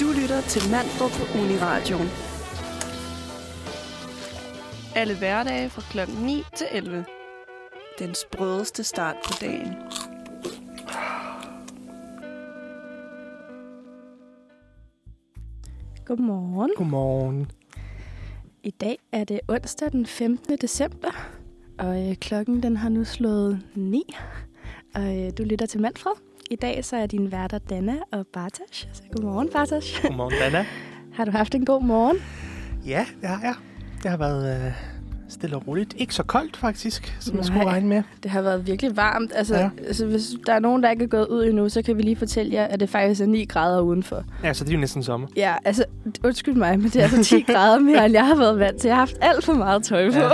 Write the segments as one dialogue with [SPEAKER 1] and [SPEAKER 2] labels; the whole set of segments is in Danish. [SPEAKER 1] Du lytter til Mandrup på Uniradioen. Alle hverdage fra kl. 9 til 11. Den sprødeste start på dagen.
[SPEAKER 2] Godmorgen.
[SPEAKER 3] Godmorgen.
[SPEAKER 2] I dag er det onsdag den 15. december, og øh, klokken den har nu slået 9. Og øh, du lytter til Manfred. I dag så er din værter Dana og Bartosz. Så godmorgen, Bartosz.
[SPEAKER 3] Godmorgen, Dana.
[SPEAKER 2] Har du haft en god morgen?
[SPEAKER 3] Ja, det har jeg. Det har været øh, stille og roligt. Ikke så koldt, faktisk, som jeg skulle
[SPEAKER 2] Nej.
[SPEAKER 3] regne med.
[SPEAKER 2] Det har været virkelig varmt. Altså,
[SPEAKER 3] Ja.
[SPEAKER 2] altså, hvis der er nogen, der ikke er gået ud endnu, så kan vi lige fortælle jer, at det faktisk er 9 grader udenfor.
[SPEAKER 3] Ja, så det er jo næsten sommer.
[SPEAKER 2] Ja, altså, undskyld mig, men det er altså 10 grader mere, end jeg har været vant til. Jeg har haft alt for meget tøj på.
[SPEAKER 3] Ja.
[SPEAKER 2] Ja.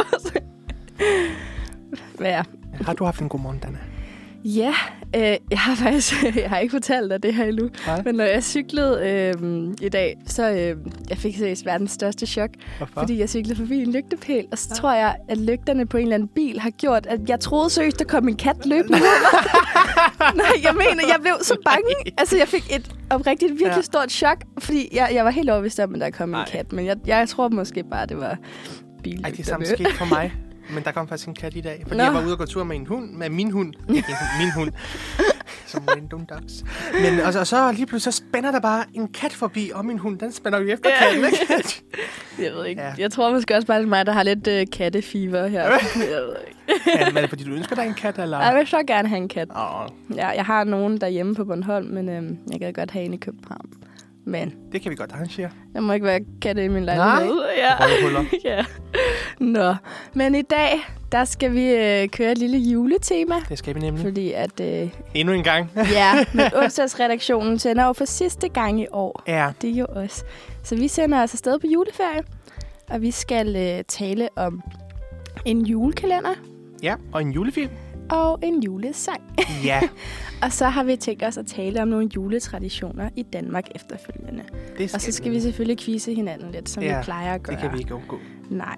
[SPEAKER 2] Men ja,
[SPEAKER 3] Har du haft en god morgen, Dana?
[SPEAKER 2] Ja, øh, jeg har faktisk jeg har ikke fortalt dig det her endnu.
[SPEAKER 3] Nej.
[SPEAKER 2] Men når jeg cyklede øh, i dag, så øh, jeg fik seriøst verdens største chok.
[SPEAKER 3] Hvorfor?
[SPEAKER 2] Fordi jeg cyklede forbi en lygtepæl, og så tror jeg, at lygterne på en eller anden bil har gjort, at jeg troede seriøst, der kom en kat løbende mod mig. Nej, jeg mener, jeg blev så bange. Altså, jeg fik et oprigtigt virkelig
[SPEAKER 3] Ja.
[SPEAKER 2] stort chok, fordi jeg, jeg var helt overbevist om, at der kom
[SPEAKER 3] Nej.
[SPEAKER 2] en kat. Men jeg, jeg tror måske bare, det var billygterne.
[SPEAKER 3] Ej, det samme skete for mig. Men der kom faktisk en kat i dag, fordi
[SPEAKER 2] Nå.
[SPEAKER 3] Nå. jeg var ude og gå tur med en hund, med min hund, ikke en hund, min hund, som random dogs. Men, og, så- og så lige pludselig, så spænder der bare en kat forbi, og min hund, den spænder jo efter
[SPEAKER 2] Ja.
[SPEAKER 3] katten, ikke?
[SPEAKER 2] Jeg ved ikke. Ja.
[SPEAKER 3] Ja.
[SPEAKER 2] Jeg tror måske også bare, det er mig, der har lidt øh, kattefever her. jeg ved ikke.
[SPEAKER 3] ja, men er det fordi, du ønsker dig en kat, eller?
[SPEAKER 2] Jeg vil så gerne have en kat.
[SPEAKER 3] Åh,
[SPEAKER 2] Ja, jeg har nogen derhjemme på Bornholm, men øhm, jeg kan godt have en i København. Men
[SPEAKER 3] det kan vi godt arrangere.
[SPEAKER 2] der må ikke være katte i min lejlighed. Nej. Ja.
[SPEAKER 3] Røvhuller.
[SPEAKER 2] ja. Nå, men i dag, der skal vi øh, køre et lille juletema.
[SPEAKER 3] Det skal vi nemlig.
[SPEAKER 2] Fordi at, øh,
[SPEAKER 3] Endnu en gang.
[SPEAKER 2] ja, men onsdagsredaktionen sender jo for sidste gang i år.
[SPEAKER 3] Ja,
[SPEAKER 2] Det er jo os. Så vi sender os afsted på juleferie, og vi skal øh, tale om en julekalender
[SPEAKER 3] ja, og en julefilm.
[SPEAKER 2] og en julesang.
[SPEAKER 3] Ja,
[SPEAKER 2] Og så har vi tænkt os at tale om nogle juletraditioner i Danmark efterfølgende.
[SPEAKER 3] det skal
[SPEAKER 2] Og så skal vi selvfølgelig quizze hinanden lidt, som ja,
[SPEAKER 3] Ja,
[SPEAKER 2] vi plejer at gøre.
[SPEAKER 3] Det kan vi ikke undgå.
[SPEAKER 2] Nej.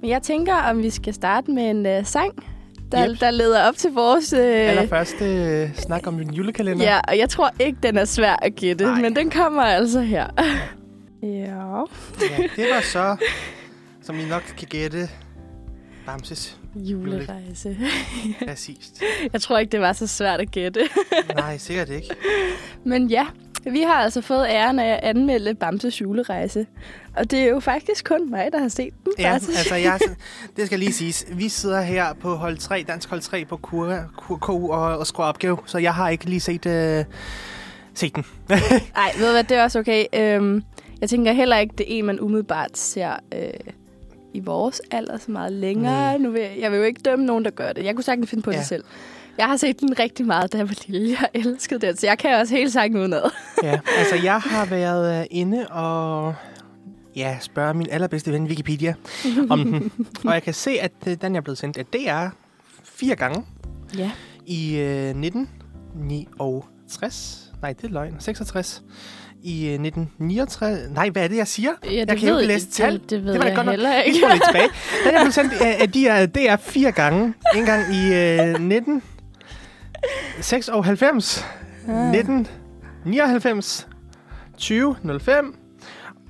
[SPEAKER 2] Men jeg tænker, om vi skal starte med en øh, sang, der,
[SPEAKER 3] Jeps.
[SPEAKER 2] der leder op til vores... Øh,
[SPEAKER 3] Allerførst øh, snak om en julekalender.
[SPEAKER 2] ja, og jeg tror ikke, den er svær at gætte,
[SPEAKER 3] Nej.
[SPEAKER 2] men den kommer altså her. ja.
[SPEAKER 3] ja. Det var så, som I nok kan gætte, Bamses
[SPEAKER 2] Julerejse.
[SPEAKER 3] præcist.
[SPEAKER 2] Jeg tror ikke, det var så svært at gætte.
[SPEAKER 3] Nej, sikkert ikke.
[SPEAKER 2] Men ja, vi har altså fået æren af at anmelde Bamses julerejse. Og det er jo faktisk kun mig, der har set den.
[SPEAKER 3] Ja,
[SPEAKER 2] faktisk.
[SPEAKER 3] altså, jeg, det skal lige siges. Vi sidder her på hold 3, Dansk hold 3 på Kura- Ku- KU og, og skruer opgave, så jeg har ikke lige set, øh, set den.
[SPEAKER 2] Ej, ved du hvad, det er også okay. Øhm, jeg tænker heller ikke, det er en, man umiddelbart ser øh, i vores alder så meget længere. Mm. Nu vil jeg, jeg vil jo ikke dømme nogen, der gør det. Jeg kunne sagtens finde på ja.
[SPEAKER 3] Ja.
[SPEAKER 2] det selv. Jeg har set den rigtig meget, da jeg var lille. Jeg elskede den, så jeg kan også helt sangen udenad.
[SPEAKER 3] Ja, altså jeg har været øh, inde og ja, spørge min allerbedste ven Wikipedia om den. Og jeg kan se, at øh, den er blevet sendt af DR fire gange
[SPEAKER 2] Ja.
[SPEAKER 3] i øh, 1969. Nej, det er løgn. 66. I øh, 1969. Nej, hvad er det, jeg siger? jeg kan ikke læse tal.
[SPEAKER 2] Det, det ved
[SPEAKER 3] det var da
[SPEAKER 2] jeg
[SPEAKER 3] godt nok-
[SPEAKER 2] heller
[SPEAKER 3] Vi
[SPEAKER 2] ikke.
[SPEAKER 3] spoler lidt tilbage. Den er blevet sendt af, af øh, de her DR fire gange. En gang i øh, 19... 96, 19, 99, 20, 05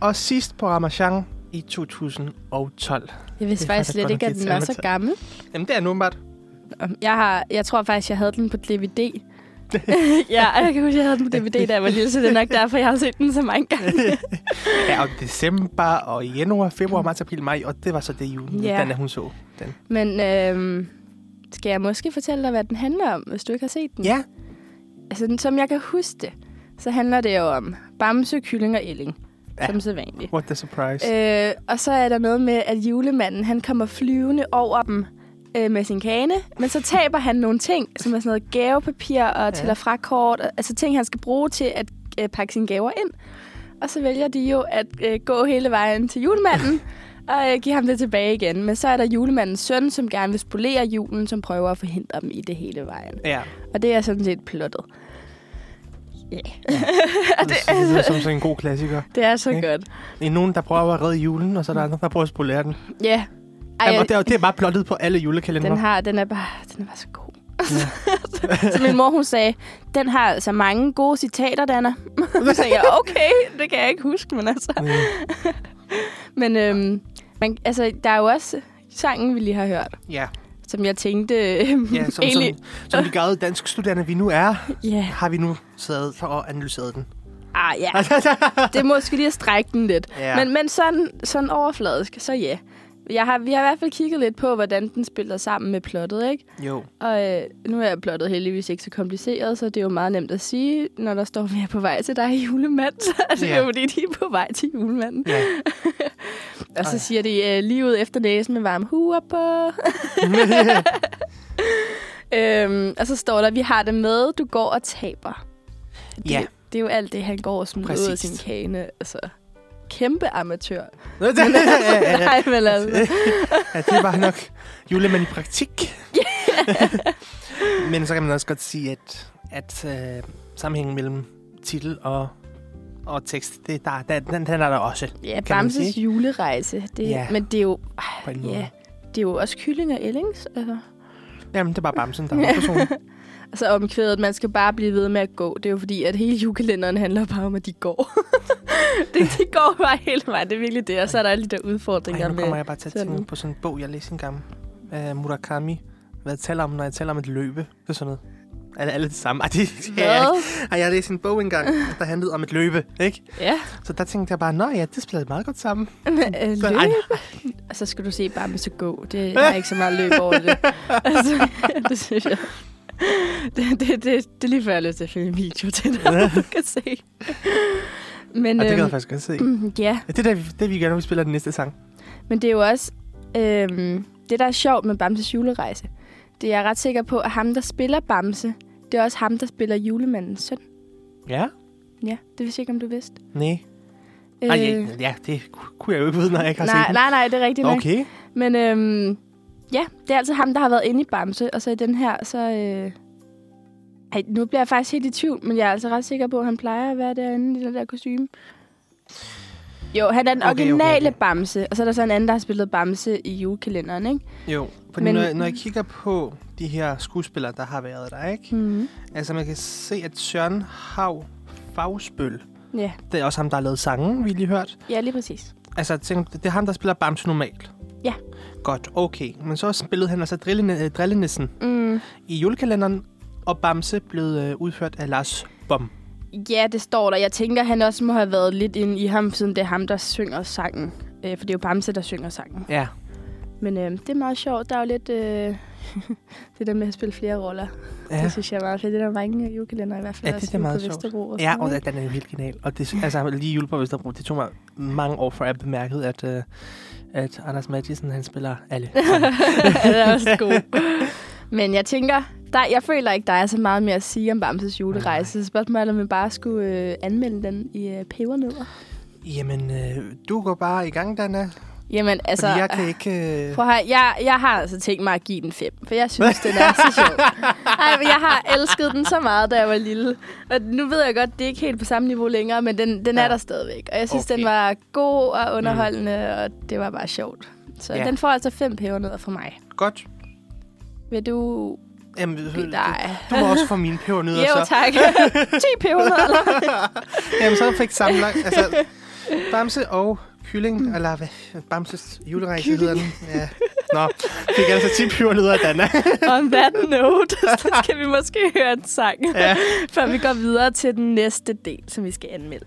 [SPEAKER 3] og sidst på Ramachan i 2012.
[SPEAKER 2] Jeg
[SPEAKER 3] Det
[SPEAKER 2] vidste
[SPEAKER 3] er
[SPEAKER 2] faktisk
[SPEAKER 3] faktisk
[SPEAKER 2] slet
[SPEAKER 3] godt
[SPEAKER 2] ikke,
[SPEAKER 3] nok
[SPEAKER 2] at
[SPEAKER 3] et
[SPEAKER 2] den var
[SPEAKER 3] tal.
[SPEAKER 2] så gammel.
[SPEAKER 3] Jamen, det er nu åbenbart.
[SPEAKER 2] Jeg, har, jeg tror faktisk, jeg havde den på DVD. ja, og jeg kan huske, jeg havde den på DVD, da jeg var lille, så det er nok derfor, jeg har set den så mange gange.
[SPEAKER 3] Ja, og december og januar, februar, marts, april, maj, og det var så det jul,
[SPEAKER 2] Ja. Mm.
[SPEAKER 3] yeah. den er, hun så. Den.
[SPEAKER 2] Men øhm, skal jeg måske fortælle dig, hvad den handler om, hvis du ikke har set den?
[SPEAKER 3] Ja,
[SPEAKER 2] Altså, den- som jeg kan huske det, så handler det jo om Bamse, Kylling og Elling. Ja.
[SPEAKER 3] Ja.
[SPEAKER 2] Som sædvanligt.
[SPEAKER 3] what the surprise.
[SPEAKER 2] Øh, og så er der noget med, at julemanden han kommer flyvende over dem øh, med sin kane, men så taber han nogle ting, som er sådan noget gavepapir og til og fra kort, og- altså ting, han skal bruge til at øh, pakke sine gaver ind. Og så vælger de jo at øh, gå hele vejen til julemanden og øh, give ham det tilbage igen. Men så er der julemandens søn, som gerne vil spolere julen, som prøver at forhindre dem i det hele vejen.
[SPEAKER 3] Ja,
[SPEAKER 2] Og det er sådan set plottet. Ja, yeah.
[SPEAKER 3] det, det, det, det er som sådan en god klassiker.
[SPEAKER 2] det er så
[SPEAKER 3] Ikke?
[SPEAKER 2] godt.
[SPEAKER 3] Det er nogen, der prøver at redde julen, og så er der andre, der prøver at spolere den.
[SPEAKER 2] Ja. Yeah.
[SPEAKER 3] Jamen, og det, er- det er bare plottet på alle julekalender.
[SPEAKER 2] Den, har, den, er bare, den er bare så god. så min mor, hun sagde, den har altså mange gode citater, Dana. Så tænker jeg, okay, det kan jeg ikke huske, men altså... Men øhm, man, altså, der er jo også sangen, vi lige har hørt,
[SPEAKER 3] ja,
[SPEAKER 2] som jeg tænkte... øhm,
[SPEAKER 3] ja som, som,
[SPEAKER 2] egentlig,
[SPEAKER 3] som de gavede dansk studerende, vi nu er,
[SPEAKER 2] Ja,
[SPEAKER 3] har vi nu siddet og analyseret den.
[SPEAKER 2] ah, ja. det er måske lige at strække den lidt.
[SPEAKER 3] Ja.
[SPEAKER 2] Men, men sådan, sådan overfladisk, så ja. Jeg har, vi har i hvert fald kigget lidt på, hvordan den spiller sammen med plottet, ikke?
[SPEAKER 3] Jo.
[SPEAKER 2] Og øh, nu er plottet heldigvis ikke så kompliceret, så det er jo meget nemt at sige, når der står, vi er på vej til dig, julemand. Så er det
[SPEAKER 3] Ja.
[SPEAKER 2] jo, fordi de er på vej til julemanden.
[SPEAKER 3] Ja.
[SPEAKER 2] Og så
[SPEAKER 3] Ej.
[SPEAKER 2] siger de, øh, lige ud efter næsen med varme huer på. øhm, og så står der, vi har det med, du går og taber. Det,
[SPEAKER 3] Ja.
[SPEAKER 2] det er jo alt det, han går og smider ud af
[SPEAKER 3] Præcis.
[SPEAKER 2] sin kane. Altså, kæmpe amatør.
[SPEAKER 3] ja, ja, ja.
[SPEAKER 2] Nej, men altså.
[SPEAKER 3] ja, det var nok julemand i praktik. Men så kan man også godt sige, at, at øh, sammenhængen mellem titel og, og tekst, det, der, der, den, den er der også
[SPEAKER 2] Ja,
[SPEAKER 3] man
[SPEAKER 2] Bamses
[SPEAKER 3] sige.
[SPEAKER 2] julerejse. Det,
[SPEAKER 3] Ja.
[SPEAKER 2] Men det er jo...
[SPEAKER 3] på en måde.
[SPEAKER 2] Ja, det er jo også kylling og ellings. Altså.
[SPEAKER 3] Jamen, det er bare Bamsen, der er hovedpersonen.
[SPEAKER 2] altså omkvædet, man skal bare blive ved med at gå. Det er jo fordi, at hele julekalenderen handler bare om, at de går. det, de går bare hele vejen. Det er virkelig det. Og så er der alle de der udfordringer
[SPEAKER 3] Ej, nu
[SPEAKER 2] med...
[SPEAKER 3] kommer jeg bare til at
[SPEAKER 2] sådan-
[SPEAKER 3] tænke på sådan en bog, jeg læste engang af Murakami. Hvad jeg taler om, når jeg taler om et løbe? Det er sådan noget. Alle, alle det samme. Ej, det, det er jeg ikke.
[SPEAKER 2] Hvad?
[SPEAKER 3] Ej, jeg læste en bog engang, der handlede om et løbe, ikke?
[SPEAKER 2] Ja.
[SPEAKER 3] Så der tænkte jeg bare, nå ja, det spiller meget godt sammen.
[SPEAKER 2] Øh,
[SPEAKER 3] Så- Ej,
[SPEAKER 2] løb. Og så skal du se bare med så gå. Det der er ikke så meget løb over det. altså, det synes jeg. Det, det, det, det er lige før, jeg har lyst til at finde en video til dig, hvor du kan se. Men,
[SPEAKER 3] og det
[SPEAKER 2] øhm,
[SPEAKER 3] kan jeg faktisk godt se.
[SPEAKER 2] ja,
[SPEAKER 3] Ja, Det er det, det, vi gør, når vi spiller den næste sang.
[SPEAKER 2] men det er jo også... Øhm, det, der er sjovt med Bamses julerejse, det er jeg ret sikker på, at ham, der spiller Bamse, det er også ham, der spiller julemandens søn.
[SPEAKER 3] Ja?
[SPEAKER 2] Ja, det vidste jeg ikke, om du vidste.
[SPEAKER 3] Nej. Øh... Ej, ja, ja, det ku- kunne jeg jo ikke vide, når jeg ikke har
[SPEAKER 2] nej,
[SPEAKER 3] set
[SPEAKER 2] nej, nej, det er rigtigt
[SPEAKER 3] den.
[SPEAKER 2] nok.
[SPEAKER 3] Okay.
[SPEAKER 2] Men øhm, ja, det er altså ham, der har været inde i Bamse, og så i den her, så... Øh... Ej, nu bliver jeg faktisk helt i tvivl, men jeg er altså ret sikker på, at han plejer at være derinde i den der kostume. Jo, han er den
[SPEAKER 3] Okay, okay,
[SPEAKER 2] originale
[SPEAKER 3] okay.
[SPEAKER 2] Bamse, og så er der så en anden, der har spillet Bamse i julekalenderen, ikke?
[SPEAKER 3] Jo,
[SPEAKER 2] Men-
[SPEAKER 3] fordi Men... når, jeg- når jeg kigger på de her skuespillere, der har været der, ikke?
[SPEAKER 2] Mm-hmm.
[SPEAKER 3] Altså, man kan se, at Søren Hav Fagsbøl,
[SPEAKER 2] Ja.
[SPEAKER 3] det er også ham, der har lavet sangen, vi lige hørt.
[SPEAKER 2] ja, lige præcis.
[SPEAKER 3] Altså, tænk, det er ham, der spiller Bamse normalt.
[SPEAKER 2] Ja.
[SPEAKER 3] Godt, okay. Men så spillede han altså drillene, øh, drillenissen
[SPEAKER 2] Mm.
[SPEAKER 3] i julekalenderen, og Bamse blev øh, udført af Lars Bom.
[SPEAKER 2] Ja, det står der. Jeg tænker, han også må have været lidt inde i ham, siden det er ham, der synger sangen. Øh, for det er jo Bamse, der synger sangen.
[SPEAKER 3] Ja.
[SPEAKER 2] Men øh, det er meget sjovt. Der er jo lidt øh, det der med at spille flere roller. Ja.
[SPEAKER 3] ja.
[SPEAKER 2] Det synes jeg er meget fedt. Det er der mange julekalender i hvert fald.
[SPEAKER 3] Ja, det
[SPEAKER 2] også
[SPEAKER 3] er da meget
[SPEAKER 2] ude på
[SPEAKER 3] sjovt.
[SPEAKER 2] Vesterbro og
[SPEAKER 3] Ja,
[SPEAKER 2] sådan
[SPEAKER 3] og
[SPEAKER 2] noget,
[SPEAKER 3] den er jo helt genial. Og det, altså, lige jul på Vesterbro, det tog mig mange år, før jeg bemærkede, at, øh, at Anders Mathisen, han spiller alle.
[SPEAKER 2] ikke? den er også god. Men jeg tænker, der, jeg føler ikke, der er så meget mere at sige om Bamses julerejse. Så spørgsmålet er, om vi bare skulle øh, anmelde den i øh, pebernødder.
[SPEAKER 3] Jamen, øh, du går bare i gang, Dana, fordi
[SPEAKER 2] Jamen, altså...
[SPEAKER 3] jeg kan ikke... Øh...
[SPEAKER 2] Prøv at høre, jeg, jeg har altså tænkt mig at give den 5, for jeg synes, den er så sjov. Ej, men jeg har elsket den så meget, da jeg var lille. Og nu ved jeg godt, det er ikke helt på samme niveau længere, men den, den ja. er
[SPEAKER 3] Ja.
[SPEAKER 2] der stadigvæk. Og jeg synes, okay. den
[SPEAKER 3] Okay.
[SPEAKER 2] var god og underholdende, mm. og det var bare sjovt. Så ja.
[SPEAKER 3] Ja.
[SPEAKER 2] den får altså 5 pebernødder fra mig.
[SPEAKER 3] Godt.
[SPEAKER 2] Vil du
[SPEAKER 3] Jamen, øh,
[SPEAKER 2] give dig?
[SPEAKER 3] du må også få mine pebernødder,
[SPEAKER 2] Jo,
[SPEAKER 3] så.
[SPEAKER 2] tak. 10 pebernødder.
[SPEAKER 3] Jamen, så fik sammenlagt... Altså, Bamse og Kylling, eller hvad? Bamses julerejse hedder den. Ja. Nå, fik altså 10 pebernødder af Dana.
[SPEAKER 2] On that note, så skal vi måske høre en sang, ja. før vi går videre til den næste del, som vi skal anmelde.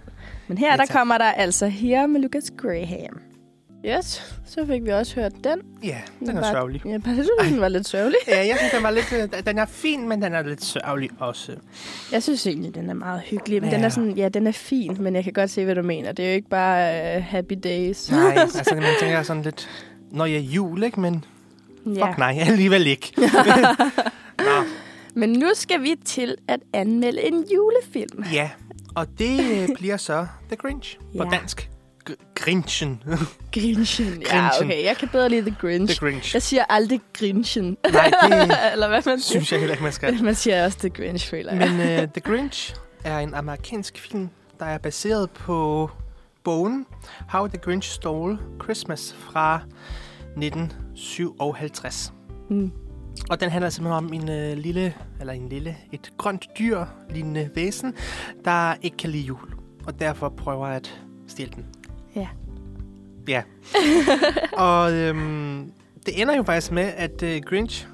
[SPEAKER 2] Men her,
[SPEAKER 3] Ja,
[SPEAKER 2] der
[SPEAKER 3] tak.
[SPEAKER 2] kommer der altså her med Lucas Graham. Yes, så fik vi også hørt den.
[SPEAKER 3] ja, den er sørgelig.
[SPEAKER 2] Jeg bare synes, den var lidt sørgelig.
[SPEAKER 3] Ja, jeg synes, den var lidt... øh, Den er fin, men den er lidt sørgelig også.
[SPEAKER 2] Jeg synes egentlig, den er meget hyggelig. Men ja. den
[SPEAKER 3] Ja.
[SPEAKER 2] er sådan, ja, den er fin, men jeg kan godt se, hvad du mener. Det er jo ikke bare uh, happy days.
[SPEAKER 3] Nej, altså man tænker sådan lidt, når jeg er jul, ikke? Men fuck
[SPEAKER 2] ja.
[SPEAKER 3] ja. nej, alligevel ikke. Nå,
[SPEAKER 2] Men nu skal vi til at anmelde en julefilm.
[SPEAKER 3] ja, og det øh, bliver så The Grinch på
[SPEAKER 2] Ja.
[SPEAKER 3] dansk. Gr- Grinchen.
[SPEAKER 2] Grinchen. Ja,
[SPEAKER 3] Grinchen.
[SPEAKER 2] okay. Jeg kan bedre lide The Grinch.
[SPEAKER 3] The Grinch.
[SPEAKER 2] Jeg siger aldrig Grinchen.
[SPEAKER 3] Nej, det
[SPEAKER 2] Eller hvad man siger.
[SPEAKER 3] synes jeg heller ikke, man skal.
[SPEAKER 2] Man siger også The Grinch, føler jeg.
[SPEAKER 3] Men uh, The Grinch er en amerikansk film, der er baseret på bogen How the Grinch Stole Christmas fra 1957.
[SPEAKER 2] Mm.
[SPEAKER 3] Og den handler simpelthen om en øh, lille, eller en lille, et grønt dyr lignende væsen, der ikke kan lide jul. og derfor prøver at stjæle den.
[SPEAKER 2] Ja.
[SPEAKER 3] Ja. og øhm, det ender jo faktisk med, at øh, Grinch,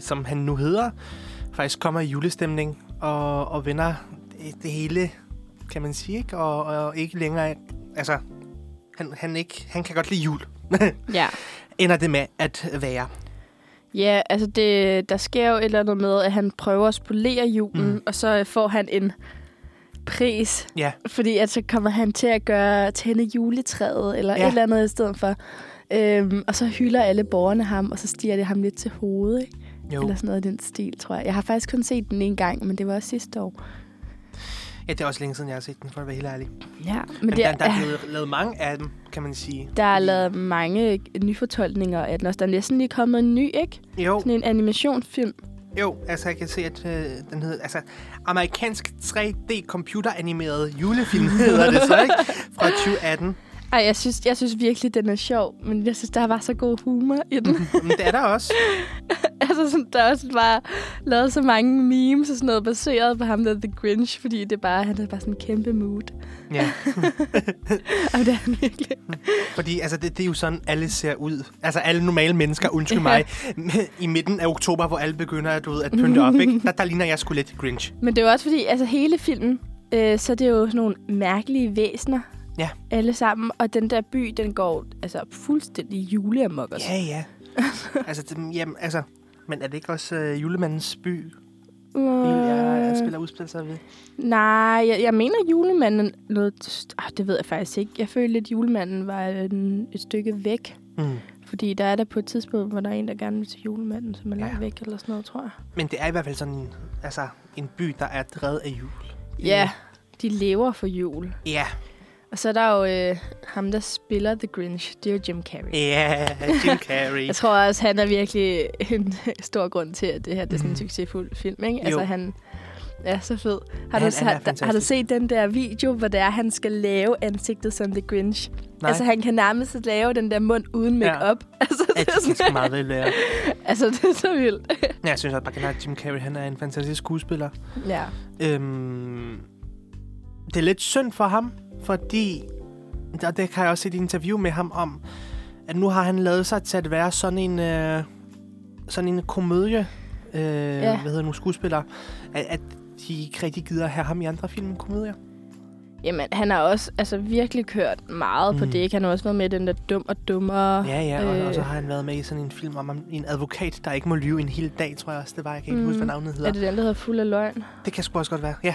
[SPEAKER 3] som han nu hedder, faktisk kommer i julestemning og, og vender det, det hele, kan man sige, ikke? Og, og ikke længere... Altså, han, han, ikke, han kan godt lide jul,
[SPEAKER 2] Ja.
[SPEAKER 3] ender det med at være.
[SPEAKER 2] Ja, altså det, der sker jo et eller andet med, at han prøver at spolere julen,
[SPEAKER 3] Mm.
[SPEAKER 2] mm. og så øh, får han en pris.
[SPEAKER 3] Ja.
[SPEAKER 2] Fordi at så kommer han til at gøre tænde juletræet, eller
[SPEAKER 3] Ja.
[SPEAKER 2] ja. et eller andet i stedet for. Øhm, og så hylder alle borgerne ham, og så stiger det ham lidt til hovedet. Ikke?
[SPEAKER 3] Jo.
[SPEAKER 2] Eller sådan noget i den stil, tror jeg. Jeg har faktisk kun set den en gang, men det var også sidste år.
[SPEAKER 3] Ja, det er også længe siden, jeg har set den, for at være helt ærlig. Men,
[SPEAKER 2] Ja, men,
[SPEAKER 3] men
[SPEAKER 2] det,
[SPEAKER 3] der, der er blevet lavet mange af dem, kan man sige.
[SPEAKER 2] der er lavet mange nyfortolkninger af den også. Der er næsten lige kommet en ny, ikke?
[SPEAKER 3] Jo,
[SPEAKER 2] Sådan en animationsfilm.
[SPEAKER 3] jo, altså jeg kan se, at øh, den hedder, altså amerikansk 3D computeranimeret julefilm hedder det så, ikke? Fra 2018.
[SPEAKER 2] Ej, jeg synes, jeg synes virkelig, den er sjov, men jeg synes, der var så god humor i den.
[SPEAKER 3] Men det er der også.
[SPEAKER 2] altså, sådan, der er også bare lavet så mange memes og sådan noget, baseret på ham der The Grinch, fordi det er bare, han er bare sådan en kæmpe mood.
[SPEAKER 3] Ja,
[SPEAKER 2] Og det er han virkelig.
[SPEAKER 3] fordi altså, det, det er jo sådan, alle ser ud. Altså alle normale mennesker, undskyld mig, i midten af oktober, hvor alle begynder du ved, at pynte op, ikke? Der, der ligner jeg sgu lidt Grinch.
[SPEAKER 2] Men det er jo også fordi, altså hele filmen, øh, så er det jo sådan nogle mærkelige væsener.
[SPEAKER 3] Ja.
[SPEAKER 2] Alle sammen, og den der by, den går altså fuldstændig juleamok. og sådan.
[SPEAKER 3] Ja, ja. Altså, det, jamen, altså, men er det ikke også øh, julemandens by,
[SPEAKER 2] Øh.
[SPEAKER 3] jeg spiller udspiller sig ved?
[SPEAKER 2] Nej, jeg, jeg mener julemanden noget... Ah, det ved jeg faktisk ikke. Jeg følte lidt, at julemanden var en, et stykke væk.
[SPEAKER 3] Mm.
[SPEAKER 2] Fordi der er der på et tidspunkt, hvor der er en, der gerne vil til julemanden, som er
[SPEAKER 3] Ja.
[SPEAKER 2] langt væk eller sådan noget, tror jeg.
[SPEAKER 3] Men det er i hvert fald sådan en, altså, en by, der er drevet af jul.
[SPEAKER 2] Ja, de lever for jul.
[SPEAKER 3] Ja,
[SPEAKER 2] Og så er der jo øh, ham, der spiller The Grinch. Det er jo Jim Carrey.
[SPEAKER 3] ja, Jim Carrey.
[SPEAKER 2] Jeg tror også, han er virkelig en stor grund til, at det her det er sådan en succesfuld film. Ikke? Altså,
[SPEAKER 3] Mm. Jo.
[SPEAKER 2] han er så fed. Har,
[SPEAKER 3] Han
[SPEAKER 2] du,
[SPEAKER 3] er
[SPEAKER 2] har, har du
[SPEAKER 3] fantastisk.
[SPEAKER 2] set den der video, hvor det er, han skal lave ansigtet som The Grinch?
[SPEAKER 3] Nej,
[SPEAKER 2] Altså, han kan nærmest lave den der mund uden
[SPEAKER 3] Ja.
[SPEAKER 2] makeup. Ja. Altså,
[SPEAKER 3] ja,
[SPEAKER 2] det er
[SPEAKER 3] det kan sgu
[SPEAKER 2] sådan,
[SPEAKER 3] meget vel være.
[SPEAKER 2] altså, det er så vildt.
[SPEAKER 3] Ja, jeg synes også bare generelt, at Jim Carrey han er en fantastisk skuespiller.
[SPEAKER 2] ja.
[SPEAKER 3] Øhm, det er lidt synd for ham, fordi, og det kan jeg også se i et interview med ham om, at nu har han lavet sig til at være sådan en, øh, sådan en komedie, øh, ja. hvad hedder nu, skuespiller, at, at de ikke rigtig gider have ham i andre film end komedier.
[SPEAKER 2] Jamen, han har også altså, virkelig kørt meget mm. på
[SPEAKER 3] Mm.
[SPEAKER 2] det. ikke? Han har også været med i den der dum og dummere.
[SPEAKER 3] Ja, ja, og, øh. og så
[SPEAKER 2] Øh.
[SPEAKER 3] har han været med i sådan en film om en advokat, der ikke må lyve en hel dag, tror jeg også det var. Jeg kan ikke mm.
[SPEAKER 2] Mm.
[SPEAKER 3] huske, hvad navnet hedder.
[SPEAKER 2] Er det den, der hedder Fuld af Løgn?
[SPEAKER 3] Det kan sgu også godt være, ja.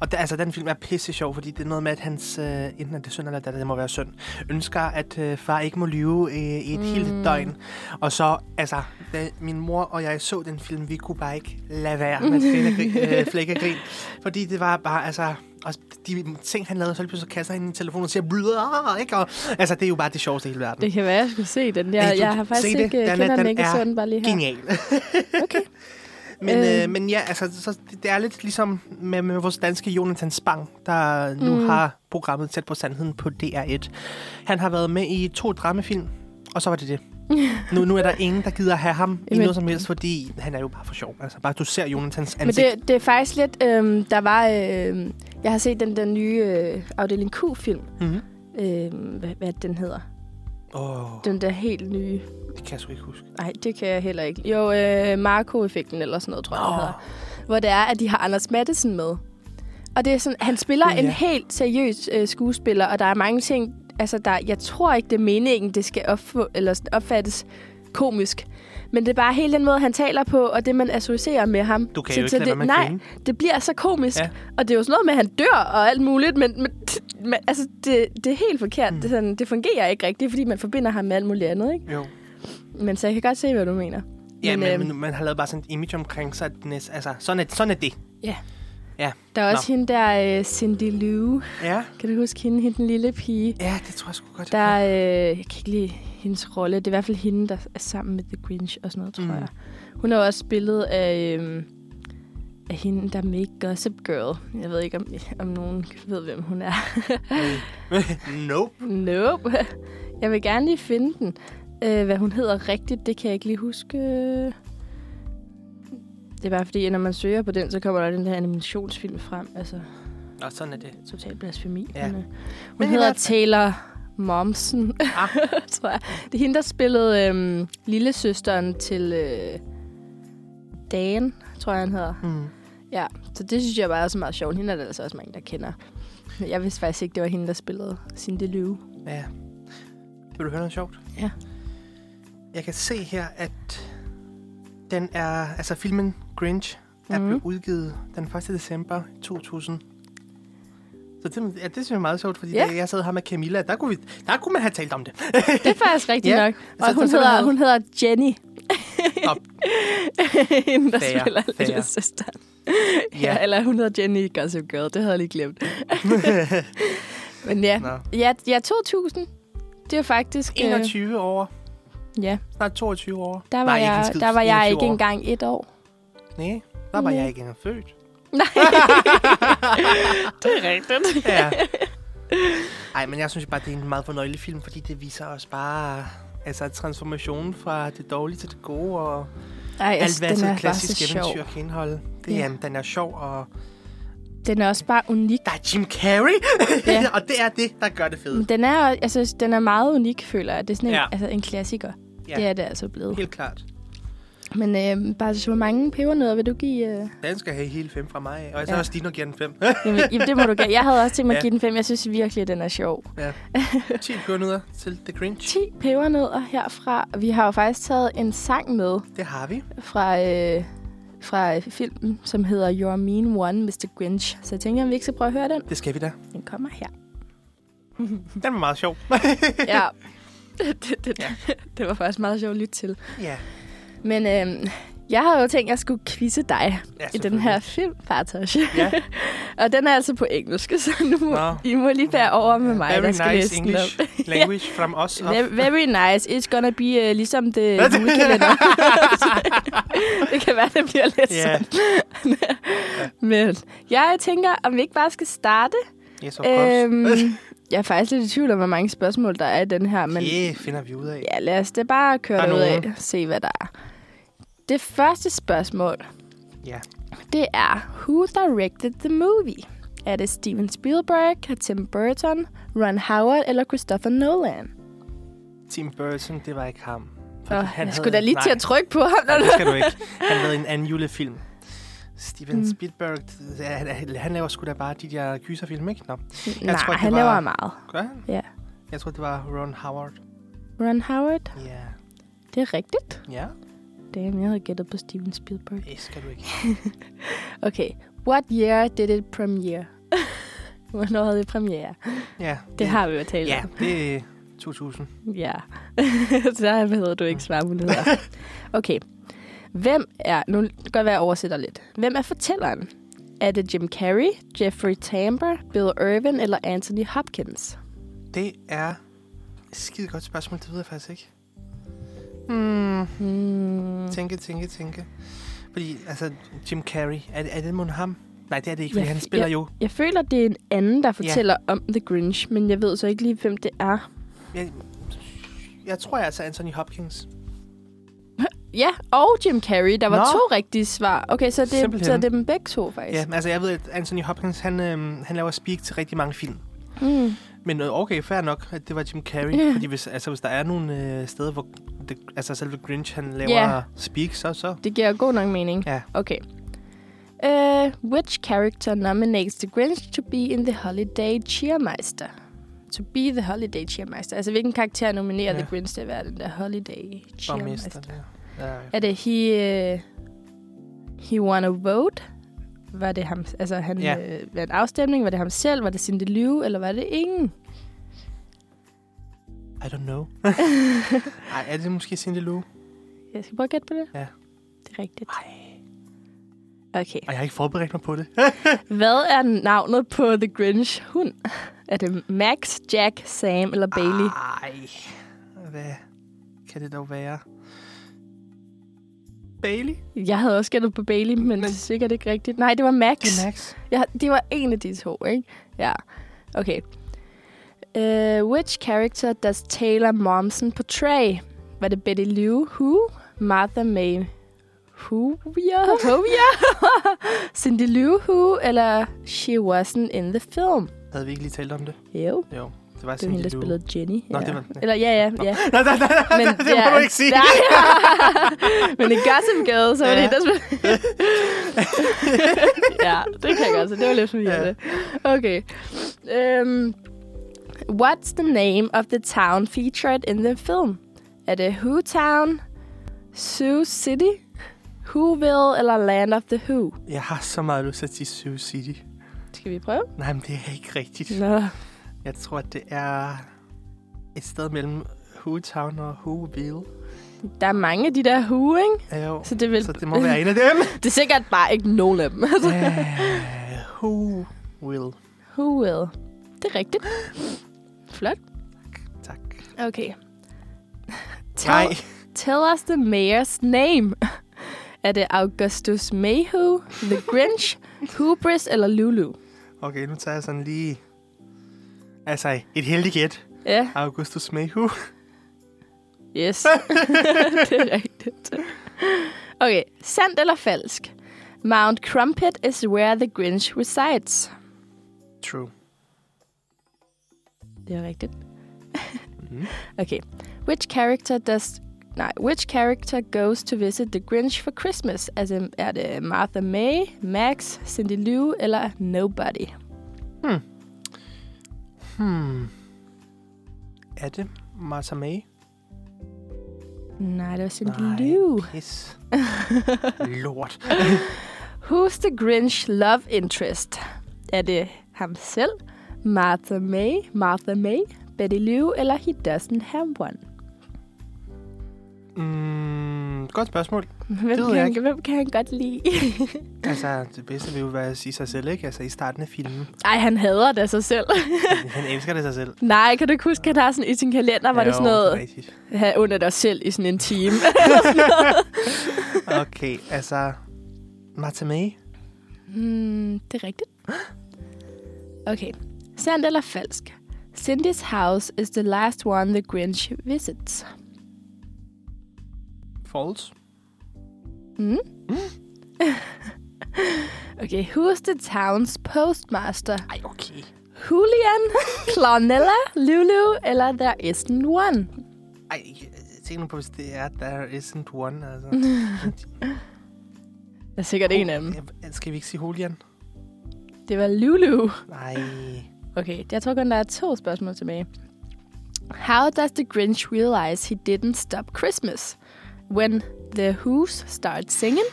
[SPEAKER 3] Og der, altså, den film er pisse sjov, fordi det er noget med, at hans, øh, enten er det søn eller datter, det må være søn, ønsker, at øh, far ikke må lyve øh, i et mm. helt døgn. Og så, altså, da min mor og jeg så den film, vi kunne bare ikke lade være med flækkegrin, øh, flækkegrin fordi det var bare, altså, og de ting, han lavede, så lige pludselig så kaster han i telefonen og siger, "Bruder", ikke? Og, altså, det er jo bare det sjoveste i hele verden.
[SPEAKER 2] Det kan være, jeg skulle se den.
[SPEAKER 3] Ja,
[SPEAKER 2] Jeg,
[SPEAKER 3] du-
[SPEAKER 2] jeg har
[SPEAKER 3] se
[SPEAKER 2] faktisk
[SPEAKER 3] det.
[SPEAKER 2] ikke,
[SPEAKER 3] Den er-
[SPEAKER 2] den, kender den
[SPEAKER 3] den
[SPEAKER 2] ikke
[SPEAKER 3] er
[SPEAKER 2] sådan bare lige her.
[SPEAKER 3] Genial.
[SPEAKER 2] Okay.
[SPEAKER 3] Men, øh.
[SPEAKER 2] Øh.
[SPEAKER 3] Øh, men ja, altså, så det, det er lidt ligesom med, med vores danske Jonathan Spang, der nu
[SPEAKER 2] Mm.
[SPEAKER 3] har programmet Tæt på Sandheden på DR1. Han har været med i to dramafilm, og så var det det. nu, nu er der ingen, der gider have ham Jamen. i
[SPEAKER 2] Jamen-
[SPEAKER 3] noget som helst, fordi han er jo bare for sjov. Altså, bare du ser Jonathans
[SPEAKER 2] Men
[SPEAKER 3] ansigt.
[SPEAKER 2] det, det er faktisk lidt... Øhm, der var... Øhm, jeg har set den der nye øh, Afdeling Q-film.
[SPEAKER 3] Mhm.
[SPEAKER 2] Øhm, hvad, hvad den hedder.
[SPEAKER 3] Åh, oh,
[SPEAKER 2] Den der helt nye...
[SPEAKER 3] det kan jeg sgu ikke huske.
[SPEAKER 2] Nej, det kan jeg heller ikke. Jo, øh, Marco-effekten eller sådan noget, tror jeg, oh.
[SPEAKER 3] Åh.
[SPEAKER 2] den hedder. Hvor det er, at de har Anders Mattesen med. Og det er sådan, han spiller
[SPEAKER 3] Uh,
[SPEAKER 2] en
[SPEAKER 3] ja.
[SPEAKER 2] helt seriøs øh, skuespiller, og der er mange ting... Altså, der, jeg tror ikke, det er meningen, det skal opf- eller sådan opfattes komisk. Men det er bare hele den måde, han taler på, og det, man associerer med ham.
[SPEAKER 3] Du kan jo ikke lade være
[SPEAKER 2] det,
[SPEAKER 3] med at
[SPEAKER 2] Nej,
[SPEAKER 3] grine.
[SPEAKER 2] det bliver så komisk.
[SPEAKER 3] Ja.
[SPEAKER 2] Ja. Og det er jo sådan noget med, at han dør og alt muligt, men, men, men altså, det, det er helt forkert.
[SPEAKER 3] Hmm.
[SPEAKER 2] Mm. Det, er sådan, det fungerer ikke rigtigt, fordi man forbinder ham med alt muligt andet. Ikke?
[SPEAKER 3] Jo.
[SPEAKER 2] Men så jeg kan godt se, hvad du mener.
[SPEAKER 3] Ja, men,
[SPEAKER 2] øhm,
[SPEAKER 3] men, man har lavet bare sådan et image omkring sig. at den er- Altså, sådan er, sådan er det.
[SPEAKER 2] Ja.
[SPEAKER 3] Ja.
[SPEAKER 2] Der er også Nå. hende der, øh, Cindy Lou.
[SPEAKER 3] Ja.
[SPEAKER 2] Kan du huske hende, hende den lille pige?
[SPEAKER 3] ja, det tror jeg sgu godt. jeg
[SPEAKER 2] Der,
[SPEAKER 3] kan.
[SPEAKER 2] øh, jeg kan ikke lide hendes rolle. Det er i hvert fald hende, der er sammen med The Grinch og sådan noget, tror
[SPEAKER 3] Mm.
[SPEAKER 2] mm. jeg. Hun er jo også spillet af, øh, af hende, der er med i Gossip Girl. Jeg ved ikke, om, om nogen ved, hvem hun er.
[SPEAKER 3] Øh. nope.
[SPEAKER 2] Nope. Jeg vil gerne lige finde den. Øh, hvad hun hedder rigtigt, det kan jeg ikke lige huske. Det er bare fordi, at når man søger på den, så kommer der den der animationsfilm frem. Altså,
[SPEAKER 3] Nå, sådan er det.
[SPEAKER 2] Total blasfemi.
[SPEAKER 3] Ja.
[SPEAKER 2] Men, øh, hun
[SPEAKER 3] Men i
[SPEAKER 2] Men hedder
[SPEAKER 3] hvert fald-
[SPEAKER 2] Taylor Momsen,
[SPEAKER 3] Ah.
[SPEAKER 2] ah. tror jeg. Det er hende, der spillede øhm, lillesøsteren til øh, Dan, tror jeg, han hedder.
[SPEAKER 3] Mm.
[SPEAKER 2] Ja, så det synes jeg bare er så meget sjovt. Hende er der altså også mange, der kender. Jeg vidste faktisk ikke, det var hende, der spillede Cindy Løve.
[SPEAKER 3] Ja. Vil du høre noget sjovt?
[SPEAKER 2] Ja.
[SPEAKER 3] Jeg kan se her, at den er, altså filmen Grinch er mm.
[SPEAKER 2] Mhm.
[SPEAKER 3] blevet udgivet den 1. december 2000. Så det, ja, det synes jeg er meget sjovt, fordi
[SPEAKER 2] Ja.
[SPEAKER 3] da jeg sad her med Camilla, der kunne, vi, der kunne man have talt om det.
[SPEAKER 2] Det er faktisk rigtigt
[SPEAKER 3] Ja,
[SPEAKER 2] nok. Og
[SPEAKER 3] så-
[SPEAKER 2] hun,
[SPEAKER 3] så- så-
[SPEAKER 2] hedder, hun hedder Jenny.
[SPEAKER 3] Nå.
[SPEAKER 2] hende, der
[SPEAKER 3] Fair,
[SPEAKER 2] spiller
[SPEAKER 3] fair.
[SPEAKER 2] lillesøsteren. Ja. ja, eller hun hedder Jenny i Gossip Girl. Det havde jeg lige glemt. Men ja.
[SPEAKER 3] Nå.
[SPEAKER 2] Ja, ja, 2000. Det er faktisk... øh,
[SPEAKER 3] 21 år.
[SPEAKER 2] ja,
[SPEAKER 3] Snart 22 år.
[SPEAKER 2] der var,
[SPEAKER 3] Nej,
[SPEAKER 2] Nej,
[SPEAKER 3] ikke en
[SPEAKER 2] jeg,
[SPEAKER 3] skid.
[SPEAKER 2] der var jeg
[SPEAKER 3] 21
[SPEAKER 2] ikke Mhm.
[SPEAKER 3] år.
[SPEAKER 2] engang et år.
[SPEAKER 3] Nej, der var
[SPEAKER 2] Ja.
[SPEAKER 3] jeg ikke engang født.
[SPEAKER 2] Nej. det er rigtigt.
[SPEAKER 3] Ja. Ej, men jeg synes bare, det er en meget fornøjelig film, fordi det viser os bare altså, transformationen fra det dårlige til det gode, og
[SPEAKER 2] Ej,
[SPEAKER 3] alt
[SPEAKER 2] altså,
[SPEAKER 3] hvad
[SPEAKER 2] den
[SPEAKER 3] sådan
[SPEAKER 2] er
[SPEAKER 3] et
[SPEAKER 2] bare så
[SPEAKER 3] klassisk
[SPEAKER 2] sjov.
[SPEAKER 3] eventyr kan indeholde. Det
[SPEAKER 2] Ja.
[SPEAKER 3] er, den er sjov, og
[SPEAKER 2] Den er også bare unik.
[SPEAKER 3] der er Jim Carrey,
[SPEAKER 2] Ja.
[SPEAKER 3] og det er det, der gør det
[SPEAKER 2] Men
[SPEAKER 3] fedt.
[SPEAKER 2] den er, også- altså, den er meget unik, føler jeg. Det er sådan en,
[SPEAKER 3] Ja.
[SPEAKER 2] ja. altså, en klassiker.
[SPEAKER 3] Ja.
[SPEAKER 2] Ja. Det er det altså blevet.
[SPEAKER 3] Helt klart.
[SPEAKER 2] Men øh, bare så hvor mange pebernødder vil du give? Øh?
[SPEAKER 3] Den skal have hele fem fra mig, og jeg så
[SPEAKER 2] Ja.
[SPEAKER 3] også Dino giver den fem.
[SPEAKER 2] Jamen, jamen, det må du gøre. Jeg havde også tænkt mig
[SPEAKER 3] Ja.
[SPEAKER 2] at give den fem. Jeg synes virkelig, at den er sjov.
[SPEAKER 3] ja. 10 kønneder til The Grinch.
[SPEAKER 2] 10 pebernødder herfra. Vi har jo faktisk taget en sang med
[SPEAKER 3] Det har vi.
[SPEAKER 2] fra, øh, fra øh, filmen, som hedder Your Mean One, Mr. Grinch. Så jeg tænker, om vi ikke skal prøve at høre den.
[SPEAKER 3] Det skal vi da.
[SPEAKER 2] Den kommer her.
[SPEAKER 3] Den var meget sjov.
[SPEAKER 2] Ja. det, det, det var faktisk meget sjovt at lytte til.
[SPEAKER 3] ja.
[SPEAKER 2] Men øh, jeg havde jo tænkt, at jeg skulle quizze dig
[SPEAKER 3] ja,
[SPEAKER 2] i den her film, Fartosh.
[SPEAKER 3] Ja.
[SPEAKER 2] Og den er altså på engelsk, så nu må,
[SPEAKER 3] Nå.
[SPEAKER 2] I må lige bære over med mig,
[SPEAKER 3] Very
[SPEAKER 2] der skal
[SPEAKER 3] nice
[SPEAKER 2] læse den
[SPEAKER 3] English
[SPEAKER 2] op.
[SPEAKER 3] language from us.
[SPEAKER 2] Ve- Very nice. It's gonna be uh, ligesom det julekalender. det kan være, det bliver lidt
[SPEAKER 3] Ja,
[SPEAKER 2] yeah. Men jeg tænker, om vi ikke bare skal starte.
[SPEAKER 3] yes, of course.
[SPEAKER 2] Øhm,
[SPEAKER 3] Øh,
[SPEAKER 2] jeg er faktisk lidt i tvivl om, hvor mange spørgsmål der er i den her. Men
[SPEAKER 3] Det finder vi ud af.
[SPEAKER 2] ja, lad os det bare
[SPEAKER 3] Der
[SPEAKER 2] køre
[SPEAKER 3] er
[SPEAKER 2] det ud af.
[SPEAKER 3] nogle.
[SPEAKER 2] Se, hvad der er. Det første spørgsmål,
[SPEAKER 3] Ja.
[SPEAKER 2] det er, who directed the movie? Er det Steven Spielberg, Tim Burton, Ron Howard eller Christopher Nolan?
[SPEAKER 3] Tim Burton, det var ikke ham. Fordi
[SPEAKER 2] Oh,
[SPEAKER 3] han
[SPEAKER 2] jeg
[SPEAKER 3] havde-
[SPEAKER 2] skulle da lige til
[SPEAKER 3] Nej.
[SPEAKER 2] at trykke på ham.
[SPEAKER 3] Nej, det skal du ikke. Han lavede en anden julefilm. Steven mm. Spielberg, ja, han, han laver sgu da bare de der gyserfilm, ikke? Nå,
[SPEAKER 2] Nej,
[SPEAKER 3] tror, det
[SPEAKER 2] han
[SPEAKER 3] var-
[SPEAKER 2] laver meget.
[SPEAKER 3] gør han?
[SPEAKER 2] Ja.
[SPEAKER 3] Jeg tror, det var Ron Howard.
[SPEAKER 2] Ron Howard,
[SPEAKER 3] Ja.
[SPEAKER 2] det er rigtigt.
[SPEAKER 3] Ja,
[SPEAKER 2] Damn, jeg havde gættet på Steven Spielberg.
[SPEAKER 3] det skal du ikke.
[SPEAKER 2] Okay, what year did it premiere? Hvornår havde det premiere?
[SPEAKER 3] Ja,
[SPEAKER 2] Det har vi jo talt
[SPEAKER 3] Ja,
[SPEAKER 2] om.
[SPEAKER 3] det er 2000.
[SPEAKER 2] Ja. Så havde du ikke svarmuligheder. Okay, hvem er... Nu kan det godt være, jeg oversætter lidt. Hvem er fortælleren? Er det Jim Carrey, Jeffrey Tambor, Bill Irvin eller Anthony Hopkins?
[SPEAKER 3] Det er et skide godt spørgsmål, det ved jeg faktisk ikke. Hmm.
[SPEAKER 2] Hmm.
[SPEAKER 3] Tænke, tænke, tænke. Fordi, altså, Jim Carrey, er, det- er det mon ham? Nej, det er det ikke, fordi
[SPEAKER 2] Ja,
[SPEAKER 3] han spiller jo...
[SPEAKER 2] Jeg føler, det er en anden, der fortæller om The Grinch, men jeg ved så ikke lige, hvem det er.
[SPEAKER 3] Jeg, jeg tror, jeg er altså Anthony Hopkins.
[SPEAKER 2] Ja, og Jim Carrey. Der var
[SPEAKER 3] Nå.
[SPEAKER 2] Nå. to rigtige svar. Okay, så det,
[SPEAKER 3] Simpelthen.
[SPEAKER 2] så det er dem begge to, faktisk.
[SPEAKER 3] Ja, men altså, jeg ved, at Anthony Hopkins, han, øhm, han laver speak til rigtig mange film.
[SPEAKER 2] Mm.
[SPEAKER 3] Men øh, okay, fair nok, at det var Jim Carrey.
[SPEAKER 2] Ja.
[SPEAKER 3] Fordi hvis, altså, hvis der er nogle øh, steder, hvor det, altså, selve Grinch, han laver
[SPEAKER 2] Ja.
[SPEAKER 3] speak, så så.
[SPEAKER 2] Det giver god nok mening.
[SPEAKER 3] Ja.
[SPEAKER 2] Okay. Uh, which character nominates the Grinch to be in the Holiday Cheermeister? To be the Holiday Cheermeister. Altså, hvilken karakter nominerer
[SPEAKER 3] Ja.
[SPEAKER 2] The Grinch til at være den der Holiday
[SPEAKER 3] Og mister
[SPEAKER 2] Cheermeister?
[SPEAKER 3] det. Ja,
[SPEAKER 2] Er det he... Uh, he won a vote? Var det ham... Altså, han
[SPEAKER 3] Ja.
[SPEAKER 2] yeah. øh, var en afstemning? Var det ham selv? Var det Cindy Lou? Eller var det ingen?
[SPEAKER 3] I don't know. Ej, er det måske Cindy Lou?
[SPEAKER 2] Jeg skal prøve at gætte på det.
[SPEAKER 3] Ja.
[SPEAKER 2] Det er rigtigt.
[SPEAKER 3] Ej,
[SPEAKER 2] Okay.
[SPEAKER 3] og jeg har ikke forberedt mig på det.
[SPEAKER 2] Hvad er navnet på The Grinch hund? Er det Max, Jack, Sam eller Bailey?
[SPEAKER 3] Ej, hvad kan det dog være? Bailey?
[SPEAKER 2] Jeg havde også gættet på Bailey, men, men det er sikkert ikke rigtigt. Nej, det var Max.
[SPEAKER 3] Ah. Det er Max.
[SPEAKER 2] Jeg, det var en af de to, ikke? Ja. Okay. Uh, which character does Taylor Momsen portray? Var det Betty Lou Who? Martha May Hooja. Hooja. Cindy Lou Who, eller She Wasn't in the Film.
[SPEAKER 3] Havde vi ikke lige talt om det?
[SPEAKER 2] Jo,
[SPEAKER 3] Jo, det var
[SPEAKER 2] det var
[SPEAKER 3] sådan
[SPEAKER 2] hende, der
[SPEAKER 3] lidt
[SPEAKER 2] spillede Jenny.
[SPEAKER 3] Nå,
[SPEAKER 2] ja.
[SPEAKER 3] det var den, ja.
[SPEAKER 2] Eller ja, ja, ja.
[SPEAKER 3] Nej, nej, nej, nej, det, det må
[SPEAKER 2] er-
[SPEAKER 3] du ikke sige.
[SPEAKER 2] Nej, Men i Gossip Girl, så var
[SPEAKER 3] Ja.
[SPEAKER 2] det hende, der spillede... ja, det kan jeg godt, så det var lidt forvirrende. Okay. Um, what's the name of the town featured in the film? Er det Who Town, Sioux City, Whoville eller Land of the Who?
[SPEAKER 3] Jeg har så meget lyst til at sige Sioux City.
[SPEAKER 2] Skal vi prøve?
[SPEAKER 3] Nej, men det er ikke rigtigt.
[SPEAKER 2] Nå.
[SPEAKER 3] Jeg tror, at det er et sted mellem Hootown og Whoville.
[SPEAKER 2] Der er mange af de der Who, ikke?
[SPEAKER 3] Ja, jo.
[SPEAKER 2] Så det, vil,
[SPEAKER 3] Så det må være en af dem.
[SPEAKER 2] det er sikkert bare ikke nogen af dem.
[SPEAKER 3] Øh, Whoville.
[SPEAKER 2] Who will? Det er rigtigt. Flot.
[SPEAKER 3] Tak.
[SPEAKER 2] Okay.
[SPEAKER 3] Nej,
[SPEAKER 2] Tell, tell us the mayor's name. er det Augustus Mayhew, The Grinch, Hubris eller Lulu?
[SPEAKER 3] okay, nu tager jeg sådan lige... Altså, et heldigt gæt.
[SPEAKER 2] Ja,
[SPEAKER 3] Augustus Mayhew.
[SPEAKER 2] yes. det er rigtigt. Okay, sandt eller falsk? Mount Crumpet is where the Grinch resides.
[SPEAKER 3] True.
[SPEAKER 2] Det er rigtigt.
[SPEAKER 3] Mhm.
[SPEAKER 2] okay. Which character does... Nej, which character goes to visit the Grinch for Christmas? Altså, er det Martha May, Max, Cindy Lou eller Nobody?
[SPEAKER 3] Hmm. Er det Martha May?
[SPEAKER 2] Nej, det var Cindy
[SPEAKER 3] Nej,
[SPEAKER 2] Lou.
[SPEAKER 3] pis. Lort.
[SPEAKER 2] Who's the Grinch love interest? Er det ham selv, Martha May, Martha May, Betty Lou eller He Doesn't Have One?
[SPEAKER 3] Mm, godt spørgsmål.
[SPEAKER 2] Hvem,
[SPEAKER 3] ved
[SPEAKER 2] kan,
[SPEAKER 3] jeg
[SPEAKER 2] han,
[SPEAKER 3] ikke.
[SPEAKER 2] hvem kan han godt lide?
[SPEAKER 3] Altså, det bedste vil jo være at sige sig selv, ikke? Altså, i starten af filmen.
[SPEAKER 2] Ej, han hader da sig selv.
[SPEAKER 3] Han elsker det sig selv.
[SPEAKER 2] Nej, kan du ikke huske, at han har sådan i sin kalender, var det sådan noget...
[SPEAKER 3] rigtigt.
[SPEAKER 2] have under dig selv i sådan en time.
[SPEAKER 3] Okay, altså... Martha May?
[SPEAKER 2] mm, det er rigtigt. Okay. Sandt eller falsk? Cindy's house is the last one the Grinch visits.
[SPEAKER 3] False.
[SPEAKER 2] Mm? okay, who's the town's postmaster?
[SPEAKER 3] Ej, okay.
[SPEAKER 2] Julian, Clonella, Lulu, eller there isn't one?
[SPEAKER 3] Ej, tænk nu på, hvis det er, there isn't one, altså.
[SPEAKER 2] Der er sikkert en af dem.
[SPEAKER 3] Ja, Skal vi ikke sige Julian?
[SPEAKER 2] Det var Lulu.
[SPEAKER 3] Nej.
[SPEAKER 2] Okay, jeg tror kun, der er to spørgsmål tilbage. How does the Grinch realize he didn't stop Christmas? When the who's start singing?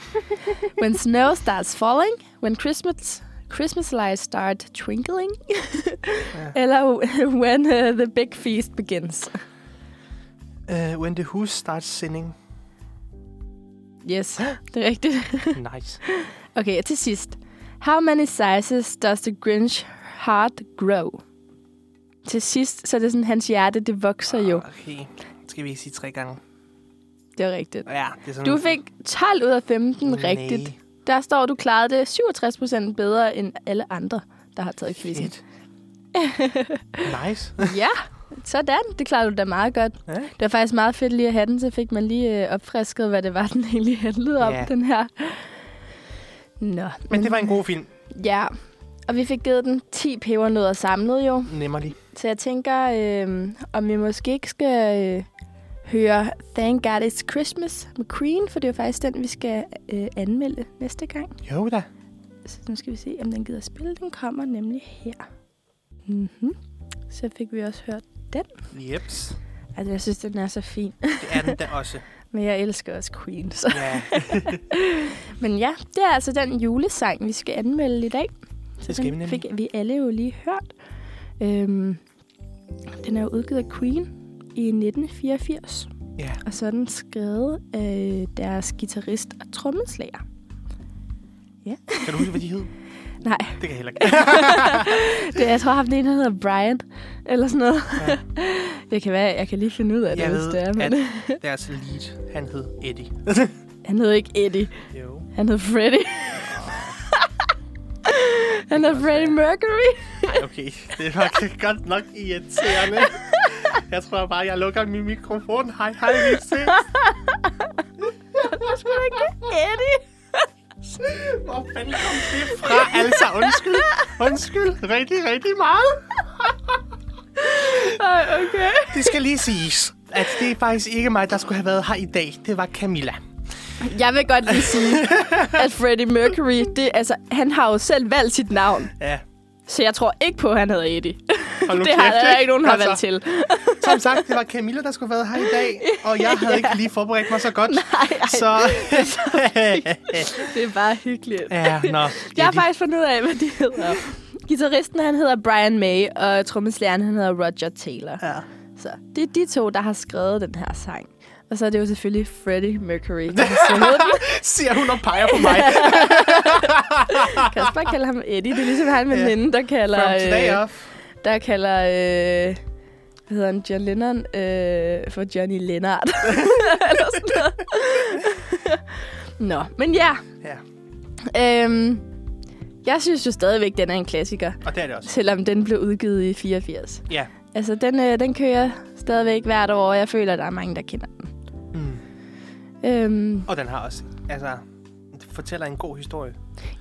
[SPEAKER 2] when snow starts falling? When Christmas Christmas lights start twinkling? Eller when uh, the big feast begins?
[SPEAKER 3] Uh, when the hoose starts sinning.
[SPEAKER 2] Yes, det er rigtigt.
[SPEAKER 3] Nice.
[SPEAKER 2] Okay, til sidst. How many sizes does the Grinch heart grow? Til sidst, så er det sådan, hans hjerte, det vokser jo.
[SPEAKER 3] Okay. Skal vi ikke sige tre gange?
[SPEAKER 2] Det er rigtigt.
[SPEAKER 3] Ja, det er sådan...
[SPEAKER 2] Du fik 12 ud af 15
[SPEAKER 3] Nej.
[SPEAKER 2] rigtigt. Der står, du klarede det 67 procent bedre end alle andre, der har taget quizzen.
[SPEAKER 3] Shit. nice.
[SPEAKER 2] Ja, sådan. Det klarede du da meget godt.
[SPEAKER 3] Ja.
[SPEAKER 2] Det var faktisk meget fedt lige at have den, så fik man lige øh, opfrisket, hvad det var, den egentlig handlede om,
[SPEAKER 3] Ja.
[SPEAKER 2] den her. Nå,
[SPEAKER 3] Men det var en god film.
[SPEAKER 2] ja. Og vi fik givet den 10 pebernødder samlet jo.
[SPEAKER 3] Nemmerlig.
[SPEAKER 2] Så jeg tænker, øh, om vi måske ikke skal øh, høre Thank God It's Christmas med Queen, for det er jo faktisk den, vi skal øh, anmelde næste gang.
[SPEAKER 3] Jo da.
[SPEAKER 2] Så nu skal vi se, om den gider spille. Den kommer nemlig her. Mm-hmm. Så fik vi også hørt den.
[SPEAKER 3] Jeps.
[SPEAKER 2] Altså, jeg synes, den er så fin.
[SPEAKER 3] Det er den da også.
[SPEAKER 2] Men jeg elsker også Queen. Så.
[SPEAKER 3] Ja,
[SPEAKER 2] Men ja, det er altså den julesang, vi skal anmelde i dag. Så
[SPEAKER 3] Det skal vi
[SPEAKER 2] den
[SPEAKER 3] nemlig.
[SPEAKER 2] fik vi alle jo lige hørt. Øhm, den er jo udgivet af Queen i 1984.
[SPEAKER 3] ja.
[SPEAKER 2] Og så er den skrevet af deres guitarist og trommeslager.
[SPEAKER 3] Kan du huske, hvad de hed?
[SPEAKER 2] Nej,
[SPEAKER 3] Det kan jeg heller ikke.
[SPEAKER 2] det, jeg tror, jeg har haft en, der hedder Brian. Eller sådan noget. Ja. det kan være, jeg kan lige finde ud af det,
[SPEAKER 3] Jeg
[SPEAKER 2] hvis det er.
[SPEAKER 3] ved,
[SPEAKER 2] Men...
[SPEAKER 3] at deres lead, han hed Eddie.
[SPEAKER 2] Han hed ikke Eddie.
[SPEAKER 3] jo.
[SPEAKER 2] Han hed Freddy. han hed Freddie Mercury.
[SPEAKER 3] Okay, det er nok godt nok irriterende. Jeg tror bare, jeg lukker min mikrofon. Hej, hej, vi ses.
[SPEAKER 2] sgu da ikke Eddie.
[SPEAKER 3] Hvor fanden kom det fra? Altså, undskyld. Undskyld. Rigtig, rigtig meget.
[SPEAKER 2] Ej, okay.
[SPEAKER 3] Det skal lige siges, at det er faktisk ikke mig, der skulle have været her i dag. Det var Camilla.
[SPEAKER 2] Jeg vil godt lige sige, at Freddie Mercury, det, altså, han har jo selv valgt sit navn.
[SPEAKER 3] Ja.
[SPEAKER 2] Så jeg tror ikke på, at han hedder Eddie.
[SPEAKER 3] Hold nu
[SPEAKER 2] det har
[SPEAKER 3] kæft,
[SPEAKER 2] der ikke nogen, der har
[SPEAKER 3] Altså,
[SPEAKER 2] valgt til.
[SPEAKER 3] Som sagt, det var Camilla, der skulle have været her i dag, og jeg havde ikke lige forberedt mig så godt.
[SPEAKER 2] Ej, ej,
[SPEAKER 3] Så...
[SPEAKER 2] det er bare hyggeligt.
[SPEAKER 3] ja, nå.
[SPEAKER 2] Jeg har faktisk fundet ud af, hvad de hedder. Gitarristen, han hedder Brian May, og trommeslæren, han hedder Roger Taylor.
[SPEAKER 3] Ja.
[SPEAKER 2] Så det er de to, der har skrevet den her sang. Og så er det jo selvfølgelig Freddie Mercury, der har sunget den.
[SPEAKER 3] Siger hun og peger på mig.
[SPEAKER 2] Kasper kalder ham Eddie. Det er ligesom han med
[SPEAKER 3] Ja.
[SPEAKER 2] veninde, der kalder...
[SPEAKER 3] From today
[SPEAKER 2] øh,
[SPEAKER 3] off.
[SPEAKER 2] der kalder... Øh, hvad hedder han? John Lennon øh, for Johnny Lennart. Eller sådan noget. Nå, men ja.
[SPEAKER 3] Ja,
[SPEAKER 2] Øhm, jeg synes jo stadigvæk, den er en klassiker.
[SPEAKER 3] og det er det også.
[SPEAKER 2] Selvom den blev udgivet i 84.
[SPEAKER 3] Ja.
[SPEAKER 2] Altså, den, øh, den kører stadigvæk hvert år, og jeg føler, at der er mange, der kender den.
[SPEAKER 3] Mm.
[SPEAKER 2] Øhm,
[SPEAKER 3] Og den har også, altså, det fortæller en god historie,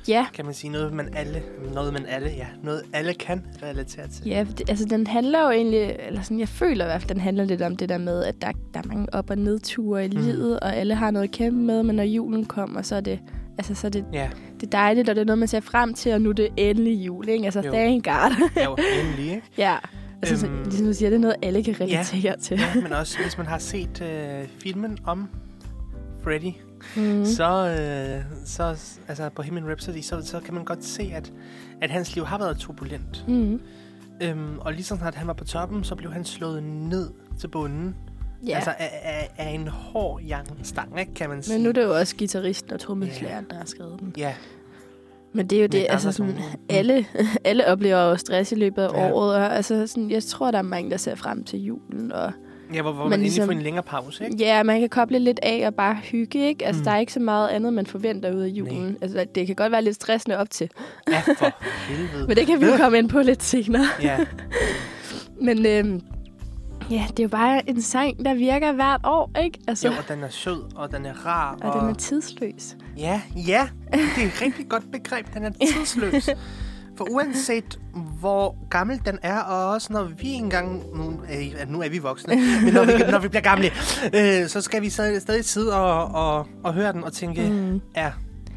[SPEAKER 2] ja,
[SPEAKER 3] kan man sige. Noget, man alle, noget, man alle, ja, noget alle kan relatere til.
[SPEAKER 2] ja det, altså, den handler jo egentlig, eller sådan, jeg føler i hvert fald, den handler lidt om det der med, at der, der er mange op- og nedture i
[SPEAKER 3] Mm.
[SPEAKER 2] mm. livet, og alle har noget at kæmpe med, men når julen kommer, så er det, altså, så er det,
[SPEAKER 3] Ja,
[SPEAKER 2] det er dejligt, og det er noget, man ser frem til, og nu er det endelig jul, ikke? Altså,
[SPEAKER 3] Jo.
[SPEAKER 2] jo. thank God.
[SPEAKER 3] ja, jo, endelig, ikke?
[SPEAKER 2] ja. Altså,
[SPEAKER 3] Øhm.
[SPEAKER 2] øhm, ligesom du siger, det er noget, alle kan relatere ja. til.
[SPEAKER 3] Ja, men også, hvis man har set øh, filmen om Freddy,
[SPEAKER 2] Mm.
[SPEAKER 3] så, øh, så altså på Him Rhapsody, så, så kan man godt se, at, at hans liv har været turbulent.
[SPEAKER 2] Mm.
[SPEAKER 3] Øhm, og lige så snart han var på toppen, så blev han slået ned til bunden.
[SPEAKER 2] Ja.
[SPEAKER 3] Altså af, af, af en hård jernstang, ikke, kan man sige.
[SPEAKER 2] Men nu er det jo også gitarristen og trommeslageren, der har skrevet den.
[SPEAKER 3] Ja,
[SPEAKER 2] Men det er jo
[SPEAKER 3] der
[SPEAKER 2] det,
[SPEAKER 3] er
[SPEAKER 2] altså
[SPEAKER 3] så
[SPEAKER 2] sådan,
[SPEAKER 3] nogen-
[SPEAKER 2] alle, alle oplever jo stress i løbet af
[SPEAKER 3] Ja.
[SPEAKER 2] ja. året, og altså sådan, jeg tror, der er mange, der ser frem til julen, og
[SPEAKER 3] ja hvor, hvor
[SPEAKER 2] Men
[SPEAKER 3] man ligesom... endelig
[SPEAKER 2] ligesom-
[SPEAKER 3] får en længere pause, ikke?
[SPEAKER 2] ja, man kan koble lidt af og bare hygge, ikke? Altså,
[SPEAKER 3] Mm.
[SPEAKER 2] mm. der er ikke så meget andet, man forventer ud af julen.
[SPEAKER 3] Nej.
[SPEAKER 2] Altså, det kan godt være lidt stressende op til,
[SPEAKER 3] Ja, for helvede.
[SPEAKER 2] men det kan vi jo komme ind på lidt senere.
[SPEAKER 3] Ja,
[SPEAKER 2] Men øhm, ja, det er jo bare en sang, der virker hvert år, ikke? Altså,
[SPEAKER 3] jo, og den er sød, og den er rar.
[SPEAKER 2] og den er tidsløs.
[SPEAKER 3] Ja, ja. Det er et rigtig godt begreb. Den er tidsløs. For uanset hvor gammel den er, og også når vi engang... Nu, øh, nu er vi voksne, men når vi, når vi bliver gamle, øh, så skal vi stadig, stadig sidde og, og, og høre den og tænke, mm. ja,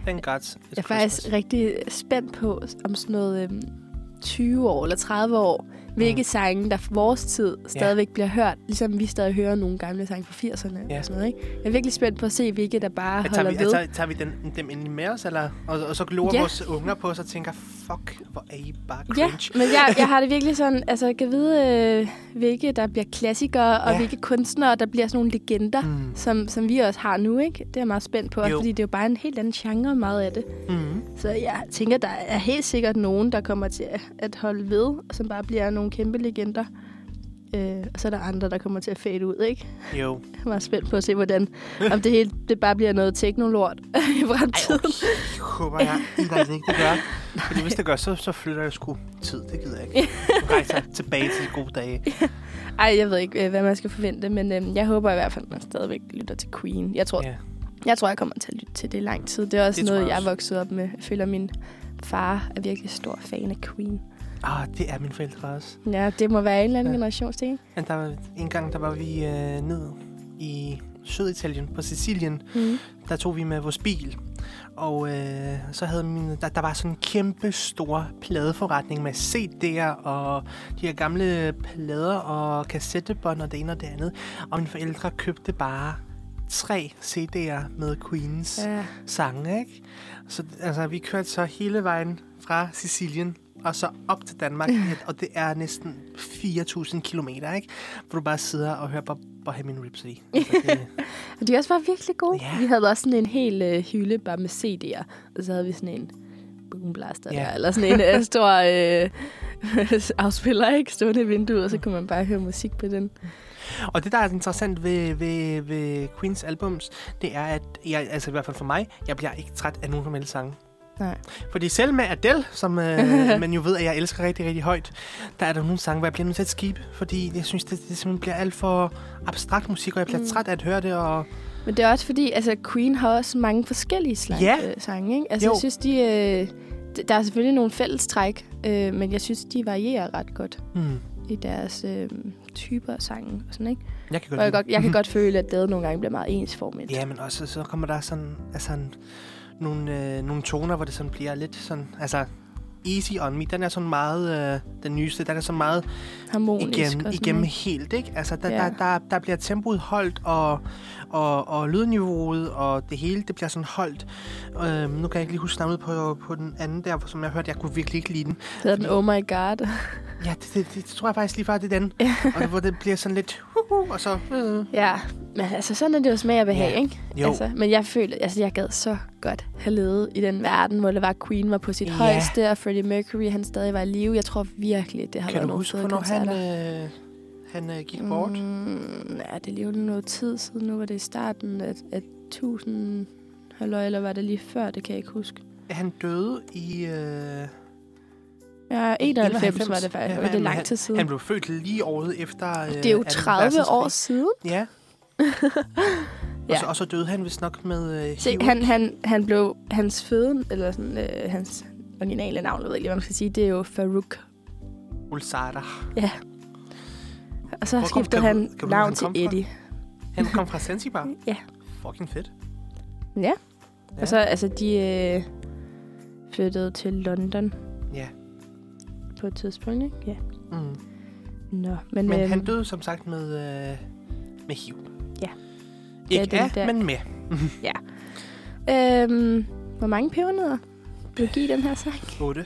[SPEAKER 3] den godt.
[SPEAKER 2] Jeg er faktisk rigtig spændt på, om sådan noget øhm, 20 år eller 30 år, hvilke mm. sange, der for vores tid stadigvæk bliver hørt, ligesom vi stadig hører nogle gamle sange fra 80'erne
[SPEAKER 3] Ja.
[SPEAKER 2] og sådan noget, ikke? Jeg er virkelig spændt på at se, hvilke der bare
[SPEAKER 3] Ja, tager,
[SPEAKER 2] holder
[SPEAKER 3] vi, altså,
[SPEAKER 2] ved.
[SPEAKER 3] tager, tager vi den, dem endelig med os, eller? Og, og så glor ja.
[SPEAKER 2] Ja.
[SPEAKER 3] vores unger på os og tænker, fuck, hvor er I bare
[SPEAKER 2] Ja,
[SPEAKER 3] cringe.
[SPEAKER 2] men jeg, jeg har det virkelig sådan, altså jeg kan vide, øh, hvilke der bliver klassikere, og
[SPEAKER 3] Ja.
[SPEAKER 2] ja. hvilke kunstnere, der bliver sådan nogle legender,
[SPEAKER 3] Mm.
[SPEAKER 2] mm. som, som vi også har nu, ikke? Det er jeg meget spændt på, også
[SPEAKER 3] Jo.
[SPEAKER 2] fordi det er jo bare en helt anden genre meget af det.
[SPEAKER 3] Mm.
[SPEAKER 2] Så jeg tænker, der er helt sikkert nogen, der kommer til at- at holde ved, og som bare bliver nogle kæmpe legender. Øh, og så er der andre, der kommer til at fade ud, ikke?
[SPEAKER 3] Jo.
[SPEAKER 2] Jeg er meget spændt på at se, hvordan, om det hele det bare bliver noget teknolort i fremtiden.
[SPEAKER 3] Det håber jeg inderligt ikke, det gør. Fordi hvis det gør, så, så flytter jeg sgu tid. Det gider jeg ikke. Nu rejser jeg tilbage til de gode dage.
[SPEAKER 2] Ej, jeg ved ikke, øh, hvad man skal forvente, men øh, jeg håber i hvert fald, at man stadigvæk lytter til Queen. Jeg tror,
[SPEAKER 3] Ja.
[SPEAKER 2] jeg, tror, jeg kommer til at lytte til det i lang tid. Det er også
[SPEAKER 3] Det
[SPEAKER 2] det
[SPEAKER 3] tror
[SPEAKER 2] noget,
[SPEAKER 3] jeg
[SPEAKER 2] jeg
[SPEAKER 3] også.
[SPEAKER 2] er vokset op med. Jeg føler, min far er virkelig stor fan af Queen.
[SPEAKER 3] Ah, det er mine forældre også.
[SPEAKER 2] Ja, det må være en eller anden
[SPEAKER 3] Ja.
[SPEAKER 2] ja. generationsting.
[SPEAKER 3] Men der var, en gang, der var vi øh, ned i Syditalien, på Sicilien.
[SPEAKER 2] Mm.
[SPEAKER 3] Der tog vi med vores bil. Og øh, så havde min, der, der var sådan en kæmpe stor pladeforretning med CD'er og de her gamle plader og kassettebånd og det ene og det andet. Og mine forældre købte bare tre CD'er med Queens.
[SPEAKER 2] Ja.
[SPEAKER 3] sange, ikke? Så altså, vi kørte så hele vejen fra Sicilien og så op til Danmark, og det er næsten 4.000 kilometer, ikke? Hvor du bare sidder og hører på Bohemian Rhapsody. Altså, det,
[SPEAKER 2] Og de også var virkelig gode.
[SPEAKER 3] Ja.
[SPEAKER 2] Yeah. Vi havde også sådan en hel øh, hylde bare med CD'er. Og så havde vi sådan en boomblaster
[SPEAKER 3] Ja.
[SPEAKER 2] yeah. der, eller sådan en øh, stor øh, afspiller, ikke? Stående i vinduet, og så kunne man bare høre musik på den.
[SPEAKER 3] og det, der er interessant ved, ved, ved Queens albums, det er, at jeg, altså i hvert fald for mig, jeg bliver ikke træt af nogen formelle sange.
[SPEAKER 2] Nej.
[SPEAKER 3] Fordi selv med Adele, som øh, man jo ved, at jeg elsker rigtig, rigtig højt, der er der nogle sange, hvor jeg bliver nødt til at skibe, fordi jeg synes, det, det simpelthen bliver alt for abstrakt musik, og jeg bliver mm. træt af at høre det, og
[SPEAKER 2] Men det er også fordi, altså Queen har også mange forskellige slags
[SPEAKER 3] Ja.
[SPEAKER 2] yeah. øh, sange, ikke? Altså
[SPEAKER 3] Jo.
[SPEAKER 2] jo. jeg synes, de... Øh, d- der er selvfølgelig nogle fælles træk, øh, men jeg synes, de varierer ret godt
[SPEAKER 3] Hmm.
[SPEAKER 2] i deres øh, typer af sange og sådan, ikke?
[SPEAKER 3] Jeg kan godt
[SPEAKER 2] Og jeg,
[SPEAKER 3] lide
[SPEAKER 2] godt, jeg kan
[SPEAKER 3] Mhm.
[SPEAKER 2] godt føle, at det nogle gange bliver meget ensformigt.
[SPEAKER 3] Ja, men også så kommer der sådan, altså en, nogle, øh, nogle toner, hvor det sådan bliver lidt sådan, altså Easy On Me, den er sådan meget, øh, den nyeste, den er sådan meget
[SPEAKER 2] Harmonisk
[SPEAKER 3] igennem,
[SPEAKER 2] og sådan
[SPEAKER 3] igennem
[SPEAKER 2] ikke?
[SPEAKER 3] helt, ikke? Altså, der,
[SPEAKER 2] Ja.
[SPEAKER 3] der, der, der bliver tempoet holdt, og, og, og lydniveauet, og det hele, det bliver sådan holdt. Øhm, nu kan jeg ikke lige huske navnet på, på den anden der, som jeg hørte, jeg kunne virkelig ikke lide den.
[SPEAKER 2] Det hedder den Oh My God.
[SPEAKER 3] Ja, det, det, det, det tror jeg faktisk lige før, det er den. og hvor det bliver sådan lidt, uh, og så... Uh.
[SPEAKER 2] ja, men altså sådan er det jo smag og behag,
[SPEAKER 3] Ja.
[SPEAKER 2] ikke?
[SPEAKER 3] Jo,
[SPEAKER 2] Altså, men jeg føler, altså jeg gad så godt have levet i den verden, hvor det var Queen var på sit
[SPEAKER 3] Ja.
[SPEAKER 2] højeste, og Freddie Mercury, han stadig var i live. Jeg tror virkelig, det har
[SPEAKER 3] kan
[SPEAKER 2] været
[SPEAKER 3] du
[SPEAKER 2] nogle
[SPEAKER 3] huske,
[SPEAKER 2] fede
[SPEAKER 3] hvornår han,
[SPEAKER 2] koncerter.
[SPEAKER 3] øh, han øh, gik bort?
[SPEAKER 2] Mm, ja, det er lige noget tid siden. Nu var det i starten af, af 1000 halløj, eller var det lige før? Det kan jeg ikke huske.
[SPEAKER 3] Han døde i... Øh,
[SPEAKER 2] Ja, 91, 91 var
[SPEAKER 3] 91.
[SPEAKER 2] det faktisk.
[SPEAKER 3] Ja,
[SPEAKER 2] Ja, det er
[SPEAKER 3] men
[SPEAKER 2] lang tid siden.
[SPEAKER 3] han blev født lige året efter... Øh,
[SPEAKER 2] det er jo
[SPEAKER 3] 2.
[SPEAKER 2] 30
[SPEAKER 3] verdenskrig.
[SPEAKER 2] år siden.
[SPEAKER 3] Ja. ja. Og,
[SPEAKER 2] Ja.
[SPEAKER 3] så, og så døde han vist nok med øh,
[SPEAKER 2] Se,
[SPEAKER 3] HIV.
[SPEAKER 2] han, han, han blev hans føde, eller sådan, øh, hans originale navn, jeg ved ikke, lige, hvad man skal sige, det er jo Farouk.
[SPEAKER 3] Ulsara.
[SPEAKER 2] Og så
[SPEAKER 3] Hvor kom-
[SPEAKER 2] skiftede
[SPEAKER 3] kan du-
[SPEAKER 2] han
[SPEAKER 3] kan du vide,
[SPEAKER 2] navn
[SPEAKER 3] hvor
[SPEAKER 2] til
[SPEAKER 3] han kom fra?
[SPEAKER 2] Eddie.
[SPEAKER 3] Han kom fra Zanzibar.
[SPEAKER 2] Ja.
[SPEAKER 3] Fucking fedt.
[SPEAKER 2] Ja.
[SPEAKER 3] Ja.
[SPEAKER 2] Og så, altså, de øh, flyttede til London
[SPEAKER 3] Ja.
[SPEAKER 2] på et tidspunkt, ikke? Ja.
[SPEAKER 3] Mm.
[SPEAKER 2] Nå, men,
[SPEAKER 3] Men
[SPEAKER 2] øhm,
[SPEAKER 3] han døde som sagt med, øh, med HIV.
[SPEAKER 2] Ja.
[SPEAKER 3] Ikke
[SPEAKER 2] Ja, den
[SPEAKER 3] af,
[SPEAKER 2] der.
[SPEAKER 3] men med.
[SPEAKER 2] Øhm, hvor mange pebernødder vil du give den her sang?
[SPEAKER 3] 8.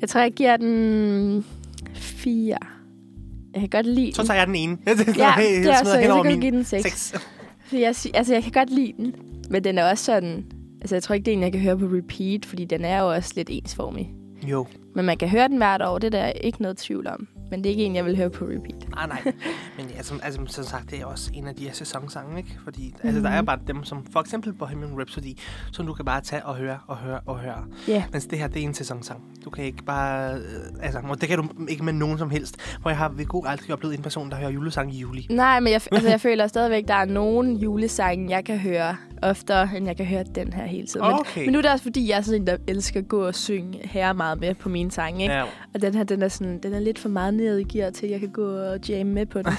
[SPEAKER 2] jeg tror, jeg giver den fire. Jeg kan godt lide
[SPEAKER 3] Så
[SPEAKER 2] den.
[SPEAKER 3] tager jeg den ene. ja,
[SPEAKER 2] Ja, det er også, så kan du give den seks.
[SPEAKER 3] 6.
[SPEAKER 2] For Jeg, sy- altså, jeg kan godt lide den, men den er også sådan... Altså, jeg tror ikke, det er en, jeg kan høre på repeat, fordi den er jo også lidt ensformig.
[SPEAKER 3] Jo,
[SPEAKER 2] Men man kan høre den hvert år, det er der ikke noget tvivl om. Men det er ikke en, jeg vil høre på repeat.
[SPEAKER 3] Ah, nej, nej. Men ja, som, altså, som sagt, det er også en af de her sæsonsange, ikke? Fordi altså, der er
[SPEAKER 2] Mhm.
[SPEAKER 3] bare dem, som for eksempel Bohemian Rhapsody, som du kan bare tage og høre og høre og høre.
[SPEAKER 2] Ja,
[SPEAKER 3] Altså, det her, det er en sæsonsang. Du kan ikke bare... Øh, altså, og det kan du ikke med nogen som helst. For jeg har ved god aldrig oplevet en person, der hører julesang i juli.
[SPEAKER 2] nej, men jeg, f- altså, jeg føler stadigvæk, der er nogen julesange, jeg kan høre oftere, end jeg kan høre den her hele tiden. Men,
[SPEAKER 3] Okay.
[SPEAKER 2] men nu er det også, fordi jeg er sådan en, der elsker at gå og synge her meget med på mine sange. Ikke?
[SPEAKER 3] Ja.
[SPEAKER 2] Og den her, den er, sådan, den er lidt for meget ned i gear til, at jeg kan gå og jamme med på den.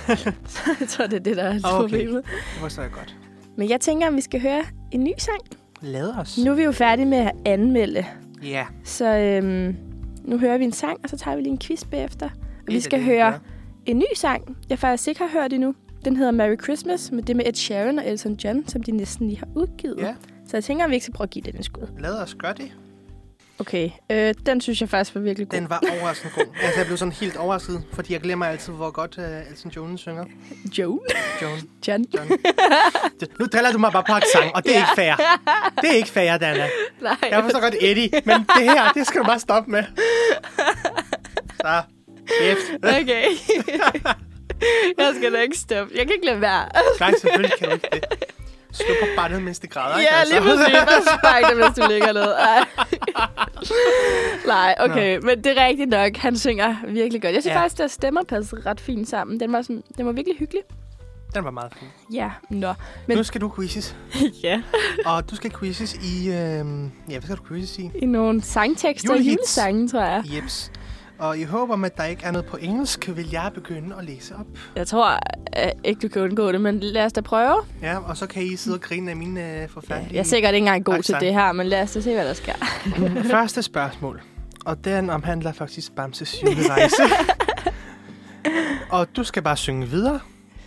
[SPEAKER 2] så jeg tror, det er det, der er
[SPEAKER 3] Okay.
[SPEAKER 2] problemet.
[SPEAKER 3] Det forstår jeg godt.
[SPEAKER 2] Men jeg tænker, om vi skal høre en ny sang.
[SPEAKER 3] Lad os.
[SPEAKER 2] Nu er vi jo færdige med at anmelde,
[SPEAKER 3] Ja.
[SPEAKER 2] så øhm, nu hører vi en sang, og så tager vi lige en quiz bagefter. Og vi
[SPEAKER 3] det
[SPEAKER 2] skal
[SPEAKER 3] er det,
[SPEAKER 2] høre
[SPEAKER 3] gør.
[SPEAKER 2] en ny sang, jeg faktisk ikke har hørt endnu. Den hedder Merry Christmas, med det med Ed Sheeran og Elton John, som de næsten lige har udgivet.
[SPEAKER 3] Ja.
[SPEAKER 2] Så jeg tænker, om vi ikke skal prøve at give den en skud.
[SPEAKER 3] Lad os gøre det.
[SPEAKER 2] Okay, øh, den synes jeg faktisk var virkelig god.
[SPEAKER 3] Den var overraskende god. Altså, jeg blev sådan helt overrasket, fordi jeg glemmer altid, hvor godt uh, Elton John synger.
[SPEAKER 2] Joan.
[SPEAKER 3] John.
[SPEAKER 2] John.
[SPEAKER 3] John. Det- Nu driller du mig bare på sang, og det er ikke fair. Det er ikke fair, Dana.
[SPEAKER 2] Nej.
[SPEAKER 3] Jeg forstår godt Eddie, men det her, det skal du bare stoppe med. Så, kæft.
[SPEAKER 2] Okay. jeg skal da ikke stoppe. Jeg kan ikke lade være.
[SPEAKER 3] Nej, selvfølgelig kan du ikke det. Slå på bandet, mens det græder. ikke, altså?
[SPEAKER 2] Ja, lige præcis. Bare spark dig, hvis du ligger ned. Ej. Nej, okay. Nå. Men det er rigtigt nok. Han synger virkelig godt. Jeg synes
[SPEAKER 3] Ja.
[SPEAKER 2] ja. faktisk, deres stemmer passer ret fint sammen. Den var, sådan, den var virkelig hyggelig.
[SPEAKER 3] Den var meget fin.
[SPEAKER 2] Ja, nå.
[SPEAKER 3] Men...
[SPEAKER 2] Men-
[SPEAKER 3] Nu skal du quizzes.
[SPEAKER 2] ja.
[SPEAKER 3] Og du skal quizzes i... Øh... Ja, hvad skal du quizzes i?
[SPEAKER 2] I nogle sangtekster og
[SPEAKER 3] Julehits.
[SPEAKER 2] julesange, tror jeg.
[SPEAKER 3] Jeps. Og i håb om, at der ikke er noget på engelsk, vil jeg begynde at læse op.
[SPEAKER 2] Jeg tror øh, ikke, du kan undgå det, men lad os da prøve.
[SPEAKER 3] Ja, og så kan I sidde og grine af mine øh, forfærdelige...
[SPEAKER 2] Jeg er sikkert ikke engang god til
[SPEAKER 3] accent.
[SPEAKER 2] det her, men lad os da se, hvad der sker.
[SPEAKER 3] Første spørgsmål. Og den omhandler faktisk Bamses julerejse. og du skal bare synge videre.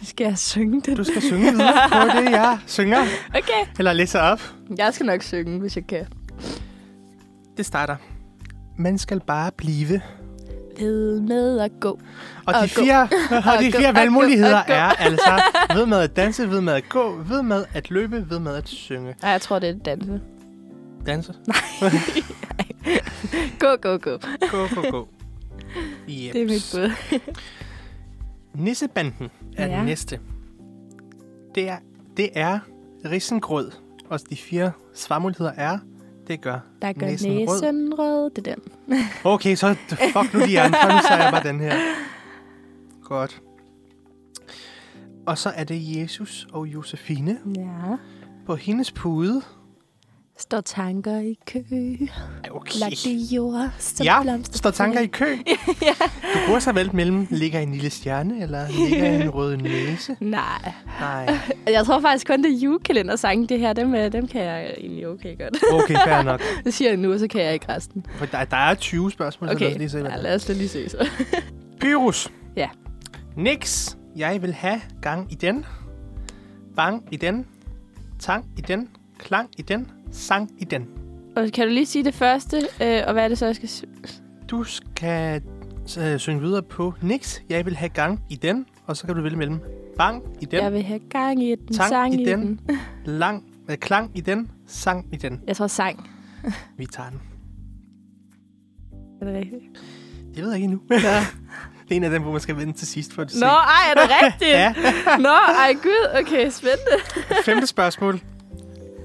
[SPEAKER 2] Skal jeg synge det?
[SPEAKER 3] Du skal synge videre på det, jeg synger.
[SPEAKER 2] Okay.
[SPEAKER 3] Eller læser op.
[SPEAKER 2] Jeg skal nok synge, hvis jeg kan.
[SPEAKER 3] Det starter. Man skal bare blive.
[SPEAKER 2] Ved med at gå. Og
[SPEAKER 3] Og de
[SPEAKER 2] gå.
[SPEAKER 3] fire, og de
[SPEAKER 2] gå,
[SPEAKER 3] fire
[SPEAKER 2] og gå,
[SPEAKER 3] valgmuligheder
[SPEAKER 2] og gå.
[SPEAKER 3] er altså ved med at danse, ved med at gå, ved med at løbe, ved med at synge.
[SPEAKER 2] Ej, jeg tror, det er danse.
[SPEAKER 3] Danse.
[SPEAKER 2] Gå, gå, gå.
[SPEAKER 3] Gå, gå, gå. Yep.
[SPEAKER 2] Det er mit bud.
[SPEAKER 3] Nissebanden er ja.
[SPEAKER 2] Ja.
[SPEAKER 3] den næste. Det er, det er risengrød. Og de fire svarmuligheder er, det gør.
[SPEAKER 2] Der gør
[SPEAKER 3] Næsen
[SPEAKER 2] næsen,
[SPEAKER 3] rød.
[SPEAKER 2] næsen rød. Det er den.
[SPEAKER 3] Okay, så fuck nu de andre, nu tager jeg bare den her. Godt. Og så er det Jesus og Josefine
[SPEAKER 2] Ja.
[SPEAKER 3] på hendes pude.
[SPEAKER 2] Står tanker i kø,
[SPEAKER 3] Ej, Okay.
[SPEAKER 2] lagt i jord, som
[SPEAKER 3] Ja,
[SPEAKER 2] blomster
[SPEAKER 3] står tanker i kø.
[SPEAKER 2] ja.
[SPEAKER 3] Du burde så valgt mellem, ligger en lille stjerne, eller ligger en rød næse?
[SPEAKER 2] Nej.
[SPEAKER 3] Nej.
[SPEAKER 2] Jeg tror faktisk kun, det er julekalendersangen, det her. Dem, øh, dem kan jeg egentlig okay godt.
[SPEAKER 3] Okay, fair nok.
[SPEAKER 2] Det siger jeg nu, og så kan jeg ikke resten.
[SPEAKER 3] For der, der er 20 spørgsmål, så lad
[SPEAKER 2] Okay,
[SPEAKER 3] os lige se, hvad
[SPEAKER 2] ja,
[SPEAKER 3] det er.
[SPEAKER 2] lad os da lige se så.
[SPEAKER 3] Pyrus.
[SPEAKER 2] Ja.
[SPEAKER 3] Nix. Jeg vil have gang i den. Bang i den. Tang i den. Klang i den. Sang i den.
[SPEAKER 2] Og kan du lige sige det første, øh, og hvad er det så, jeg skal... s-
[SPEAKER 3] Du skal øh, synge videre på Nix. Jeg vil have gang i den. Og så kan du vælge mellem bang i den,
[SPEAKER 2] Jeg vil have gang i den,
[SPEAKER 3] Tang
[SPEAKER 2] sang
[SPEAKER 3] i
[SPEAKER 2] i
[SPEAKER 3] den.
[SPEAKER 2] den. den.
[SPEAKER 3] lang, øh, klang i den, sang i den.
[SPEAKER 2] Jeg tror sang.
[SPEAKER 3] Vi tager den.
[SPEAKER 2] Er det rigtigt?
[SPEAKER 3] Det ved jeg ikke endnu.
[SPEAKER 2] Ja.
[SPEAKER 3] Det er en af dem, hvor man skal vente til sidst for at se.
[SPEAKER 2] Nå, ej, er det rigtigt?
[SPEAKER 3] Ja.
[SPEAKER 2] Nå, ej gud, okay, spændende.
[SPEAKER 3] Femte spørgsmål.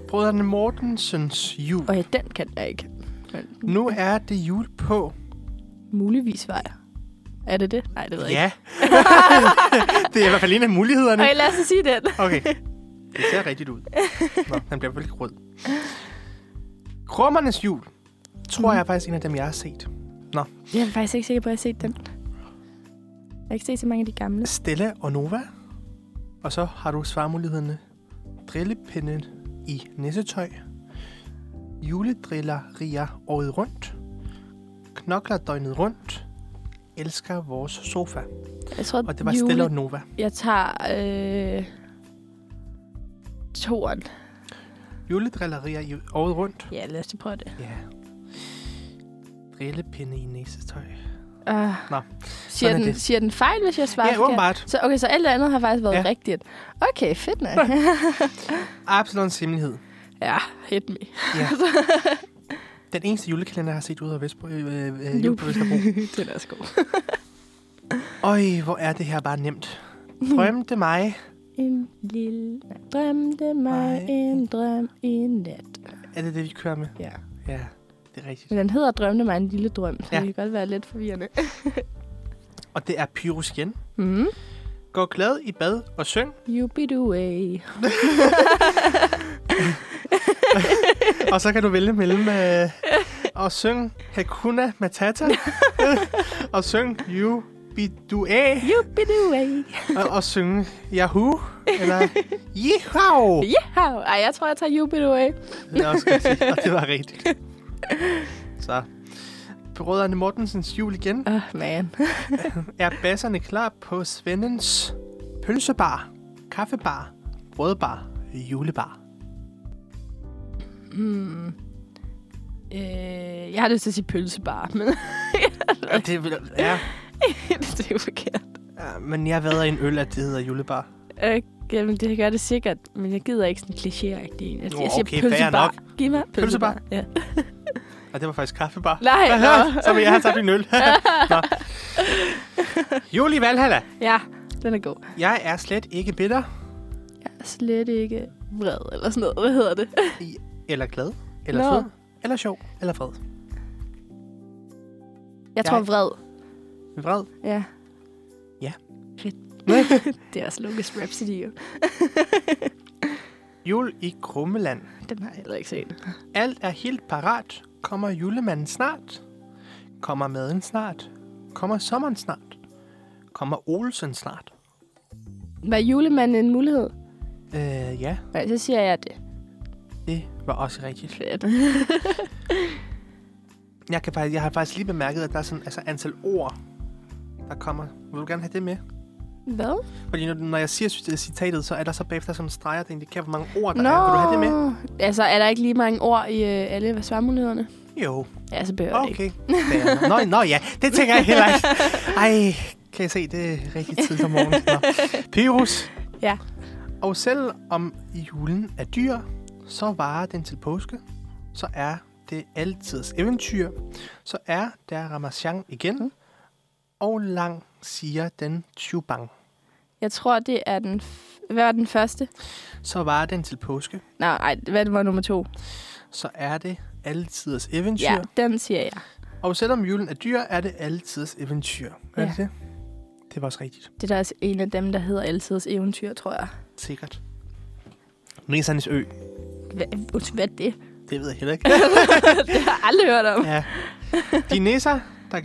[SPEAKER 3] Brødrene Mortensens jul.
[SPEAKER 2] Okay, den kan jeg ikke. Men
[SPEAKER 3] Nu er det jul på.
[SPEAKER 2] muligvis var jeg. Er det det? Nej, det ved jeg
[SPEAKER 3] Ja. det er i hvert fald en af mulighederne.
[SPEAKER 2] ikke. Okay, lad os så sige den.
[SPEAKER 3] Okay. Det ser rigtigt ud. Nå, han bliver vel rød. Krummernes jul. Tror jeg er faktisk en af dem, jeg har set.
[SPEAKER 2] Jeg er faktisk ikke sikker på, at jeg har set den. Jeg har ikke set så mange af de gamle.
[SPEAKER 3] Stella og Nova. Og så har du svarmulighederne. Drillepinden i nissetøj. Juledrillerier året rundt. Knokler døgnet rundt. Elsker vores sofa.
[SPEAKER 2] Jeg tror,
[SPEAKER 3] Og det var Jule. Stella og Nova.
[SPEAKER 2] Jeg tager... Øh... Toren.
[SPEAKER 3] Juledrillerier i året rundt.
[SPEAKER 2] Ja, lad os da prøve det.
[SPEAKER 3] Ja. Drillepinde i næsetøj.
[SPEAKER 2] Uh, siger,
[SPEAKER 3] Nå, sådan er
[SPEAKER 2] den,
[SPEAKER 3] det.
[SPEAKER 2] siger den fejl, hvis jeg svarer
[SPEAKER 3] Ja,
[SPEAKER 2] forkert?
[SPEAKER 3] åbenbart.
[SPEAKER 2] Så, okay, så alt det andet har faktisk været
[SPEAKER 3] Ja.
[SPEAKER 2] ja. rigtigt. Okay, fedt nok.
[SPEAKER 3] Absalons hemmelighed.
[SPEAKER 2] ja, hit me.
[SPEAKER 3] Ja. Den eneste julekalender, jeg har set ud af Vestbro, øh, øh, jul
[SPEAKER 2] Jup.
[SPEAKER 3] på Vesterbro.
[SPEAKER 2] den er også god.
[SPEAKER 3] Øj, hvor er det her bare nemt. Drømte mig.
[SPEAKER 2] En lille drømte mig
[SPEAKER 3] Nej.
[SPEAKER 2] en drøm i nat.
[SPEAKER 3] Er det det, vi kører med?
[SPEAKER 2] Ja.
[SPEAKER 3] Ja, det er rigtigt.
[SPEAKER 2] Men den hedder Drømte mig en lille drøm, så
[SPEAKER 3] Ja.
[SPEAKER 2] ja. det kan godt være lidt forvirrende.
[SPEAKER 3] Og det er Pyrus igen.
[SPEAKER 2] Mm.
[SPEAKER 3] Gå glad i bad og syng.
[SPEAKER 2] Jubiduay.
[SPEAKER 3] Og så kan du vælge mellem øh, at synge Hakuna Matata og synge You Be Du A
[SPEAKER 2] Jubiduay.
[SPEAKER 3] og, og synge Yahoo eller Yeehaw.
[SPEAKER 2] Ja, Ej, jeg tror, jeg tager Jubiduay.
[SPEAKER 3] Det er også rigtigt, og det var rigtigt. Så. Brødrene Mortensens jul igen.
[SPEAKER 2] Åh, oh, man.
[SPEAKER 3] Er basserne klar på Svendens pølsebar, kaffebar, brødbar, julebar?
[SPEAKER 2] Hmm. Øh, jeg har lyst til at sige pølsebar, men
[SPEAKER 3] Ja, det, vil- ja,
[SPEAKER 2] det er jo forkert.
[SPEAKER 3] ja, men jeg har været i en øl, at det hedder julebar.
[SPEAKER 2] Øh, jamen, det gør det sikkert, men jeg gider ikke sådan klichéagtig en. Jeg,
[SPEAKER 3] Nå,
[SPEAKER 2] jeg siger
[SPEAKER 3] okay, fair
[SPEAKER 2] pølsebar.
[SPEAKER 3] nok.
[SPEAKER 2] Giv mig pølsebar.
[SPEAKER 3] Pølsebar.
[SPEAKER 2] Ja.
[SPEAKER 3] Og det var faktisk kaffebar.
[SPEAKER 2] Nej, nå.
[SPEAKER 3] Så vil jeg have tabt en øl. Nå. Jul i Valhalla.
[SPEAKER 2] ja, den er god.
[SPEAKER 3] Jeg er slet ikke bitter,
[SPEAKER 2] Jeg er slet ikke vred eller sådan noget. Hvad hedder det?
[SPEAKER 3] eller glad, eller
[SPEAKER 2] Nå.
[SPEAKER 3] fed, eller sjov, eller fred.
[SPEAKER 2] Jeg tror
[SPEAKER 3] Jeg-
[SPEAKER 2] vred.
[SPEAKER 3] Vred.
[SPEAKER 2] Ja.
[SPEAKER 3] Ja.
[SPEAKER 2] Fedt. det er også Lucas Rhapsody, jo.
[SPEAKER 3] Jul i Krummeland.
[SPEAKER 2] Den har jeg heller ikke set.
[SPEAKER 3] Alt er helt parat. Kommer julemanden snart? Kommer maden snart? Kommer sommeren snart? Kommer Olsen snart?
[SPEAKER 2] Var julemanden en mulighed?
[SPEAKER 3] Øh, ja,
[SPEAKER 2] Nej, så siger jeg det.
[SPEAKER 3] det var også rigtigt.
[SPEAKER 2] Fedt.
[SPEAKER 3] Jeg, kan faktisk, jeg har faktisk lige bemærket, at der er sådan altså antal ord, der kommer. Vil du gerne have det med?
[SPEAKER 2] Hvad?
[SPEAKER 3] Fordi når, når jeg siger cit- citatet, så er der så bagefter sådan streger, der indikerer, hvor mange ord der er. Vil du have det med?
[SPEAKER 2] Altså, er der ikke lige mange ord i øh, alle svarmulighederne?
[SPEAKER 3] Jo,
[SPEAKER 2] Ja, så behøver jeg det ikke.
[SPEAKER 3] okay. Fair. Nå, nå ja, det tænker jeg heller ikke. Ej, kan jeg se, det er rigtig tidligt om morgenen. Nå. Pyrus,
[SPEAKER 2] Ja.
[SPEAKER 3] Og selvom julen er dyr, så varer den til påske. Så er det altids eventyr. Så er der Ramazan igen. Mm. Og lang siger den tjubang.
[SPEAKER 2] Jeg tror, det er den... F- hvad var den første?
[SPEAKER 3] Så varer den til påske.
[SPEAKER 2] Nej, ej, hvad var nummer to?
[SPEAKER 3] Så er det altiders eventyr.
[SPEAKER 2] Ja, den siger jeg.
[SPEAKER 3] Og selvom julen er dyr, er det altiders eventyr. Er
[SPEAKER 2] Ja.
[SPEAKER 3] det det? Det var også rigtigt.
[SPEAKER 2] Det er der altså en af dem, der hedder Altidets eventyr, tror jeg.
[SPEAKER 3] Sikkert. Nisandes ø.
[SPEAKER 2] Hvad, hvad er det?
[SPEAKER 3] Det ved jeg heller ikke.
[SPEAKER 2] Det har jeg aldrig hørt om.
[SPEAKER 3] ja. De nisser, der,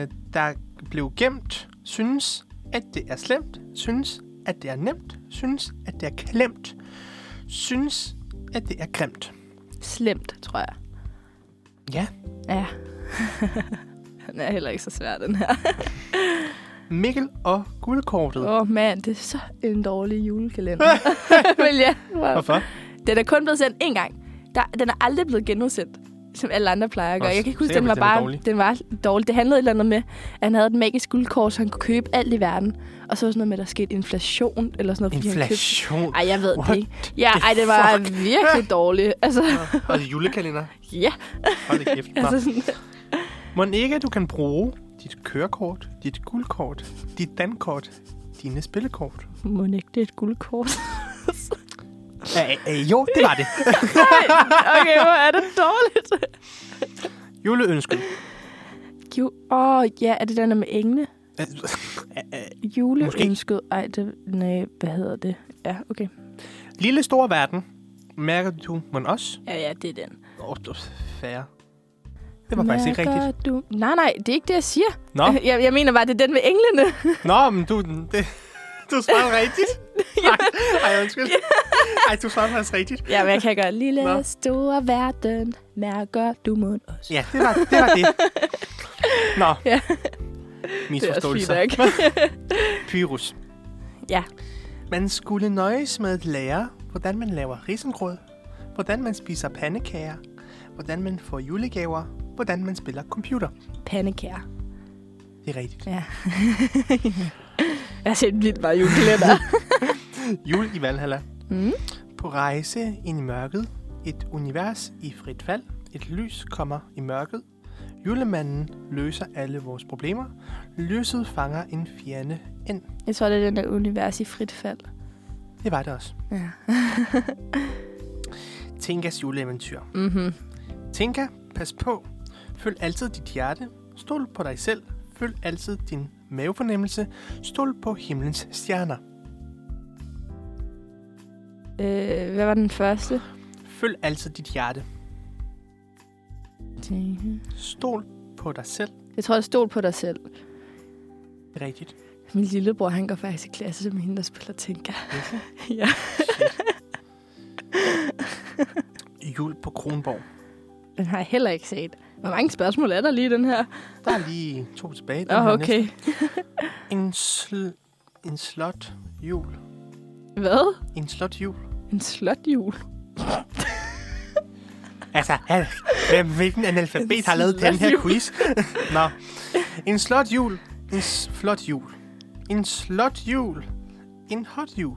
[SPEAKER 3] øh, der blev gemt, synes, at det er slemt. Synes, at det er nemt. Synes, at det er klemt. Synes, at det er grimt.
[SPEAKER 2] Slemt, tror jeg.
[SPEAKER 3] Ja.
[SPEAKER 2] Ja. den er heller ikke så svær, den her.
[SPEAKER 3] Mikkel og guldkortet.
[SPEAKER 2] Åh oh, mand, det er så en dårlig julekalender. Men ja, wow.
[SPEAKER 3] Hvorfor?
[SPEAKER 2] den er kun blevet sendt én gang. Der, den er aldrig blevet genudsendt, som alle andre plejer at gøre.
[SPEAKER 3] Også
[SPEAKER 2] Jeg kan ikke huske,
[SPEAKER 3] sikkert,
[SPEAKER 2] den var
[SPEAKER 3] hvis den er
[SPEAKER 2] bare
[SPEAKER 3] dårlig.
[SPEAKER 2] den var dårlig. Det handlede et eller andet med, at han havde et magisk guldkort, så han kunne købe alt i verden. Og så var sådan noget med, at der skete inflation eller sådan noget. fordi han købte-
[SPEAKER 3] Inflation.
[SPEAKER 2] Ej, jeg ved
[SPEAKER 3] What
[SPEAKER 2] det ikke. Ja,
[SPEAKER 3] the
[SPEAKER 2] ej, det var
[SPEAKER 3] fuck?
[SPEAKER 2] virkelig dårligt. Altså,
[SPEAKER 3] Og det er julekalender.
[SPEAKER 2] ja.
[SPEAKER 3] Hold da kæft.
[SPEAKER 2] Altså,
[SPEAKER 3] Altså...
[SPEAKER 2] sådan,
[SPEAKER 3] Må ikke, at du kan bruge dit kørekort, dit guldkort, dit dankort, dine spillekort?
[SPEAKER 2] må ikke det er et guldkort?
[SPEAKER 3] Æ, æ, jo, det var det.
[SPEAKER 2] okay, hvor er det dårligt.
[SPEAKER 3] Juleønsket.
[SPEAKER 2] Jo, åh, oh, ja, er det den der med engle?
[SPEAKER 3] Æ, æ, æ,
[SPEAKER 2] Juleønsket? Ej, det, nej, hvad hedder det? Ja, okay.
[SPEAKER 3] Lille store verden. Mærker du mon også?
[SPEAKER 2] Ja, ja, det er den.
[SPEAKER 3] Åh, oh, færre. Det var faktisk ikke rigtigt.
[SPEAKER 2] Du? Nej, nej, det er ikke det, jeg siger.
[SPEAKER 3] Nå,
[SPEAKER 2] Jeg, jeg mener bare, det er den med englene.
[SPEAKER 3] nå men du, det, du svarede rigtigt. Ej, ej, undskyld. Ej, du svarede faktisk rigtigt.
[SPEAKER 2] ja, men jeg kan godt. Lille,
[SPEAKER 3] Nå.
[SPEAKER 2] store verden, mærker du mund også.
[SPEAKER 3] Ja, det var det. Var det. Nå.
[SPEAKER 2] Ja.
[SPEAKER 3] Ja.
[SPEAKER 2] Det er også fint
[SPEAKER 3] Misforståelser.
[SPEAKER 2] nok.
[SPEAKER 3] Pyrus.
[SPEAKER 2] Ja.
[SPEAKER 3] Man skulle nøjes med at lære, hvordan man laver risengrød, hvordan man spiser pandekager, hvordan man får julegaver, hvordan man spiller computer.
[SPEAKER 2] Pandekær.
[SPEAKER 3] Det er rigtigt.
[SPEAKER 2] Ja. jeg har set vildt meget julekalender.
[SPEAKER 3] Jul i Valhalla.
[SPEAKER 2] mm.
[SPEAKER 3] På rejse ind i mørket. Et univers i frit fald. Et lys kommer i mørket. Julemanden løser alle vores problemer. Lyset fanger en fjerne ind.
[SPEAKER 2] Jeg tror, det er den der univers i frit fald.
[SPEAKER 3] Det var det også.
[SPEAKER 2] Ja.
[SPEAKER 3] Tinkas juleeventyr.
[SPEAKER 2] Mm-hmm.
[SPEAKER 3] Tinka, pas på. Følg altid dit hjerte. Stol på dig selv. Følg altid din mavefornemmelse. Stol på himlens stjerner.
[SPEAKER 2] Øh, hvad var den første?
[SPEAKER 3] Følg altid dit hjerte. Stol på dig selv.
[SPEAKER 2] Jeg tror, jeg stol på dig selv.
[SPEAKER 3] Det er rigtigt.
[SPEAKER 2] Min lillebror, han går faktisk i klasse med hende, der spiller Tinka. ja.
[SPEAKER 3] Jul på Kronborg.
[SPEAKER 2] Den har jeg heller ikke set. Hvor mange spørgsmål er der lige i den her?
[SPEAKER 3] Der er lige to tilbage. Den
[SPEAKER 2] Åh,
[SPEAKER 3] her
[SPEAKER 2] oh,
[SPEAKER 3] næste.
[SPEAKER 2] okay.
[SPEAKER 3] En, sl- en slot jul.
[SPEAKER 2] Hvad?
[SPEAKER 3] En slot jul.
[SPEAKER 2] En slothjul?
[SPEAKER 3] Altså, al- hvem, hvilken analfabet har lavet den her
[SPEAKER 2] Slothjul.
[SPEAKER 3] quiz? Nå. En slot jul. En s- flot jul. En slot jul. En hot jul.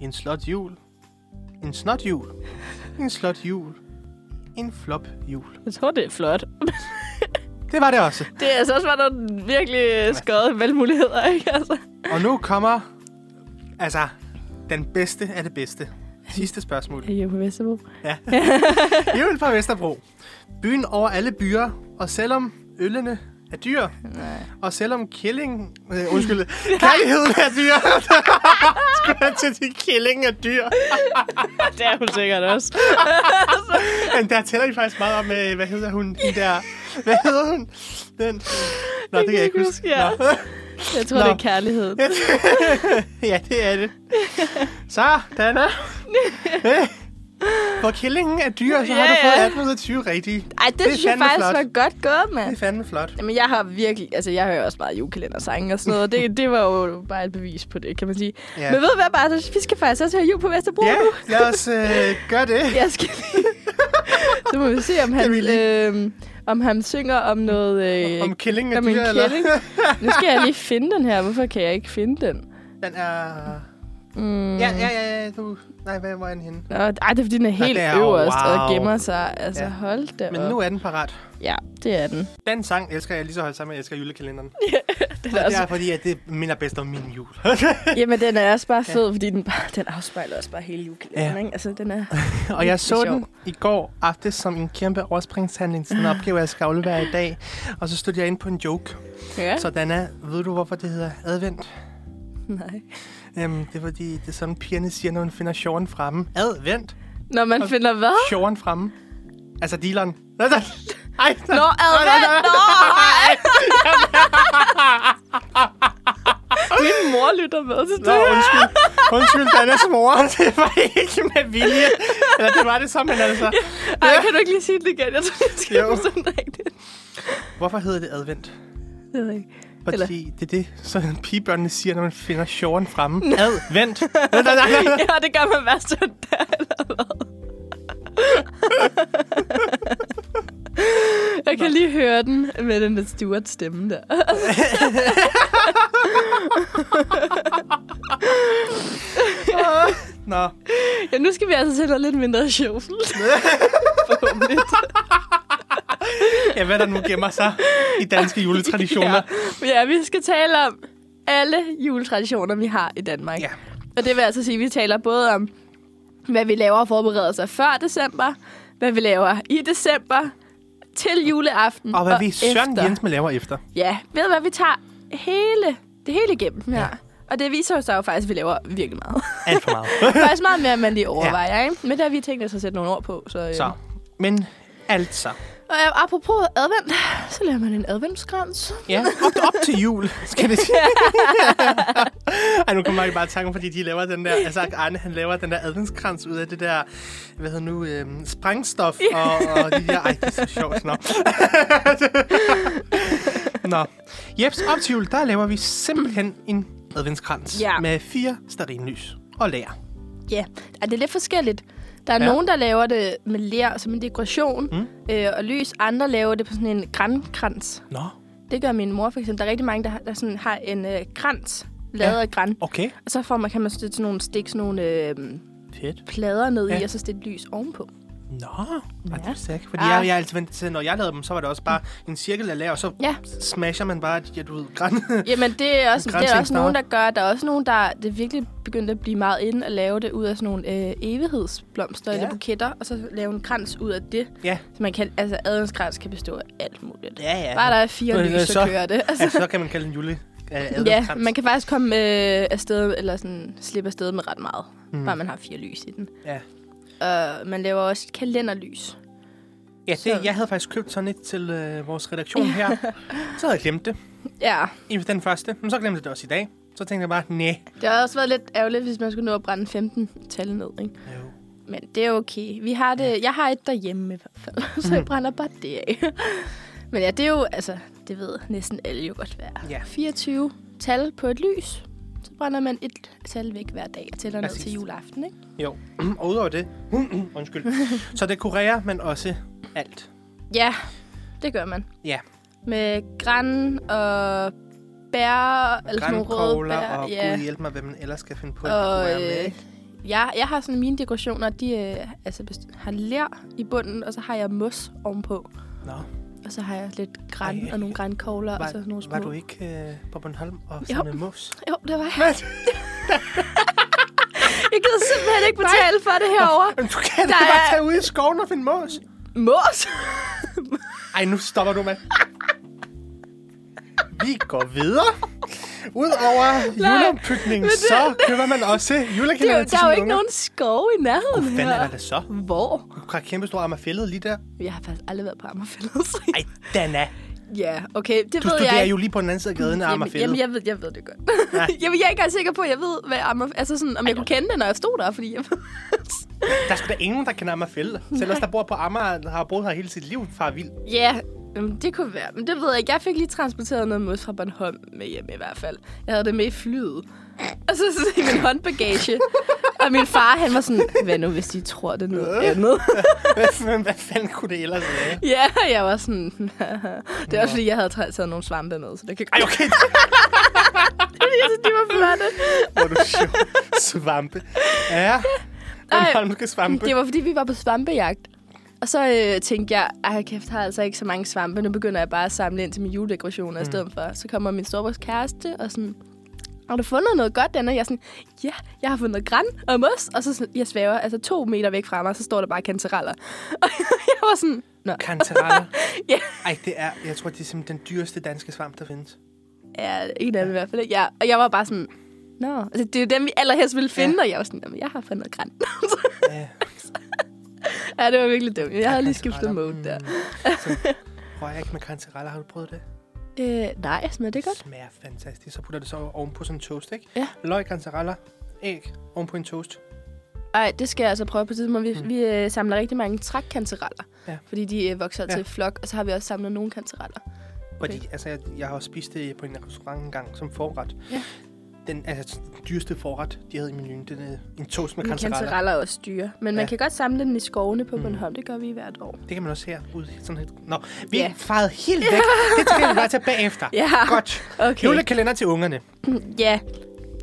[SPEAKER 3] En slot jul. En snot jul. En slot jul. En flop jul.
[SPEAKER 2] Jeg tror, det er flot.
[SPEAKER 3] Det var det også.
[SPEAKER 2] Det er altså også var der virkelig skøde valgmuligheder, ikke? Altså.
[SPEAKER 3] Og nu kommer, altså, den bedste af det bedste. Sidste spørgsmål.
[SPEAKER 2] Jeg er på Vesterbro.
[SPEAKER 3] Ja. Jul fra Vesterbro. Byen over alle byer, og selvom øllene er dyr, Nej. og selvom killing... Øh, undskyld, kærligheden er dyr. Skulle jeg til de killing er dyr.
[SPEAKER 2] Det er hun sikkert også.
[SPEAKER 3] Men der tæller de faktisk meget om, øh, hvad hedder hun? Den der... Hvad hedder hun? Den... Nå, det kan jeg ikke huske.
[SPEAKER 2] ja.
[SPEAKER 3] Nå.
[SPEAKER 2] Jeg tror,
[SPEAKER 3] Nå.
[SPEAKER 2] det er kærlighed.
[SPEAKER 3] ja, det er det. Så, Dana. Øh, Hvor killingen er dyr, så har
[SPEAKER 2] Ja,
[SPEAKER 3] du fået
[SPEAKER 2] ja.
[SPEAKER 3] 18 ud af 20 rigtige.
[SPEAKER 2] Ej, det,
[SPEAKER 3] Det er
[SPEAKER 2] synes jeg
[SPEAKER 3] fandme
[SPEAKER 2] faktisk
[SPEAKER 3] flot.
[SPEAKER 2] var godt gået,
[SPEAKER 3] Det er
[SPEAKER 2] mand.
[SPEAKER 3] fandme flot.
[SPEAKER 2] Jamen, jeg har virkelig... Altså, jeg hører også meget julekalendersange og sådan noget, og det, det var jo bare et bevis på det, kan man sige.
[SPEAKER 3] Ja.
[SPEAKER 2] Men ved du hvad, Bartosz? Vi skal faktisk også høre jul på Vesterbro
[SPEAKER 3] Ja,
[SPEAKER 2] nu.
[SPEAKER 3] lad os øh, gøre det.
[SPEAKER 2] Jeg skal lige... Så må vi se, om han,
[SPEAKER 3] Kan vi
[SPEAKER 2] øh, om han synger om noget... Øh,
[SPEAKER 3] Om killingen er
[SPEAKER 2] Om en
[SPEAKER 3] dyr, eller?
[SPEAKER 2] kælling. nu skal jeg lige finde den her. Hvorfor kan jeg ikke finde den?
[SPEAKER 3] Den er...
[SPEAKER 2] Mm.
[SPEAKER 3] Ja, ja, ja, ja, du... Nej, hvad, hvor er den henne?
[SPEAKER 2] Nå, ej, det er fordi, den er helt
[SPEAKER 3] det er jo-
[SPEAKER 2] øverst
[SPEAKER 3] wow.
[SPEAKER 2] og gemmer sig. Altså,
[SPEAKER 3] Ja.
[SPEAKER 2] ja. hold da
[SPEAKER 3] Men
[SPEAKER 2] op.
[SPEAKER 3] nu er den parat.
[SPEAKER 2] Ja, det er den.
[SPEAKER 3] Den sang elsker jeg lige så højt sammen, med jeg elsker julekalenderen.
[SPEAKER 2] den er
[SPEAKER 3] Og det
[SPEAKER 2] også,
[SPEAKER 3] er fordi, at det minder bedst om min jul.
[SPEAKER 2] jamen, den er også bare fed, ja. fordi den, bare, den afspejler også bare hele julekalenderen,
[SPEAKER 3] Ja.
[SPEAKER 2] ja. ikke? Altså, den er...
[SPEAKER 3] og
[SPEAKER 2] Det
[SPEAKER 3] jeg
[SPEAKER 2] er
[SPEAKER 3] så den
[SPEAKER 2] sjovt.
[SPEAKER 3] i går aftes som en kæmpe overspringshandling til en opgave, jeg skal aflevere i dag. Og så stod jeg ind på en joke.
[SPEAKER 2] Ja.
[SPEAKER 3] Så Dana, ved du, hvorfor det hedder advent?
[SPEAKER 2] Nej.
[SPEAKER 3] Jamen, det er fordi, det er sådan, pigerne siger, når hun finder sjorden fremme. Advent!
[SPEAKER 2] Når man finder hvad?
[SPEAKER 3] Sjorden fremme. Altså, dealeren. Ej, nej,
[SPEAKER 2] Nå, advent, nå! ej. Min mor lytter med til
[SPEAKER 3] Nå,
[SPEAKER 2] det her.
[SPEAKER 3] undskyld. Undskyld, Dannas mor. Det var ikke med vilje. Eller det var det så, men altså.
[SPEAKER 2] Ej, kan du ikke lige sige det igen? Jeg tror, jeg skal
[SPEAKER 3] Jo.
[SPEAKER 2] jo. sådan rigtigt.
[SPEAKER 3] Hvorfor hedder det advent?
[SPEAKER 2] Det ved jeg ikke.
[SPEAKER 3] Fordi
[SPEAKER 2] Eller-
[SPEAKER 3] det er det, så pigebørnene siger, når man finder sjorden fremme. Advent. Nej, nej, nej, nej.
[SPEAKER 2] Ja, det gør man hver søndag, eller hvad? Jeg kan lige høre den med den der Stuart stemme der.
[SPEAKER 3] Nå.
[SPEAKER 2] Ja, nu skal vi altså til noget lidt mindre sjovt. Forhåbentlig.
[SPEAKER 3] Ja, hvad der nu gemmer sig i danske juletraditioner.
[SPEAKER 2] Ja, vi skal tale om alle juletraditioner, vi har i Danmark.
[SPEAKER 3] Ja.
[SPEAKER 2] Og det vil altså sige, at vi taler både om, hvad vi laver og forbereder sig før december, hvad vi laver i december, til juleaften
[SPEAKER 3] Og hvad vi Søren
[SPEAKER 2] efter.
[SPEAKER 3] Jens med laver efter.
[SPEAKER 2] Ja, ved du hvad, vi tager hele, det hele igennem her. Ja. Og det viser jo sig jo faktisk, at vi laver virkelig meget.
[SPEAKER 3] Alt for meget.
[SPEAKER 2] faktisk meget mere, end man lige overvejer, ja. ikke? Men der har vi tænkt os at sætte nogle ord på. Så, øh.
[SPEAKER 3] Så. Men altså.
[SPEAKER 2] Og øh, apropos advent, så laver man en adventskrans.
[SPEAKER 3] Ja, op, op til jul, skal det sige. Ej, nu kommer jeg bare i tanke, om, fordi de laver den der, altså Arne, han laver den der adventskrans ud af det der, hvad hedder nu, øhm, sprængstof og, og de der, ej, det er så sjovt, nå. nå. Jeps, op til jul, der laver vi simpelthen en adventskrans
[SPEAKER 2] Ja.
[SPEAKER 3] med fire stearinlys og lær.
[SPEAKER 2] Ja, Ej, det er lidt forskelligt. Der er
[SPEAKER 3] Ja.
[SPEAKER 2] ja. nogen, der laver det med ler som en dekoration mm. øh, og lys. Andre laver det på sådan en grankrans.
[SPEAKER 3] Nå,
[SPEAKER 2] Det gør min mor for eksempel. Der er rigtig mange, der, har- der sådan har en øh, krans lavet
[SPEAKER 3] Ja.
[SPEAKER 2] af gran.
[SPEAKER 3] okay,
[SPEAKER 2] Og så får man, kan man stille sådan nogle stik, sådan nogle øh,
[SPEAKER 3] fedt.
[SPEAKER 2] plader ned ja.
[SPEAKER 3] Ja.
[SPEAKER 2] i, og så stille lys ovenpå.
[SPEAKER 3] Nå, ja. det er sæk, fordi
[SPEAKER 2] Ah.
[SPEAKER 3] jeg, jeg er altid ventet til, når jeg lavede dem, så var det også bare en cirkel af lær, og så
[SPEAKER 2] Ja.
[SPEAKER 3] smasher man bare, de der, du ved, græn.
[SPEAKER 2] Jamen, det er også,
[SPEAKER 3] En
[SPEAKER 2] det er også
[SPEAKER 3] grænsningssnare.
[SPEAKER 2] nogen, der gør. Der er også nogen, der det er virkelig begyndt at blive meget inde at lave det ud af sådan nogle øh, evighedsblomster
[SPEAKER 3] Ja.
[SPEAKER 2] ja. eller buketter, og så lave en krans ud af det.
[SPEAKER 3] Ja.
[SPEAKER 2] Så man kan, altså, adventskrans kan bestå af alt muligt.
[SPEAKER 3] Ja, ja.
[SPEAKER 2] Bare der er fire
[SPEAKER 3] Øh,
[SPEAKER 2] lys, så,
[SPEAKER 3] så-
[SPEAKER 2] kører det. Altså,
[SPEAKER 3] Ja, så kan man kalde den jule. øh,
[SPEAKER 2] ja,
[SPEAKER 3] adventskrans.
[SPEAKER 2] man kan faktisk komme øh, afsted, eller sådan, slippe afsted med ret meget, mm. bare man har fire lys i den.
[SPEAKER 3] Mhm. Ja.
[SPEAKER 2] Og man laver også et kalenderlys.
[SPEAKER 3] Ja, det, jeg havde faktisk købt sådan et til øh, vores redaktion her. Så havde jeg glemt det.
[SPEAKER 2] Ja,
[SPEAKER 3] I den første. Men så glemte jeg det også i dag. Så tænkte jeg bare, nej.
[SPEAKER 2] det har også været lidt ærgerligt, hvis man skulle nå at brænde 15 tal ned, ikke? Men det er okay. Vi har det, jeg har et derhjemme i hvert fald,
[SPEAKER 3] Mm.
[SPEAKER 2] så jeg brænder bare det af. Men ja, det er jo, altså, det ved næsten alle jo godt, hvad er.
[SPEAKER 3] Ja.
[SPEAKER 2] 24 tal på et lys, så brænder man et tal væk hver dag og tæller ned
[SPEAKER 3] Præcis.
[SPEAKER 2] til juleaften, ikke?
[SPEAKER 3] Jo. Og udover det, undskyld. Så det kurerer, men også alt.
[SPEAKER 2] Ja, det gør man.
[SPEAKER 3] Ja.
[SPEAKER 2] Med græn og bær, eller sådan nogle røde
[SPEAKER 3] Grankogler
[SPEAKER 2] bær.
[SPEAKER 3] og
[SPEAKER 2] ja.
[SPEAKER 3] gud hjælp mig, hvad man ellers skal finde på. at
[SPEAKER 2] Og
[SPEAKER 3] dekorere med.
[SPEAKER 2] øh, jeg, jeg har sådan mine dekorationer, de øh, altså, best- har lær i bunden, og så har jeg mos ovenpå.
[SPEAKER 3] Nå,
[SPEAKER 2] Og så har jeg lidt græn
[SPEAKER 3] Ej,
[SPEAKER 2] og nogle grænkogler, og så sådan nogle
[SPEAKER 3] var,
[SPEAKER 2] små...
[SPEAKER 3] var du ikke øh, på Bornholm og
[SPEAKER 2] Jo.
[SPEAKER 3] samle mos?
[SPEAKER 2] Jo, det var jeg. jeg gider simpelthen ikke betale for det herovre.
[SPEAKER 3] Men du kan da
[SPEAKER 2] Der
[SPEAKER 3] bare
[SPEAKER 2] er-
[SPEAKER 3] tage ud i skoven og finde mos.
[SPEAKER 2] Mos?
[SPEAKER 3] Ej, nu stopper du, mand. Vi går videre. Udover juleompygningen, så køber man også
[SPEAKER 2] Det er jo,
[SPEAKER 3] julekalender til
[SPEAKER 2] der er jo
[SPEAKER 3] sine
[SPEAKER 2] ikke
[SPEAKER 3] unger.
[SPEAKER 2] nogen skov i nærheden
[SPEAKER 3] Hvad fanden er der da
[SPEAKER 2] her.
[SPEAKER 3] så?
[SPEAKER 2] Hvor?
[SPEAKER 3] Du har kæmpe stor ammerfældet lige der.
[SPEAKER 2] Jeg har faktisk aldrig været på Amagerfællet.
[SPEAKER 3] Ej, Dana.
[SPEAKER 2] Ja, okay, det
[SPEAKER 3] Du
[SPEAKER 2] ved jeg
[SPEAKER 3] studerer
[SPEAKER 2] ikke.
[SPEAKER 3] jo lige på den anden side af gaden af
[SPEAKER 2] Jamen,
[SPEAKER 3] ammerfældet.
[SPEAKER 2] jamen jeg, ved, jeg ved det godt.
[SPEAKER 3] Ja.
[SPEAKER 2] jamen, jeg er ikke engang sikker på, at jeg ved, hvad Amager... Altså sådan, om jeg kunne kende det, når jeg stod der, fordi jeg...
[SPEAKER 3] Der er sgu da ingen, der kender ammerfældet. Selv os, der bor på Amager, har boet her hele sit liv, far vild.
[SPEAKER 2] ja, jamen, det kunne være. Men det ved jeg ikke. Jeg fik lige transporteret noget mos fra Bornholm med hjem i hvert fald. Jeg havde det med i flyet. Og så, så i min håndbagage. og min far, han var sådan, hvad nu, hvis de tror, det er noget andet?
[SPEAKER 3] Men hvad fanden kunne det ellers være?
[SPEAKER 2] ja, jeg var sådan... det er også, fordi jeg havde tra- taget nogle svampe med, så det kan
[SPEAKER 3] Ej, okay.
[SPEAKER 2] Jeg synes, de var flotte.
[SPEAKER 3] Hvor er du sjov. Svampe. Ja. Bornholmske svampe.
[SPEAKER 2] Det var, fordi vi var på svampejagt. Og så øh, tænkte jeg, at kæft, har jeg altså ikke så mange svampe. Nu begynder jeg bare at samle ind til mine juledekorationer mm. i stedet for. Så kommer min storebrors kæreste og sådan, har du fundet noget godt, Anna? Jeg er sådan, ja, jeg har fundet græn og mos. Og så sådan, jeg svæver, altså to meter væk fra mig, så står der bare kantereller. Og jeg var sådan, nå,
[SPEAKER 3] Kantereller.
[SPEAKER 2] Ja.
[SPEAKER 3] Ej, det er, jeg tror, det er simpelthen den dyreste danske svamp, der findes.
[SPEAKER 2] ja, en af dem i hvert fald. ikke? Ja, og jeg var bare sådan, nå, altså, det er jo dem, vi allerhelst ville finde. Ja. Og jeg var sådan, jamen, jeg har fundet græn.
[SPEAKER 3] Ja.
[SPEAKER 2] ja, altså, det var virkelig dumt. Jeg havde lige skiftet
[SPEAKER 3] Kantareller.
[SPEAKER 2] mode der.
[SPEAKER 3] Mm. Så prøver jeg ikke med kantereller. Har du prøvet det?
[SPEAKER 2] Øh, nej, smager det
[SPEAKER 3] Det
[SPEAKER 2] godt?
[SPEAKER 3] smager fantastisk. Så putter det så ovenpå sådan en toast, ikke?
[SPEAKER 2] Ja.
[SPEAKER 3] Løg, kantereller, æg, ovenpå en toast.
[SPEAKER 2] Nej, det skal jeg altså prøve på et tidspunkt. Vi, mm. vi øh, samler rigtig mange trækkantereller,
[SPEAKER 3] Ja.
[SPEAKER 2] ja. fordi de øh, vokser
[SPEAKER 3] Ja.
[SPEAKER 2] ja. til flok, og så har vi også samlet nogle kantereller.
[SPEAKER 3] Fordi, altså, jeg, jeg har også spist det på en restaurant engang som forret.
[SPEAKER 2] Ja.
[SPEAKER 3] Den, altså, den dyreste forret, de havde i menuen, den er en toast med
[SPEAKER 2] Men
[SPEAKER 3] kantereller.
[SPEAKER 2] kantereller Mm. er også dyre, men
[SPEAKER 3] Ja.
[SPEAKER 2] man kan godt samle den i skovene på Bornholm. Det gør vi hvert år.
[SPEAKER 3] Det kan man også her ude. Sådan helt. Nå, vi
[SPEAKER 2] Ja.
[SPEAKER 3] yeah. farede helt væk. Det skal vi bare tage bagefter.
[SPEAKER 2] Ja.
[SPEAKER 3] Godt.
[SPEAKER 2] Okay.
[SPEAKER 3] Julekalender til ungerne.
[SPEAKER 2] Ja.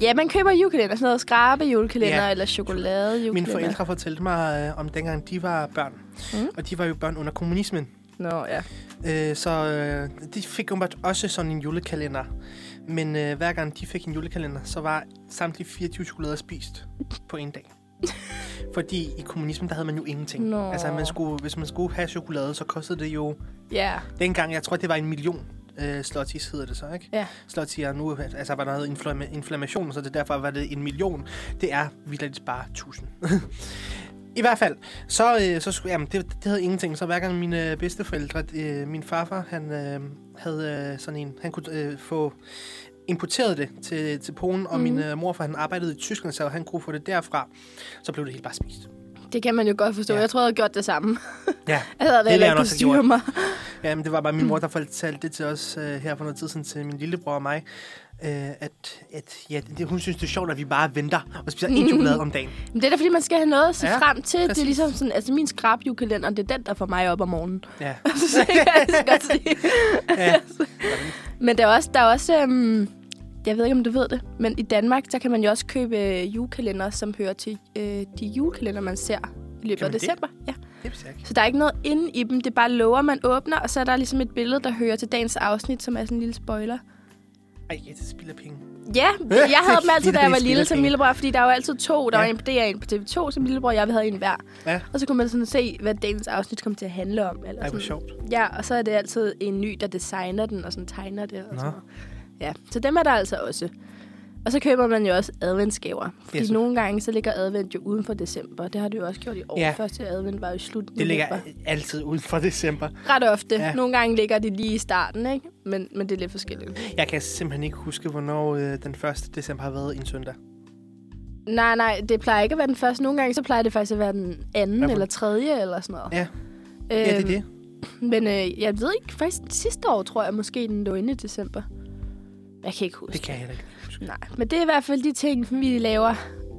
[SPEAKER 2] Ja, man køber julekalender, sådan noget skrabe julekalender
[SPEAKER 3] Ja.
[SPEAKER 2] ja. eller chokolade julekalender.
[SPEAKER 3] Mine forældre fortalte mig øh, om dengang, de var børn. Mm. Og de var jo børn under kommunismen.
[SPEAKER 2] Nå, ja.
[SPEAKER 3] Øh, så øh, de fik jo også sådan en julekalender. Men øh, hver gang de fik en julekalender, så var samtlige 24 chokolader spist på en dag. Fordi i kommunismen, der havde man jo ingenting.
[SPEAKER 2] Nå.
[SPEAKER 3] Altså, man skulle, hvis man skulle have chokolade, så kostede det jo...
[SPEAKER 2] Ja.
[SPEAKER 3] Dengang, jeg tror, det var en million øh, slotties, hedder det så, ikke?
[SPEAKER 2] Ja.
[SPEAKER 3] Slotties, og nu altså, var der noget inflama- inflammation, så det derfor var det en million. Det er vildt bare tusind. I hvert fald, så, øh, så skulle, jamen, det, det havde ingenting. Så hver gang mine øh, bedsteforældre, øh, min farfar, han øh, havde øh, sådan en, han kunne øh, få importeret det til, til Polen, og mm. min øh, morfar, han arbejdede i Tyskland, så han kunne få det derfra. Så blev det helt bare spist.
[SPEAKER 2] Det kan man jo godt forstå.
[SPEAKER 3] Ja.
[SPEAKER 2] Ja. Jeg tror, jeg havde gjort det samme.
[SPEAKER 3] Ja,
[SPEAKER 2] Jeg havde da
[SPEAKER 3] ville
[SPEAKER 2] heller
[SPEAKER 3] han
[SPEAKER 2] ikke
[SPEAKER 3] også have
[SPEAKER 2] kunne styre
[SPEAKER 3] gjort.
[SPEAKER 2] mig.
[SPEAKER 3] Ja, men det var bare min mor, der fortalte det til os øh, her for noget tid siden til min lillebror og mig. Øh, at, at ja, det, hun synes, det er sjovt, at vi bare venter og spiser en chokolade om dagen.
[SPEAKER 2] Men det er da, fordi man skal have noget at se
[SPEAKER 3] Ja,
[SPEAKER 2] ja, frem til. Det
[SPEAKER 3] præcis.
[SPEAKER 2] er ligesom sådan, altså min skrabe julekalender, det er den, der får mig op om morgenen.
[SPEAKER 3] Ja.
[SPEAKER 2] Så kan jeg altså godt sige.
[SPEAKER 3] ja.
[SPEAKER 2] Men der er også, der er også øhm, jeg ved ikke, om du ved det, men i Danmark, der kan man jo også købe øh, julekalender, som hører til øh, de julekalender, man ser i løbet
[SPEAKER 3] Kan man
[SPEAKER 2] af
[SPEAKER 3] det?
[SPEAKER 2] december. Ja.
[SPEAKER 3] Det er ikke.
[SPEAKER 2] Så der er ikke noget inde i dem, det er bare lover, man åbner, og så er der ligesom et billede, der hører til dagens afsnit, som er sådan en lille spoiler.
[SPEAKER 3] Ej, ja, det spilder penge.
[SPEAKER 2] Ja, jeg havde dem altid, da jeg var
[SPEAKER 3] Det er
[SPEAKER 2] lille
[SPEAKER 3] spilderpenge.
[SPEAKER 2] som lillebror, fordi der var altid to. Der
[SPEAKER 3] Ja.
[SPEAKER 2] var en på DR, en på TV2 som lillebror, og jeg vi havde en hver.
[SPEAKER 3] Ja.
[SPEAKER 2] Og så kunne man sådan se, hvad dagens afsnit kom til at handle om. Eller
[SPEAKER 3] Ej, hvor
[SPEAKER 2] sådan.
[SPEAKER 3] sjovt.
[SPEAKER 2] Ja, og så er det altid en ny, der designer den og sådan tegner det. Og
[SPEAKER 3] Nå.
[SPEAKER 2] sådan noget. Ja, så dem er der altså også. Og så køber man jo også adventsgaver. Fordi
[SPEAKER 3] Yes.
[SPEAKER 2] yes. nogle gange, så ligger advent jo uden for december. Det har det jo også gjort i år.
[SPEAKER 3] Ja.
[SPEAKER 2] Ja. Første advent var jo i slut
[SPEAKER 3] Det ligger
[SPEAKER 2] november.
[SPEAKER 3] altid uden for december.
[SPEAKER 2] Ret ofte.
[SPEAKER 3] Ja.
[SPEAKER 2] Ja. Nogle gange ligger det lige i starten, ikke? Men, men det er lidt forskelligt.
[SPEAKER 3] Jeg kan simpelthen ikke huske, hvornår øh, den 1. december har været en søndag.
[SPEAKER 2] Nej, nej, det plejer ikke at være den første. Nogle gange, så plejer det faktisk at være den anden
[SPEAKER 3] Hvad for-
[SPEAKER 2] eller tredje eller sådan noget. Øhm,
[SPEAKER 3] Ja. Ja, det er det.
[SPEAKER 2] Men øh, jeg ved ikke, faktisk sidste år tror jeg måske, den lå inde i december. Jeg kan ikke huske.
[SPEAKER 3] Det kan jeg heller ikke huske.
[SPEAKER 2] Nej, men det er i hvert fald de ting, vi laver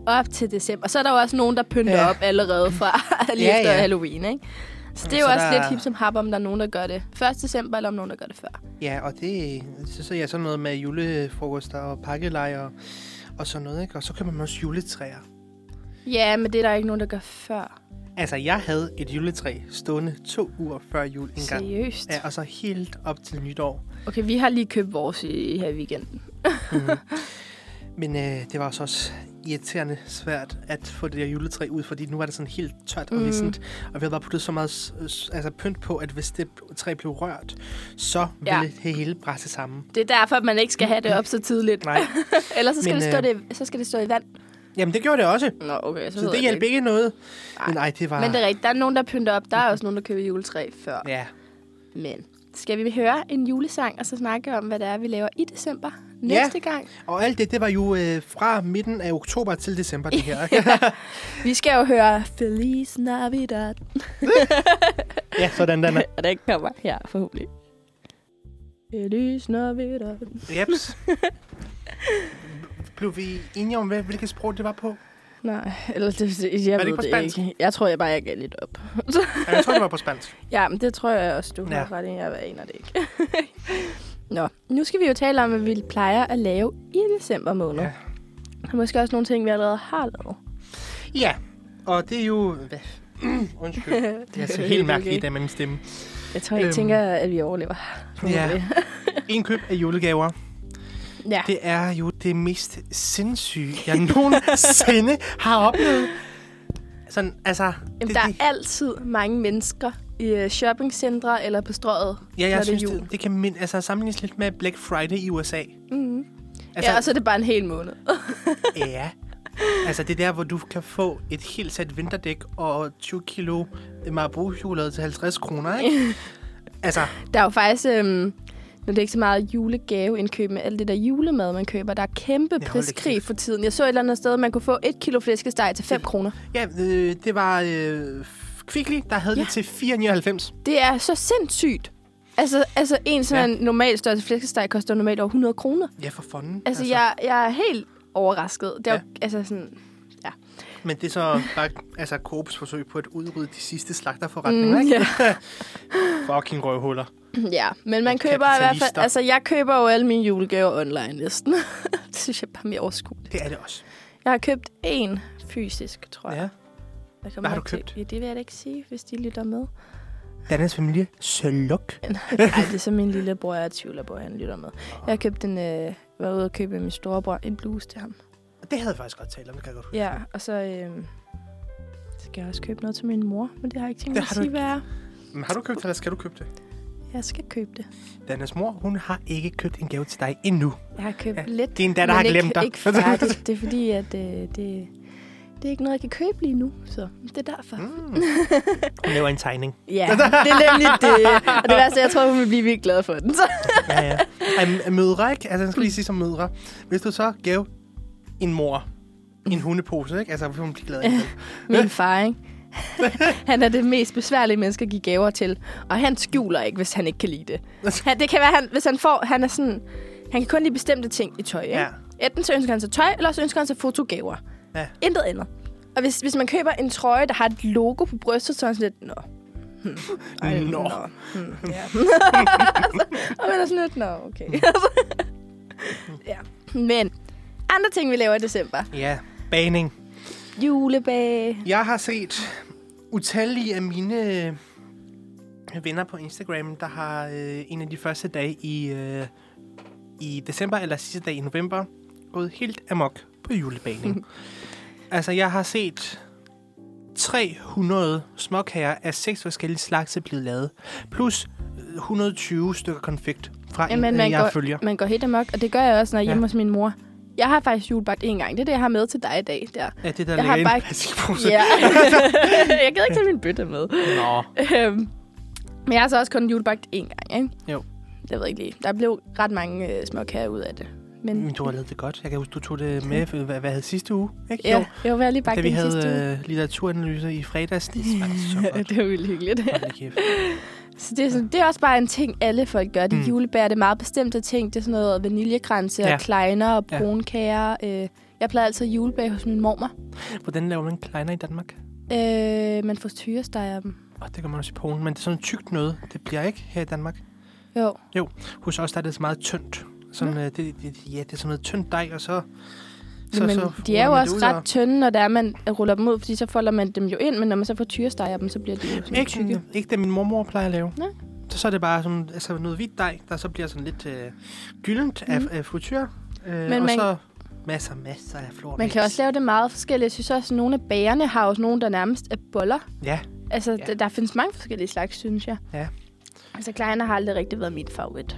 [SPEAKER 2] op til december. Og så er der jo også nogen, der pynter
[SPEAKER 3] Ja.
[SPEAKER 2] ja. op allerede fra lige
[SPEAKER 3] Ja,
[SPEAKER 2] ja, efter
[SPEAKER 3] ja.
[SPEAKER 2] ja. Halloween, ikke? Så det er jo
[SPEAKER 3] Så
[SPEAKER 2] også
[SPEAKER 3] der
[SPEAKER 2] lidt
[SPEAKER 3] er-
[SPEAKER 2] hip som hap, om der er nogen, der gør det 1. december, eller om nogen, der gør det før.
[SPEAKER 3] Ja, og det så, så er jeg sådan noget med julefrokoster og pakkelejer og, og sådan noget, ikke? Og så køber man også juletræer.
[SPEAKER 2] Ja, men det er der ikke nogen, der gør før.
[SPEAKER 3] Altså, jeg havde et juletræ stående to uger før jul engang.
[SPEAKER 2] Seriøst.
[SPEAKER 3] Ja,
[SPEAKER 2] Ja.
[SPEAKER 3] og så helt op til nytår.
[SPEAKER 2] Okay, vi har lige købt vores i, her i weekenden.
[SPEAKER 3] Men øh, det var så også irriterende svært at få det der juletræ ud, fordi nu var det sådan helt tørt og mm. vissent. Og vi havde bare puttet så meget s- s- altså, pynt på, at hvis det træ blev rørt, så ville
[SPEAKER 2] Ja.
[SPEAKER 3] ja. det hele bræsse sammen.
[SPEAKER 2] Det er derfor, at man ikke skal have det op så tidligt.
[SPEAKER 3] Nej.
[SPEAKER 2] Ellers så skal,
[SPEAKER 3] Men,
[SPEAKER 2] men, det stå
[SPEAKER 3] øh,
[SPEAKER 2] det, så skal det stå i vand.
[SPEAKER 3] Jamen, det gjorde det også.
[SPEAKER 2] Nå, okay, så,
[SPEAKER 3] Så
[SPEAKER 2] ved
[SPEAKER 3] det
[SPEAKER 2] jeg
[SPEAKER 3] hjalp
[SPEAKER 2] ikke.
[SPEAKER 3] ikke noget. Men nej, det var...
[SPEAKER 2] Men det er rigtigt. Der er nogen, der pynter op. Der er også nogen, der køber juletræ før.
[SPEAKER 3] Ja.
[SPEAKER 2] Men skal vi høre en julesang, og så snakke om, hvad det er, vi laver i december næste ja. gang?
[SPEAKER 3] Og alt det, det var jo øh, fra midten af oktober til december, det her. ikke?
[SPEAKER 2] Vi skal jo høre Feliz Navidad,
[SPEAKER 3] ja, sådan der.
[SPEAKER 2] og den kommer her forhåbentlig. Feliz Navidad.
[SPEAKER 3] Jeps. Blev vi enige om, hvad- hvilket sprog det var på?
[SPEAKER 2] Nej, eller det, det- jeg
[SPEAKER 3] det
[SPEAKER 2] ved
[SPEAKER 3] ikke på
[SPEAKER 2] det
[SPEAKER 3] spansk?
[SPEAKER 2] ikke. Jeg tror, jeg bare jeg gav lidt op.
[SPEAKER 3] Ja, Jeg tror, det var på spansk.
[SPEAKER 2] Ja, men det tror jeg også, du har
[SPEAKER 3] Ja.
[SPEAKER 2] ja. ret i. Jeg aner det ikke. Nå, nu skal vi jo tale om, hvad vi plejer at lave i december måned.
[SPEAKER 3] Ja.
[SPEAKER 2] Ja. Og måske også nogle ting, vi allerede har lavet.
[SPEAKER 3] Ja, og det er jo... Hvad? Undskyld. Det er altså helt mærkeligt i dag med min stemme.
[SPEAKER 2] Jeg tror, jeg
[SPEAKER 3] Øhm.
[SPEAKER 2] øhm. tænker, at vi overlever.
[SPEAKER 3] Ja. Indkøb af julegaver.
[SPEAKER 2] ja.
[SPEAKER 3] Det er jo det mest sindssyge, jeg nogensinde har oplevet. Sådan, altså...
[SPEAKER 2] Jamen,
[SPEAKER 3] det,
[SPEAKER 2] der
[SPEAKER 3] det,
[SPEAKER 2] er altid mange mennesker i øh, shoppingcentre eller på strøget.
[SPEAKER 3] ja,
[SPEAKER 2] når
[SPEAKER 3] jeg
[SPEAKER 2] det er
[SPEAKER 3] synes,
[SPEAKER 2] jul.
[SPEAKER 3] det, det kan mind, altså, sammenlignes lidt med Black Friday i USA.
[SPEAKER 2] Mm. Altså,
[SPEAKER 3] Altså,
[SPEAKER 2] ja, og så er det bare en hel måned.
[SPEAKER 3] ja. Altså, det er der, hvor du kan få et helt sæt vinterdæk og 20 kilo marabu chokolade til 50 kroner, ikke? altså,
[SPEAKER 2] Der er jo faktisk... Øhm, nu er det ikke så meget julegaveindkøb med alt det der julemad, man køber. Der er kæmpe
[SPEAKER 3] da
[SPEAKER 2] priskrig
[SPEAKER 3] kæft.
[SPEAKER 2] for tiden. Jeg så et eller andet sted, man kunne få et kilo flæskesteg til 5 kroner.
[SPEAKER 3] ja, øh, det var øh, Kvickly, der havde ja.
[SPEAKER 2] Ja.
[SPEAKER 3] det til 499.
[SPEAKER 2] Det er så sindssygt. Altså, altså en sådan ja. normal størrelse flæskesteg koster normalt over 100 kroner.
[SPEAKER 3] Ja, for fanden.
[SPEAKER 2] Altså, altså. Jeg, jeg er helt overrasket. Det er ja.
[SPEAKER 3] Ja.
[SPEAKER 2] jo, altså sådan...
[SPEAKER 3] Men det er så bare altså, Coops forsøg på at udrydde de sidste slagterforretninger, mm, ikke?
[SPEAKER 2] ja.
[SPEAKER 3] Fucking røvhuller.
[SPEAKER 2] ja, men man
[SPEAKER 3] Og
[SPEAKER 2] køber i hvert fald...
[SPEAKER 3] kapitalister.
[SPEAKER 2] Altså, jeg køber jo alle mine julegaver online næsten. det synes jeg bare er mere overskueligt.
[SPEAKER 3] Det er det også.
[SPEAKER 2] Jeg har købt én fysisk, tror jeg.
[SPEAKER 3] Ja.
[SPEAKER 2] jeg
[SPEAKER 3] Hvad har
[SPEAKER 2] nok
[SPEAKER 3] du
[SPEAKER 2] til-
[SPEAKER 3] købt?
[SPEAKER 2] Ja, det vil jeg da ikke sige, hvis de lytter med.
[SPEAKER 3] Dannes familie, Søluk.
[SPEAKER 2] Nej, det er så min lillebror, jeg tvivler på, at han lytter med. Jeg har købt en, øh, var ude og købe med min storebror en bluse til ham.
[SPEAKER 3] Det havde jeg faktisk godt talt om, det kan jeg godt huske.
[SPEAKER 2] Ja, og så, øh, så skal jeg også købe noget til min mor, men det har jeg ikke tænkt
[SPEAKER 3] Det
[SPEAKER 2] mig at
[SPEAKER 3] har du
[SPEAKER 2] sige,
[SPEAKER 3] ikke.
[SPEAKER 2] hvad er.
[SPEAKER 3] Men har du købt det, eller skal du købe det?
[SPEAKER 2] Jeg skal købe det.
[SPEAKER 3] Dannes mor, hun har ikke købt en gave til dig endnu.
[SPEAKER 2] Jeg har købt
[SPEAKER 3] Ja,
[SPEAKER 2] ja, lidt,
[SPEAKER 3] Din datter har
[SPEAKER 2] men ikke,
[SPEAKER 3] glemt dig.
[SPEAKER 2] ikke færdigt. Det er fordi, at øh, det, det er ikke noget, jeg kan købe lige nu, så det er derfor. Mm.
[SPEAKER 3] Mm. Hun laver en tegning.
[SPEAKER 2] Ja, det er nemlig det. Og det værste, jeg tror, hun vil blive virkelig glad for den. Så.
[SPEAKER 3] Ja, ja. Ej, m- mødre, ikke? Altså, jeg skal lige sige som mødre. Hvis du så gav en mor en hundepose, ikke? Altså, vil hun blive glad af det.
[SPEAKER 2] Min far, ikke? han er det mest besværlige menneske at give gaver til. Og han skjuler ikke, hvis han ikke kan lide det. Han, det kan være, han, hvis han får... Han er sådan... Han kan kun lide bestemte ting i tøj, ikke?
[SPEAKER 3] Ja.
[SPEAKER 2] Ja. Enten så ønsker han sig tøj, eller så ønsker han sig fotogaver.
[SPEAKER 3] Ja.
[SPEAKER 2] Intet andet. Og hvis, hvis man køber en trøje, der har et logo på brystet, så er han sådan lidt... Nå. Hmm. Ej,
[SPEAKER 3] Nå.
[SPEAKER 2] Hmm. Ja. og man er sådan lidt... Nå, okay. ja. Men andre ting, vi laver i december.
[SPEAKER 3] Ja, baning.
[SPEAKER 2] Julebage.
[SPEAKER 3] Jeg har set utallige af mine øh, venner på Instagram, der har øh, en af de første dage i, øh, i december, eller sidste dag i november, gået helt amok på julebaning. altså, jeg har set 300 småkager af seks forskellige slags er blevet lavet, plus øh, 120 stykker konfekt fra
[SPEAKER 2] Jamen,
[SPEAKER 3] en,
[SPEAKER 2] man
[SPEAKER 3] af jeg
[SPEAKER 2] går-
[SPEAKER 3] følger.
[SPEAKER 2] Man går helt amok, og det gør jeg også, når jeg er hjemme
[SPEAKER 3] Ja.
[SPEAKER 2] hos min mor. Jeg har faktisk julebagt en gang. Det er det, jeg har med til dig i dag. Der.
[SPEAKER 3] Ja, det der
[SPEAKER 2] jeg har
[SPEAKER 3] ligger i en
[SPEAKER 2] bare ikke-
[SPEAKER 3] plastikpose.
[SPEAKER 2] Ja. jeg gider ikke tage min bøtte med.
[SPEAKER 3] Nå,
[SPEAKER 2] Øhm, Men jeg har så også kun julebagt en gang, ikke?
[SPEAKER 3] Jo.
[SPEAKER 2] Jeg ved ikke lige. Der blev ret mange øh, småkager ud af det. Men
[SPEAKER 3] men du har lavet det godt. Jeg kan huske, du tog det med, øh, hvad, hvad hed sidste uge? Ikke? Jo.
[SPEAKER 2] ja, jo, jeg har lige
[SPEAKER 3] Da
[SPEAKER 2] bagt
[SPEAKER 3] vi
[SPEAKER 2] den sidste uge.
[SPEAKER 3] havde øh, litteraturanalyser i fredags, det smagte så
[SPEAKER 2] Ja,
[SPEAKER 3] godt.
[SPEAKER 2] det var vildt hyggeligt.
[SPEAKER 3] Hold da kæft.
[SPEAKER 2] så det er, sådan, det er også bare en ting, alle folk gør. Det
[SPEAKER 3] Mm.
[SPEAKER 2] mm. julebær, det er meget bestemte ting. Det er sådan noget vaniljekranse ja.
[SPEAKER 3] Ja.
[SPEAKER 2] og kleiner og
[SPEAKER 3] Ja.
[SPEAKER 2] brunkager. Øh, jeg plejer altid julebag hos min mormor.
[SPEAKER 3] Hvordan laver man kleiner i Danmark?
[SPEAKER 2] Øh, man får tyresteger dem.
[SPEAKER 3] Og det kan man også i Polen, men det er sådan tykt noget. Det bliver ikke her i Danmark.
[SPEAKER 2] Jo.
[SPEAKER 3] Hos os der er det så meget tyndt. Sådan, øh, det, det, ja, det er sådan noget tyndt dej, og så...
[SPEAKER 2] Så, men så de er
[SPEAKER 3] ruller
[SPEAKER 2] jo
[SPEAKER 3] man det
[SPEAKER 2] også
[SPEAKER 3] ud,
[SPEAKER 2] ret
[SPEAKER 3] og-
[SPEAKER 2] tynde, når der er, man ruller dem ud, fordi så folder man dem jo ind, men når man så får tyresteger dem, så bliver de jo sådan tykke.
[SPEAKER 3] Ikke, ikke det, min mormor plejer at lave.
[SPEAKER 2] Nej.
[SPEAKER 3] Så, så er det bare sådan, altså noget hvidt dej, der så bliver sådan lidt øh, gyldent af,
[SPEAKER 2] Mhm.
[SPEAKER 3] af frityr. Øh, men og
[SPEAKER 2] man-
[SPEAKER 3] så masser, masser af flor.
[SPEAKER 2] Man kan også lave det meget forskelligt. Jeg synes også, at nogle af bagerne har også nogle, der nærmest er boller.
[SPEAKER 3] Ja,
[SPEAKER 2] Altså,
[SPEAKER 3] Ja.
[SPEAKER 2] ja. der findes mange forskellige slags, synes jeg.
[SPEAKER 3] Ja. Mm.
[SPEAKER 2] Altså, kleiner har aldrig rigtig været mit favorit.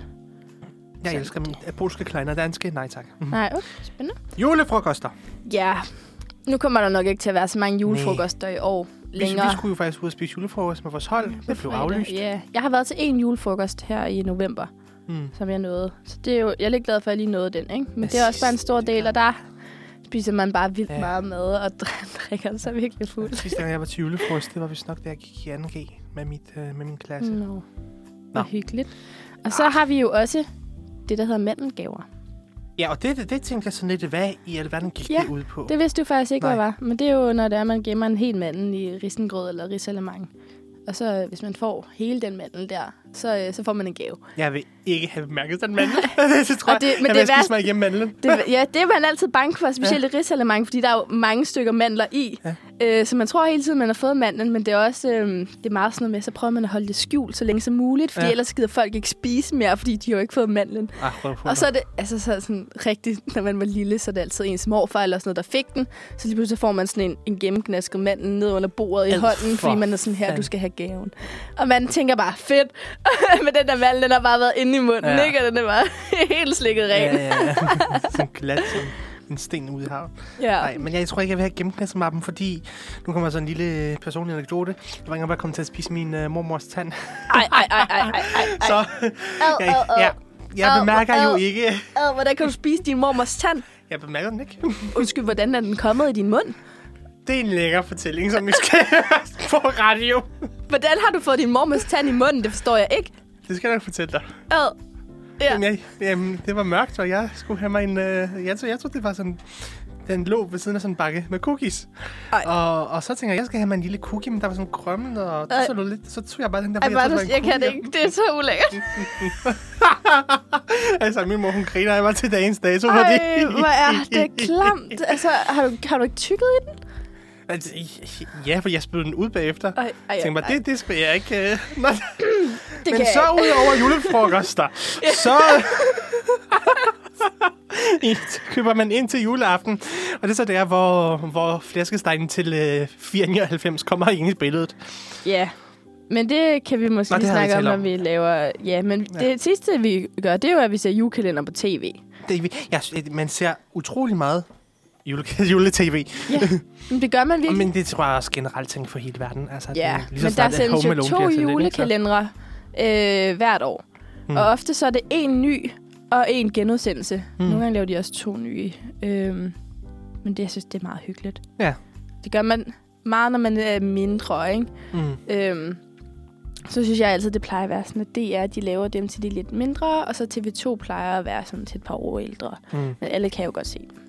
[SPEAKER 3] jeg
[SPEAKER 2] Så-
[SPEAKER 3] elsker min polske kleiner. Danske, nej tak. Mhm.
[SPEAKER 2] Nej, okay, spændende.
[SPEAKER 3] Julefrokoster.
[SPEAKER 2] Ja, nu kommer der nok ikke til at være så mange julefrokoster i år længere.
[SPEAKER 3] Vi, vi skulle jo faktisk ud og spise julefrokost med vores hold. Det blev
[SPEAKER 2] Fredag,
[SPEAKER 3] aflyst.
[SPEAKER 2] Ja, jeg har været til en julefrokost her i november.
[SPEAKER 3] Mm.
[SPEAKER 2] som jeg nåede. Så det er jo, jeg er lidt glad for, at jeg lige nåede den, ikke? Men
[SPEAKER 3] Ja,
[SPEAKER 2] det er også bare en
[SPEAKER 3] sidst,
[SPEAKER 2] stor
[SPEAKER 3] det er
[SPEAKER 2] del, og der spiser man bare vildt
[SPEAKER 3] Ja.
[SPEAKER 2] ja. meget mad og dri- drikker sig virkelig fuld.
[SPEAKER 3] Sidste gang jeg var til julefrokost, det var vist nok, da jeg gik i 2G med, mit, øh, med min klasse. Mm.
[SPEAKER 2] Nå,
[SPEAKER 3] Nå.
[SPEAKER 2] hvor hyggeligt. Og så har vi jo også det, der hedder mandelgaver.
[SPEAKER 3] Ja, og det, det, det tænkte jeg sådan lidt, hvad i alverden gik
[SPEAKER 2] Ja,
[SPEAKER 3] det ud på?
[SPEAKER 2] Det vidste du faktisk ikke,
[SPEAKER 3] Nej.
[SPEAKER 2] hvad var. Men det er jo, når det er, man gemmer en hel manden i risengrød eller risalemang. Og så, øh, hvis man får hele den mandel der, så, øh, så får man en gave.
[SPEAKER 3] Jeg vil ikke have bemærket den mandel. det tror
[SPEAKER 2] Og det-
[SPEAKER 3] jeg.
[SPEAKER 2] men
[SPEAKER 3] jeg
[SPEAKER 2] det
[SPEAKER 3] vil spise
[SPEAKER 2] værste-
[SPEAKER 3] mig igennem mandlen.
[SPEAKER 2] Det, ja, det er man altid bange for, specielt ja. i risalemang, fordi der er jo mange stykker mandler i. Ja. Øh, så man tror hele tiden, man har fået mandlen, men det er også øh, det er meget sådan noget med, så prøver man at holde det skjult så længe som muligt, fordi ja.
[SPEAKER 3] Ja.
[SPEAKER 2] ellers gider folk ikke spise mere, fordi de har jo ikke fået mandlen.
[SPEAKER 3] Ah, prøv, prøv,
[SPEAKER 2] Og så er det altså så sådan rigtigt, når man var lille, så er det altid ens morfar eller sådan noget, der fik den. Så lige pludselig får man sådan en, en gennemgnasket mand ned under bordet i
[SPEAKER 3] Ad
[SPEAKER 2] hånden,
[SPEAKER 3] for
[SPEAKER 2] fordi man er sådan her,
[SPEAKER 3] fanden.
[SPEAKER 2] du skal have gaven. Og man tænker bare, fedt, men den der mand, den har bare været inde i munden, ja.
[SPEAKER 3] Ja.
[SPEAKER 2] ikke? Og den er bare helt slikket ren.
[SPEAKER 3] Ja, ja, ja. Sådan glat som en sten ude i havet.
[SPEAKER 2] ja.
[SPEAKER 3] Nej, men jeg tror ikke, jeg vil have gennemknæssemappen, fordi... Nu kommer så en lille øh, personlig anekdote. Jeg var ikke engang kommet til at spise min uh, mormors tand.
[SPEAKER 2] Ej, ej, ej, ej, ej, ej.
[SPEAKER 3] Så
[SPEAKER 2] Ad,
[SPEAKER 3] jeg,
[SPEAKER 2] ad, ad.
[SPEAKER 3] ja, jeg
[SPEAKER 2] Ad,
[SPEAKER 3] bemærker jo
[SPEAKER 2] ad.
[SPEAKER 3] ikke...
[SPEAKER 2] Ad, hvordan kan du spise din mormors tand?
[SPEAKER 3] Jeg bemærker den ikke.
[SPEAKER 2] Undskyld, hvordan er den kommet i din mund?
[SPEAKER 3] Det er en lækker fortælling, som vi skal høre på radio.
[SPEAKER 2] Hvordan har du fået din mormors tand i munden? Det forstår jeg ikke.
[SPEAKER 3] Det skal jeg nok fortælle dig.
[SPEAKER 2] Ad. Ja.
[SPEAKER 3] Jamen, jeg, jamen, det var mørkt, og jeg skulle have mig en... Øh, jeg, troede, jeg troede, det var sådan... Den lå ved siden af sådan en bakke med cookies.
[SPEAKER 2] Ej.
[SPEAKER 3] Og, og så tænker jeg, jeg skal have mig en lille cookie, men der var sådan krømmen, og
[SPEAKER 2] Ej.
[SPEAKER 3] så, lå lidt, så tog jeg bare den der,
[SPEAKER 2] Ej,
[SPEAKER 3] fordi
[SPEAKER 2] bare,
[SPEAKER 3] troede,
[SPEAKER 2] du,
[SPEAKER 3] det var
[SPEAKER 2] jeg kan
[SPEAKER 3] en
[SPEAKER 2] det
[SPEAKER 3] cookie.
[SPEAKER 2] ikke. Det er så ulækkert.
[SPEAKER 3] altså, min mor, hun griner af mig til dagens dato, fordi...
[SPEAKER 2] Ej, hvor er det klamt. Altså, har du, har du ikke tykket i den?
[SPEAKER 3] Altså, ja, for jeg spillede den ud bagefter.
[SPEAKER 2] Ej, ej,
[SPEAKER 3] Jeg tænkte
[SPEAKER 2] ej.
[SPEAKER 3] mig, det, det skal jeg ikke... Øh, nej.
[SPEAKER 2] Det
[SPEAKER 3] Men
[SPEAKER 2] kan
[SPEAKER 3] så
[SPEAKER 2] jeg
[SPEAKER 3] ud over julefrokoster, så køber man ind til juleaften. Og det er så der, hvor, hvor flæskestegen til øh, 499 kommer ind i billedet.
[SPEAKER 2] ikke. Ja. Men det kan vi måske
[SPEAKER 3] Nå,
[SPEAKER 2] lige
[SPEAKER 3] det har vi
[SPEAKER 2] snakke om,
[SPEAKER 3] talt
[SPEAKER 2] når
[SPEAKER 3] om.
[SPEAKER 2] vi laver... Ja, men ja. det sidste, vi gør, det er jo, at vi ser julekalender på tv.
[SPEAKER 3] Det, jeg, øh, man ser utrolig meget jule, jule-tv.
[SPEAKER 2] Ja, men det gør man virkelig.
[SPEAKER 3] Men det tror jeg også generelt ting for hele verden. Altså,
[SPEAKER 2] Ja,
[SPEAKER 3] det, lige så
[SPEAKER 2] men der
[SPEAKER 3] snart, at
[SPEAKER 2] sendes
[SPEAKER 3] Home
[SPEAKER 2] jo
[SPEAKER 3] Alone
[SPEAKER 2] to
[SPEAKER 3] bliver sendt ind, ikke?
[SPEAKER 2] julekalendere øh, hvert år. Mm. Og ofte så er det en ny og en genudsendelse. Mm. Nogle gange laver de også to nye. Øhm, men det, jeg synes, det er meget hyggeligt.
[SPEAKER 3] Ja.
[SPEAKER 2] Det gør man meget, når man er mindre, ikke?
[SPEAKER 3] Mm.
[SPEAKER 2] Øhm, så synes jeg altid, det plejer at være sådan, at DR, de laver dem til de lidt mindre, og så TV2 plejer at være sådan til et par år ældre.
[SPEAKER 3] Mm.
[SPEAKER 2] Men alle kan jo godt se dem.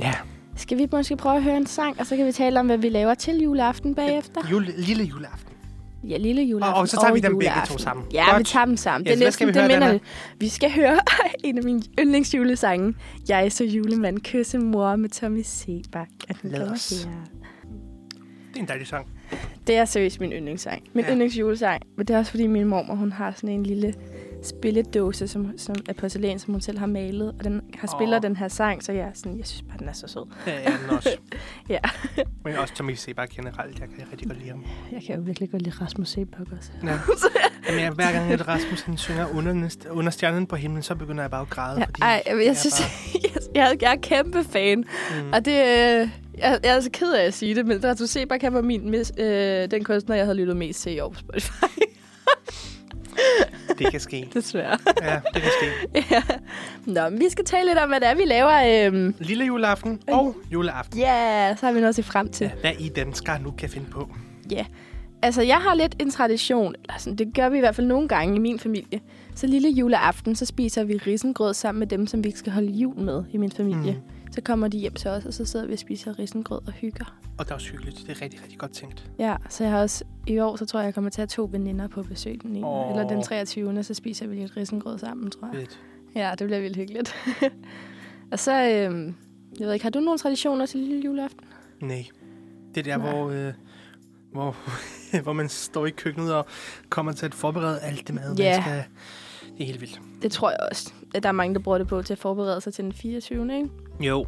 [SPEAKER 3] Ja.
[SPEAKER 2] Skal vi måske prøve at høre en sang, og så kan vi tale om, hvad vi laver til juleaften bagefter?
[SPEAKER 3] Jule, lille juleaften.
[SPEAKER 2] Ja, lille juleaften.
[SPEAKER 3] Og- og så tager vi dem begge
[SPEAKER 2] juleaften.
[SPEAKER 3] to sammen.
[SPEAKER 2] Ja,
[SPEAKER 3] Godt.
[SPEAKER 2] vi tager dem sammen.
[SPEAKER 3] Yes,
[SPEAKER 2] det er
[SPEAKER 3] hvad skal
[SPEAKER 2] næsten,
[SPEAKER 3] vi høre,
[SPEAKER 2] det minder
[SPEAKER 3] Dana?
[SPEAKER 2] lidt. Vi skal høre en af mine yndlingsjulesange. Jeg så julemand kysse mor med Tommy Sebak. Og den
[SPEAKER 3] Lad
[SPEAKER 2] kommer
[SPEAKER 3] os.
[SPEAKER 2] her.
[SPEAKER 3] Det er en dejlig sang.
[SPEAKER 2] Det er seriøst min yndlingssang. Min ja.
[SPEAKER 3] Ja.
[SPEAKER 2] yndlingsjulesang. Men det er også fordi min mormor, hun har sådan en lille spilledåse som, som er porcelæn, som hun selv har malet. Og den har spiller
[SPEAKER 3] Åh.
[SPEAKER 2] den her sang, så jeg, er sådan, jeg synes bare, den er så sød.
[SPEAKER 3] Ja, ja, den også.
[SPEAKER 2] Ja.
[SPEAKER 3] Men også Tommy Sebak generelt. Jeg kan rigtig godt lide ham.
[SPEAKER 2] Jeg kan jo virkelig godt lide Rasmus Sebak også.
[SPEAKER 3] Ja. Jamen, jeg, hver gang at Rasmus han synger under, under stjernen på himlen, så begynder jeg bare at græde.
[SPEAKER 2] Ja,
[SPEAKER 3] fordi
[SPEAKER 2] ej, jeg,
[SPEAKER 3] er
[SPEAKER 2] jeg synes, jeg, jeg, jeg er kæmpe fan. Mm. Og det, øh, jeg, jeg er så ked af at sige det, men Ratu Sebak han var min, mis, øh, den kunstner, jeg havde lyttet mest til i år på Spotify,
[SPEAKER 3] Bare, det kan ske.
[SPEAKER 2] desværre.
[SPEAKER 3] Ja, det kan ske.
[SPEAKER 2] ja. Nå, men vi skal tale lidt om, hvad det er, vi laver. Øhm,
[SPEAKER 3] Lille juleaften og juleaften.
[SPEAKER 2] ja, så har vi noget at se frem til.
[SPEAKER 3] Ja, hvad I danskere nu kan finde på.
[SPEAKER 2] Ja. Altså, jeg har lidt en tradition, eller sådan, det gør vi i hvert fald nogle gange i min familie. Så lille juleaften, så spiser vi risengrød sammen med dem, som vi skal holde jul med i min familie. Mm. Så kommer de hjem til os, og så sidder vi og spiser risengrød og hygger.
[SPEAKER 3] Og det er også hyggeligt. Det er rigtig, rigtig godt tænkt.
[SPEAKER 2] Ja, så jeg har også i år, så tror jeg, jeg kommer til at have to veninder på besøg den ene. Oh.
[SPEAKER 3] Åh.
[SPEAKER 2] Eller den 23. Så spiser vi lidt risengrød sammen, tror jeg.
[SPEAKER 3] Fedt.
[SPEAKER 2] Ja, det bliver vildt hyggeligt. og så, øhm, jeg ved ikke, har du nogle traditioner til lille juleaften?
[SPEAKER 3] Nej. Det er der,
[SPEAKER 2] Nej.
[SPEAKER 3] hvor... Øh, hvor, hvor man står i køkkenet og kommer til at forberede alt det mad,
[SPEAKER 2] Ja.
[SPEAKER 3] man skal... Det er helt vildt.
[SPEAKER 2] Det tror jeg også, at der er mange, der bruger det på til at forberede sig til den 24. Ikke?
[SPEAKER 3] Jo,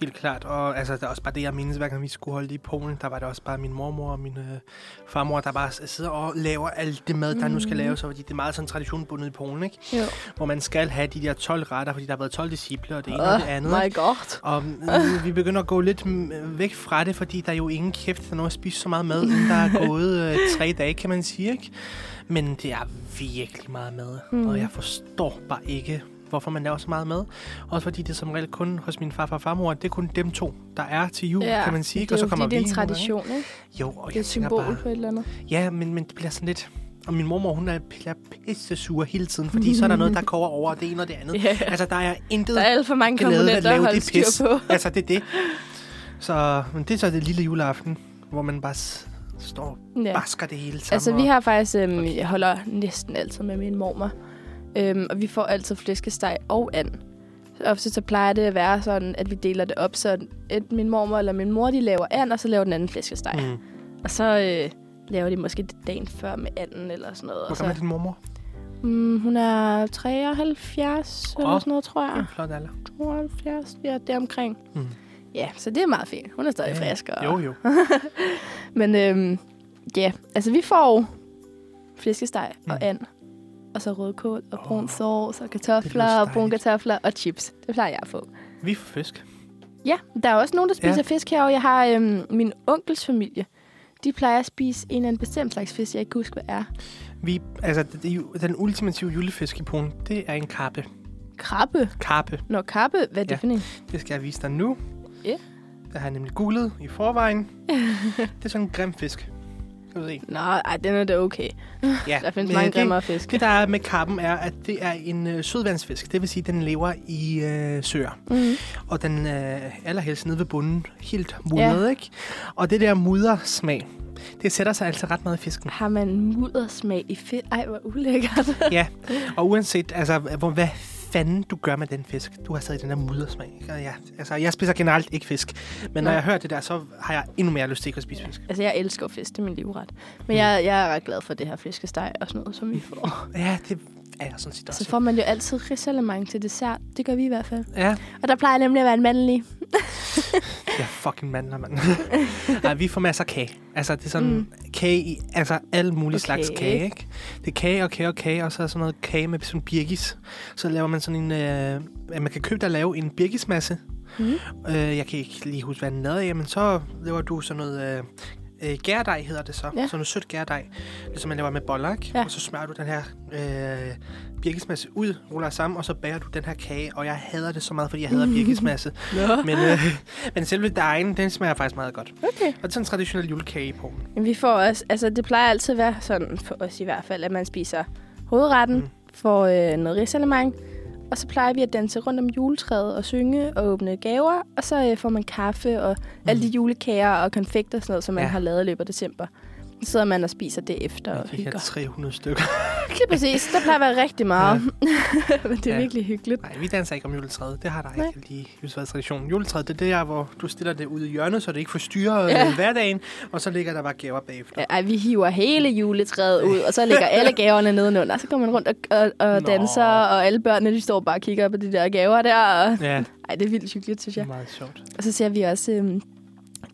[SPEAKER 3] helt klart. Og altså, det er også bare det, jeg mindes, hver gang vi skulle holde det i Polen, der var det også bare min mormor og min øh, farmor, der bare s- sidder og laver alt det mad, der nu skal laves, og fordi det er meget sådan traditionbundet i Polen, ikke?
[SPEAKER 2] Jo.
[SPEAKER 3] Hvor man skal have de der 12 retter, fordi der har været 12 disciple, og det ene og det
[SPEAKER 2] Oh,
[SPEAKER 3] andet.
[SPEAKER 2] my
[SPEAKER 3] ikke?
[SPEAKER 2] god.
[SPEAKER 3] Og øh, vi begynder at gå lidt mm, væk fra det, fordi der er jo ingen kæft, der når at spise så meget mad, inden der er gået øh, tre dage, kan man sige, ikke? Men det er virkelig meget mad, mm. og jeg forstår bare ikke, hvorfor man laver så meget mad. Også fordi det som regel kun hos min farfar og farmor, det er kun dem to, der er til jul, ja, kan man
[SPEAKER 2] det
[SPEAKER 3] sige. ikke?
[SPEAKER 2] er
[SPEAKER 3] Og så
[SPEAKER 2] jo
[SPEAKER 3] kommer
[SPEAKER 2] fordi, det er
[SPEAKER 3] vi
[SPEAKER 2] en
[SPEAKER 3] nogle gange.
[SPEAKER 2] tradition, ikke?
[SPEAKER 3] Jo, og
[SPEAKER 2] Det er
[SPEAKER 3] jeg
[SPEAKER 2] et
[SPEAKER 3] tænker
[SPEAKER 2] symbol
[SPEAKER 3] bare,
[SPEAKER 2] på et eller andet.
[SPEAKER 3] Ja, men, men det bliver sådan lidt... Og min mormor, hun er bliver pisse sur hele tiden, fordi så er der noget, der koger over, og det ene og det andet.
[SPEAKER 2] Ja.
[SPEAKER 3] Altså, der er intet
[SPEAKER 2] Der er alt for mange komponenter at holde styr på.
[SPEAKER 3] altså, det er det. Så men det er så det lille juleaften, hvor man bare s- står og
[SPEAKER 2] Ja.
[SPEAKER 3] basker det hele sammen.
[SPEAKER 2] Altså, vi
[SPEAKER 3] og-
[SPEAKER 2] har faktisk... Øhm, jeg holder næsten altid med min mormor. Øhm, og vi får altid flæskesteg og and. Så Ofte så plejer det at være sådan, at vi deler det op, så enten min mormor eller min mor, de laver and, og så laver den anden flæskesteg. Mm.
[SPEAKER 3] Mm.
[SPEAKER 2] Og så øh, laver de måske det dagen før med anden eller sådan noget.
[SPEAKER 3] Hvor
[SPEAKER 2] Og
[SPEAKER 3] gammel er
[SPEAKER 2] så,
[SPEAKER 3] din mormor?
[SPEAKER 2] mm, hun er 73 eller
[SPEAKER 3] Åh.
[SPEAKER 2] sådan noget, tror jeg.
[SPEAKER 3] En flot alder.
[SPEAKER 2] 72, ja, deromkring.
[SPEAKER 3] Mm.
[SPEAKER 2] Mm. Ja, så det er meget fint. Hun er stadig
[SPEAKER 3] Ja.
[SPEAKER 2] frisk. Og,
[SPEAKER 3] Jo, jo.
[SPEAKER 2] Men øhm, ja, altså vi får jo flæskesteg og
[SPEAKER 3] Mm.
[SPEAKER 2] and. Og så rødkål og brun
[SPEAKER 3] Åh,
[SPEAKER 2] oh, sovs og
[SPEAKER 3] det lyder
[SPEAKER 2] kartofler og brune
[SPEAKER 3] dejligt.
[SPEAKER 2] kartofler og chips. Det plejer jeg at få.
[SPEAKER 3] Vi får fisk.
[SPEAKER 2] Ja, der er også nogen, der spiser
[SPEAKER 3] Ja.
[SPEAKER 2] ja. fisk herovre. Jeg har øhm, min onkels familie. De plejer at spise en eller anden bestemt slags fisk, jeg ikke kan huske, hvad er.
[SPEAKER 3] Vi, altså, det, det, er jo- den ultimative julefisk i Polen, det er en karpe.
[SPEAKER 2] Krabbe.
[SPEAKER 3] Karpe.
[SPEAKER 2] Nå, krabbe, hvad er det
[SPEAKER 3] Ja.
[SPEAKER 2] ja. for en?
[SPEAKER 3] Det skal jeg vise dig nu.
[SPEAKER 2] Ja.
[SPEAKER 3] Det har jeg nemlig googlet i forvejen. det er sådan en grim fisk. Skal du se.
[SPEAKER 2] Nå, ej, den er da okay.
[SPEAKER 3] Ja,
[SPEAKER 2] Der findes
[SPEAKER 3] men
[SPEAKER 2] mange
[SPEAKER 3] det-
[SPEAKER 2] grimmere fisk.
[SPEAKER 3] Det, der er med karpen, er, at det er en øh, sødvandsfisk. Det vil sige, at den lever i øh, søer.
[SPEAKER 2] Mm.
[SPEAKER 3] Og den øh, allerhelst nede ved bunden. Helt mudret, ja. ikke? Og det der muddersmag, det sætter sig altså ret meget i fisken.
[SPEAKER 2] Har man muddersmag i fedt? Ej, hvor ulækkert.
[SPEAKER 3] ja, og uanset, altså, hvor, hvad fanden du gør med den fisk, du har stadig den der muddersmag. ikke? Og ja, altså, jeg spiser generelt ikke fisk, men når
[SPEAKER 2] Nej.
[SPEAKER 3] jeg hører det der, så har jeg endnu mere lyst til ikke at spise fisk.
[SPEAKER 2] Altså, jeg elsker fisk, det er min livret.
[SPEAKER 3] Mm.
[SPEAKER 2] Men jeg, jeg er ret glad for det her flæskesteg og sådan noget, som vi får.
[SPEAKER 3] Ja, det er jeg sådan set også.
[SPEAKER 2] Så får man jo altid risalemang til dessert. Det gør vi i hvert fald.
[SPEAKER 3] Ja,
[SPEAKER 2] Og der plejer nemlig at være en mandlig.
[SPEAKER 3] ja fucking mandler, mand. Nej, vi får masser af kage. Altså, det er sådan mm. kage i altså, alle mulige okay.
[SPEAKER 2] Okay.
[SPEAKER 3] slags kage, ikke? Det er kage og kage og kage, og så er sådan noget kage med sådan birgis. Så laver man sådan en... Øh, at man kan købe dig og lave en birgismasse.
[SPEAKER 2] Mm.
[SPEAKER 3] Øh, jeg kan ikke lige huske, hvad den lavede af, men så laver du sådan noget... Øh, øh, gærdej hedder det så.
[SPEAKER 2] Ja.
[SPEAKER 3] Sådan noget sødt gærdej. Ligesom man laver med boller, ikke?
[SPEAKER 2] Ja.
[SPEAKER 3] Og så smører du den her øh, birkesmasse ud, ruller sammen, og så bager du den her kage. Og jeg hader det så meget, fordi jeg hader birkesmasse.
[SPEAKER 2] Nå.
[SPEAKER 3] Men, øh, men selve dejen, den smager faktisk meget godt.
[SPEAKER 2] Okay.
[SPEAKER 3] Og det er sådan en traditionel julekage i Polen.
[SPEAKER 2] Men vi får også... Altså, det plejer altid at være sådan for os i hvert fald, at man spiser hovedretten,
[SPEAKER 3] Mm.
[SPEAKER 2] mm. får øh, noget risalemang, og så plejer vi at danse rundt om juletræet og synge og åbne gaver, og så øh, får man kaffe og mm. alle de julekager og konfekter og sådan noget, som man
[SPEAKER 3] Ja.
[SPEAKER 2] ja. har lavet i løbet af december. Så sidder man og spiser det efter og
[SPEAKER 3] Og de her
[SPEAKER 2] hygger.
[SPEAKER 3] 300 stykker.
[SPEAKER 2] Lige præcis. Der plejer at være rigtig meget. Ja. Men det er
[SPEAKER 3] Ja.
[SPEAKER 2] ja. virkelig hyggeligt.
[SPEAKER 3] Nej, vi danser ikke om juletræet. Det har der
[SPEAKER 2] Nej.
[SPEAKER 3] ikke lige just været tradition. Juletræet, det er der, hvor du stiller det ude i hjørnet, så det ikke forstyrrer
[SPEAKER 2] Ja.
[SPEAKER 3] ja. hverdagen. Og så ligger der bare gaver bagefter.
[SPEAKER 2] Ej, vi hiver hele juletræet ud, og så ligger alle gaverne nedenunder. Så går man rundt og, og, og
[SPEAKER 3] Nå.
[SPEAKER 2] danser, og alle børnene de står bare og kigger på de der gaver der. Og...
[SPEAKER 3] Ja,
[SPEAKER 2] Ej, det er vildt hyggeligt, synes
[SPEAKER 3] det er
[SPEAKER 2] jeg.
[SPEAKER 3] meget sjovt.
[SPEAKER 2] Og så ser vi også øhm,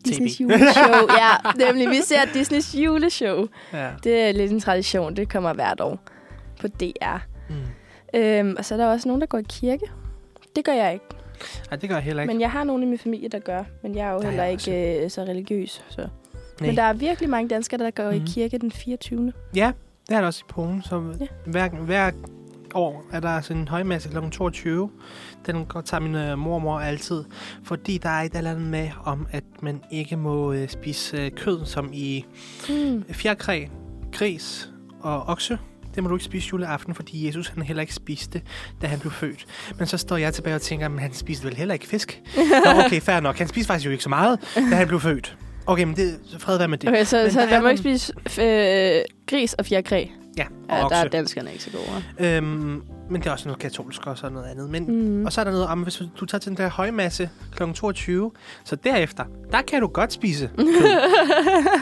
[SPEAKER 2] Disney's juleshow. ja, nemlig, vi ser Disney's juleshow.
[SPEAKER 3] Ja.
[SPEAKER 2] Det er lidt en tradition, det kommer hvert år på DR.
[SPEAKER 3] Mm.
[SPEAKER 2] Øhm, og så er der også nogen, der går i kirke. Det gør jeg ikke.
[SPEAKER 3] Ej, det gør jeg heller ikke.
[SPEAKER 2] Men jeg har nogen i min familie, der gør. Men jeg er jo
[SPEAKER 3] Der er
[SPEAKER 2] heller
[SPEAKER 3] jeg
[SPEAKER 2] ikke øh, så religiøs. Så.
[SPEAKER 3] Nej.
[SPEAKER 2] Men der er virkelig mange danskere, der går mm.
[SPEAKER 3] Mhm.
[SPEAKER 2] i kirke den 24.
[SPEAKER 3] Ja, det er der også i Polen. Så ja.
[SPEAKER 2] Ja.
[SPEAKER 3] hver, hver år er der sådan en højmasse kl. 22. Den går, tager min øh, mormor altid, fordi der er et eller andet med, om at man ikke må øh, spise øh, kød, som i
[SPEAKER 2] Mm.
[SPEAKER 3] fjerkræ, gris og okse. Det må du ikke spise juleaften, fordi Jesus han heller ikke spiste det, da han blev født. Men så står jeg tilbage og tænker, men han spiste vel heller ikke fisk? Nå, okay, fair nok. Han spiste faktisk jo ikke så meget, da han blev født. Okay, men det, så fred være med det.
[SPEAKER 2] Okay, så,
[SPEAKER 3] Men
[SPEAKER 2] så
[SPEAKER 3] der
[SPEAKER 2] der,
[SPEAKER 3] er
[SPEAKER 2] må
[SPEAKER 3] nogle-
[SPEAKER 2] ikke spise øh, gris og fjerkræ.
[SPEAKER 3] Ja, og
[SPEAKER 2] Ja, der
[SPEAKER 3] okse.
[SPEAKER 2] er danskerne ikke så gode. hva'?
[SPEAKER 3] Øhm, men det er også noget katolsk og sådan noget andet. Men, mm.
[SPEAKER 2] Mhm.
[SPEAKER 3] Og så er der noget om, hvis du tager til den der højmasse kl. 22, så derefter, der kan du godt spise kød.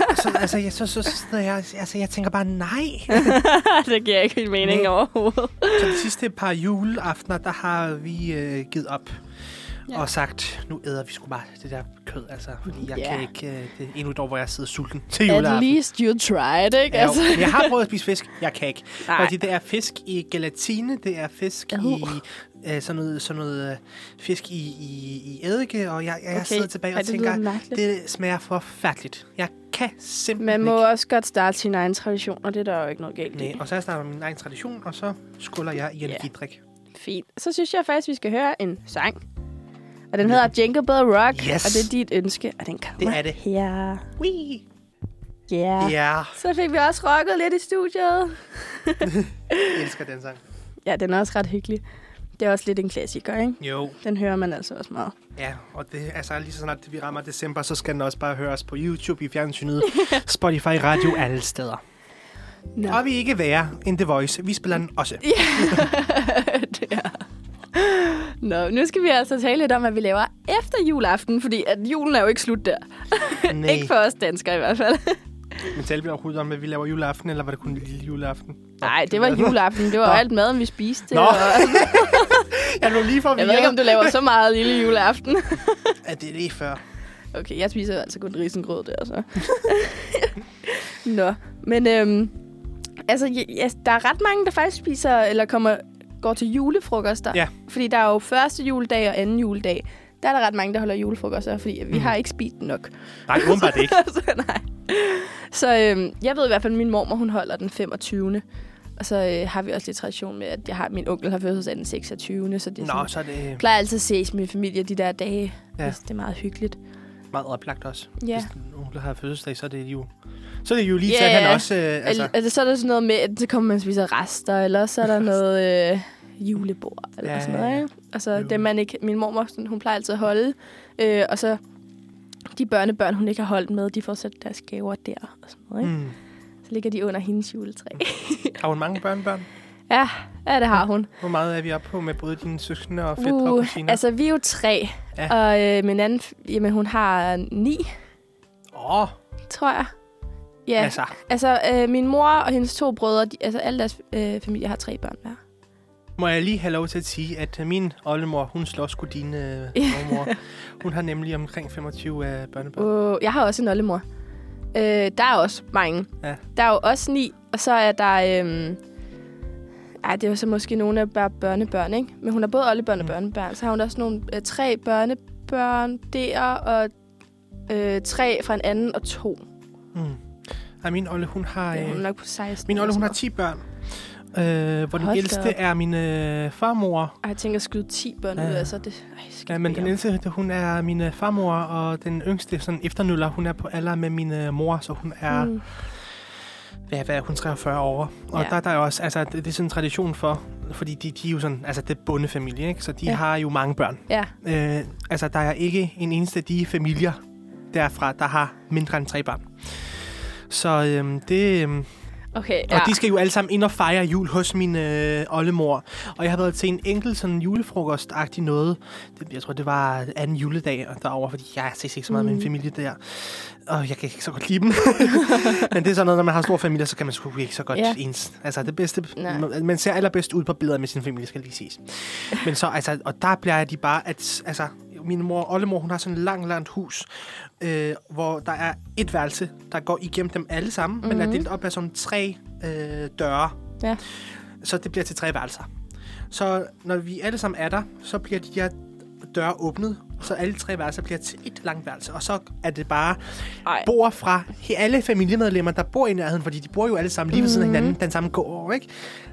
[SPEAKER 3] Og så, altså, jeg, så, så, så sidder jeg, altså, jeg tænker bare, nej.
[SPEAKER 2] det giver ikke helt mening
[SPEAKER 3] Nej.
[SPEAKER 2] overhovedet.
[SPEAKER 3] Så de sidste par juleaftener, der har vi øh, givet op. Ja. Og sagt, nu æder vi sgu bare det der kød, altså. Fordi jeg
[SPEAKER 2] Ja.
[SPEAKER 3] kan ikke... Øh, det er endnu et år, hvor jeg sidder sulten til
[SPEAKER 2] At
[SPEAKER 3] juleaften.
[SPEAKER 2] least you tried, ikke?
[SPEAKER 3] Ja, jo.
[SPEAKER 2] Altså.
[SPEAKER 3] Men jeg har prøvet at spise fisk. Jeg kan ikke.
[SPEAKER 2] Nej.
[SPEAKER 3] Fordi det er fisk i gelatine, det er fisk
[SPEAKER 2] Au.
[SPEAKER 3] i øh, sådan noget, sådan noget øh, fisk i, i, i eddike, og jeg, jeg okay. sidder tilbage og
[SPEAKER 2] Ej, det lyder
[SPEAKER 3] tænker,
[SPEAKER 2] mærkeligt.
[SPEAKER 3] det smager forfærdeligt. Jeg kan
[SPEAKER 2] Man
[SPEAKER 3] simpelthen
[SPEAKER 2] må
[SPEAKER 3] ikke.
[SPEAKER 2] også godt starte sine egne traditioner. Det er der jo ikke noget galt i.
[SPEAKER 3] Nej, og så starter jeg min egen tradition, og så skulder jeg i energidrik.
[SPEAKER 2] Fint. Så synes jeg faktisk, vi skal høre en sang. Og den hedder Jingle Bell Rock.
[SPEAKER 3] Yes.
[SPEAKER 2] Og det er dit ønske. Og den kommer
[SPEAKER 3] Det er det.
[SPEAKER 2] her.
[SPEAKER 3] Wee!
[SPEAKER 2] Yeah.
[SPEAKER 3] Ja,
[SPEAKER 2] Så fik vi også rocket lidt i studiet.
[SPEAKER 3] jeg elsker den sang.
[SPEAKER 2] Ja, den er også ret hyggelig. Det er også lidt en klassiker, ikke?
[SPEAKER 3] Jo.
[SPEAKER 2] Den hører man altså også meget.
[SPEAKER 3] Ja, og det, altså, lige så snart vi rammer december, så skal den også bare høres på YouTube, i fjernsynet, Spotify, radio, alle steder.
[SPEAKER 2] Nå.
[SPEAKER 3] Og vi er ikke værre end The Voice. Vi spiller den også.
[SPEAKER 2] det er. Nå, nu skal vi altså tale lidt om, hvad vi laver efter juleaften, fordi at julen er jo ikke slut der.
[SPEAKER 3] Nej.
[SPEAKER 2] Ikke for os danskere i hvert fald.
[SPEAKER 3] Men talte vi overhovedet om, at vi laver juleaften, eller var det kun lille juleaften?
[SPEAKER 2] Nej, det var juleaften. Det var
[SPEAKER 3] Nå.
[SPEAKER 2] alt maden, vi spiste.
[SPEAKER 3] Nå.
[SPEAKER 2] Og
[SPEAKER 3] Jeg lå lige for
[SPEAKER 2] jeg ved ikke, om du laver så meget lille juleaften.
[SPEAKER 3] Ja, det er lige før.
[SPEAKER 2] Okay, jeg spiser altså kun risengrød der, så. Nå, men øhm, altså, ja, ja, der er ret mange, der faktisk spiser, eller kommer, går til julefrokoster.
[SPEAKER 3] Ja.
[SPEAKER 2] Fordi der er jo første juledag og anden juledag. Der er der ret mange, der holder julefrokoster, fordi vi mm.
[SPEAKER 3] Mhm.
[SPEAKER 2] har ikke spist nok.
[SPEAKER 3] Nej, åbenbart ikke.
[SPEAKER 2] så Altså, nej. Så øhm, jeg ved i hvert fald, at min mormor, hun holder den 25. Og så øh, har vi også lidt tradition med, at jeg har, min onkel har fødselsdag den 26. Så det er
[SPEAKER 3] Nå,
[SPEAKER 2] sådan,
[SPEAKER 3] så er det
[SPEAKER 2] plejer altid at ses med familie de der dage.
[SPEAKER 3] Ja.
[SPEAKER 2] Ja. Det er meget hyggeligt.
[SPEAKER 3] meget oplagt også.
[SPEAKER 2] Ja.
[SPEAKER 3] Hvis nogen der har fødselsdag, så er det jo... Så er det jo lige
[SPEAKER 2] Ja,
[SPEAKER 3] til, at
[SPEAKER 2] ja.
[SPEAKER 3] han også... Øh,
[SPEAKER 2] Altså.
[SPEAKER 3] altså,
[SPEAKER 2] Altså, så er der sådan noget med, at så kommer man og spiser rester, eller så er der noget øh, julebord, eller
[SPEAKER 3] Ja,
[SPEAKER 2] ja, sådan
[SPEAKER 3] ja, ja.
[SPEAKER 2] noget. Ikke? Altså,
[SPEAKER 3] Jo.
[SPEAKER 2] det man ikke... Min mormor, sådan, hun plejer altid at holde. Øh, og så de børnebørn, hun ikke har holdt med, de får så deres gaver der, og sådan noget. Ikke?
[SPEAKER 3] mm.
[SPEAKER 2] Mm. Så ligger de under hendes juletræ.
[SPEAKER 3] Har hun mange børnebørn?
[SPEAKER 2] ja, ja, det har hun.
[SPEAKER 3] Hvor meget er vi oppe på med både dine søskende og fætter og
[SPEAKER 2] Uh,
[SPEAKER 3] kusiner?
[SPEAKER 2] altså, vi er jo tre,
[SPEAKER 3] Ja.
[SPEAKER 2] ja. og øh, min anden... f- Jamen, hun har ni,
[SPEAKER 3] Åh, oh,
[SPEAKER 2] tror jeg.
[SPEAKER 3] ja.
[SPEAKER 2] Ja, altså,
[SPEAKER 3] altså.
[SPEAKER 2] altså øh, min mor og hendes to brødre, de, altså alle deres øh, familie har tre børn hver.
[SPEAKER 3] Må jeg lige have lov til at sige, at øh, min oldemor, hun slår sgu din øh, mormor. Hun har nemlig omkring 25 af børnebørn.
[SPEAKER 2] Uh, jeg har også en oldemor. Øh, der er også mange.
[SPEAKER 3] Ja.
[SPEAKER 2] Der er jo også ni, og så er der... Øhm, ej, det er jo så måske nogle af bare børnebørn, ikke? Men hun har både oldebørn og
[SPEAKER 3] Mm.
[SPEAKER 2] børnebørn. Så har hun også nogle øh, tre børnebørn der, og øh, tre fra en anden og to.
[SPEAKER 3] Mm. Ej, min olle, hun har...
[SPEAKER 2] Ja, hun er
[SPEAKER 3] Øh,
[SPEAKER 2] nok på 16.
[SPEAKER 3] min olle,
[SPEAKER 2] eller
[SPEAKER 3] hun har
[SPEAKER 2] sådan
[SPEAKER 3] 10 børn. Øh, hvor den
[SPEAKER 2] Hold da
[SPEAKER 3] ældste
[SPEAKER 2] op.
[SPEAKER 3] er min øh, farmor,
[SPEAKER 2] noget. Ej, jeg tænker at skyde 10 børn
[SPEAKER 3] Ja.
[SPEAKER 2] ud, altså. Det, ej, skal
[SPEAKER 3] Ja,
[SPEAKER 2] jeg
[SPEAKER 3] men
[SPEAKER 2] bede
[SPEAKER 3] den
[SPEAKER 2] om.
[SPEAKER 3] ældste, hun er min øh, farmor, og den yngste sådan efternøller, hun er på alder med min øh, mor, så hun er, mm.
[SPEAKER 2] Mm.
[SPEAKER 3] hvad, hvad er hun, 43 år. Og ja.
[SPEAKER 2] Ja.
[SPEAKER 3] der, der er også, altså, det, det er sådan en tradition for, fordi de, de er jo sådan, altså det er bondefamilie, ikke? Så de ja.
[SPEAKER 2] Ja.
[SPEAKER 3] har jo mange børn.
[SPEAKER 2] Ja,
[SPEAKER 3] Øh, altså, der er ikke en eneste af de familier derfra, der har mindre end tre børn. Så øhm, det... Øhm,
[SPEAKER 2] okay.
[SPEAKER 3] og
[SPEAKER 2] Ja.
[SPEAKER 3] de skal jo alle sammen ind og fejre jul hos min øh, oldemor. Og jeg har været til en enkelt sådan julefrokost-agtig noget. Det, jeg tror, det var anden juledag derovre, fordi jeg ses ikke så meget mm. med min familie der. Og jeg kan ikke så godt lide dem. Men det er sådan noget, når man har store familier, så kan man sgu ikke så godt ja.
[SPEAKER 2] Ja.
[SPEAKER 3] ens. Altså det bedste,
[SPEAKER 2] Nej.
[SPEAKER 3] man, man ser allerbedst ud på billeder med sin familie, skal lige ses. Men så, altså, og der bliver de bare, at altså, min mor, oldemor, hun har sådan et langt, langt hus, øh, hvor der er et værelse, der går igennem dem alle sammen, mm-hmm. men er delt op af sådan tre øh, døre.
[SPEAKER 2] Ja.
[SPEAKER 3] Så det bliver til tre værelser. Så når vi alle sammen er der, så bliver de her døre åbnet, så alle tre værelser bliver til et langt værelse. Og så er det bare
[SPEAKER 2] Ej.
[SPEAKER 3] bor fra he- alle familiemedlemmer, der bor i nærheden, fordi de bor jo alle sammen lige ved siden
[SPEAKER 2] Mhm.
[SPEAKER 3] af hinanden, den samme gård, ikke?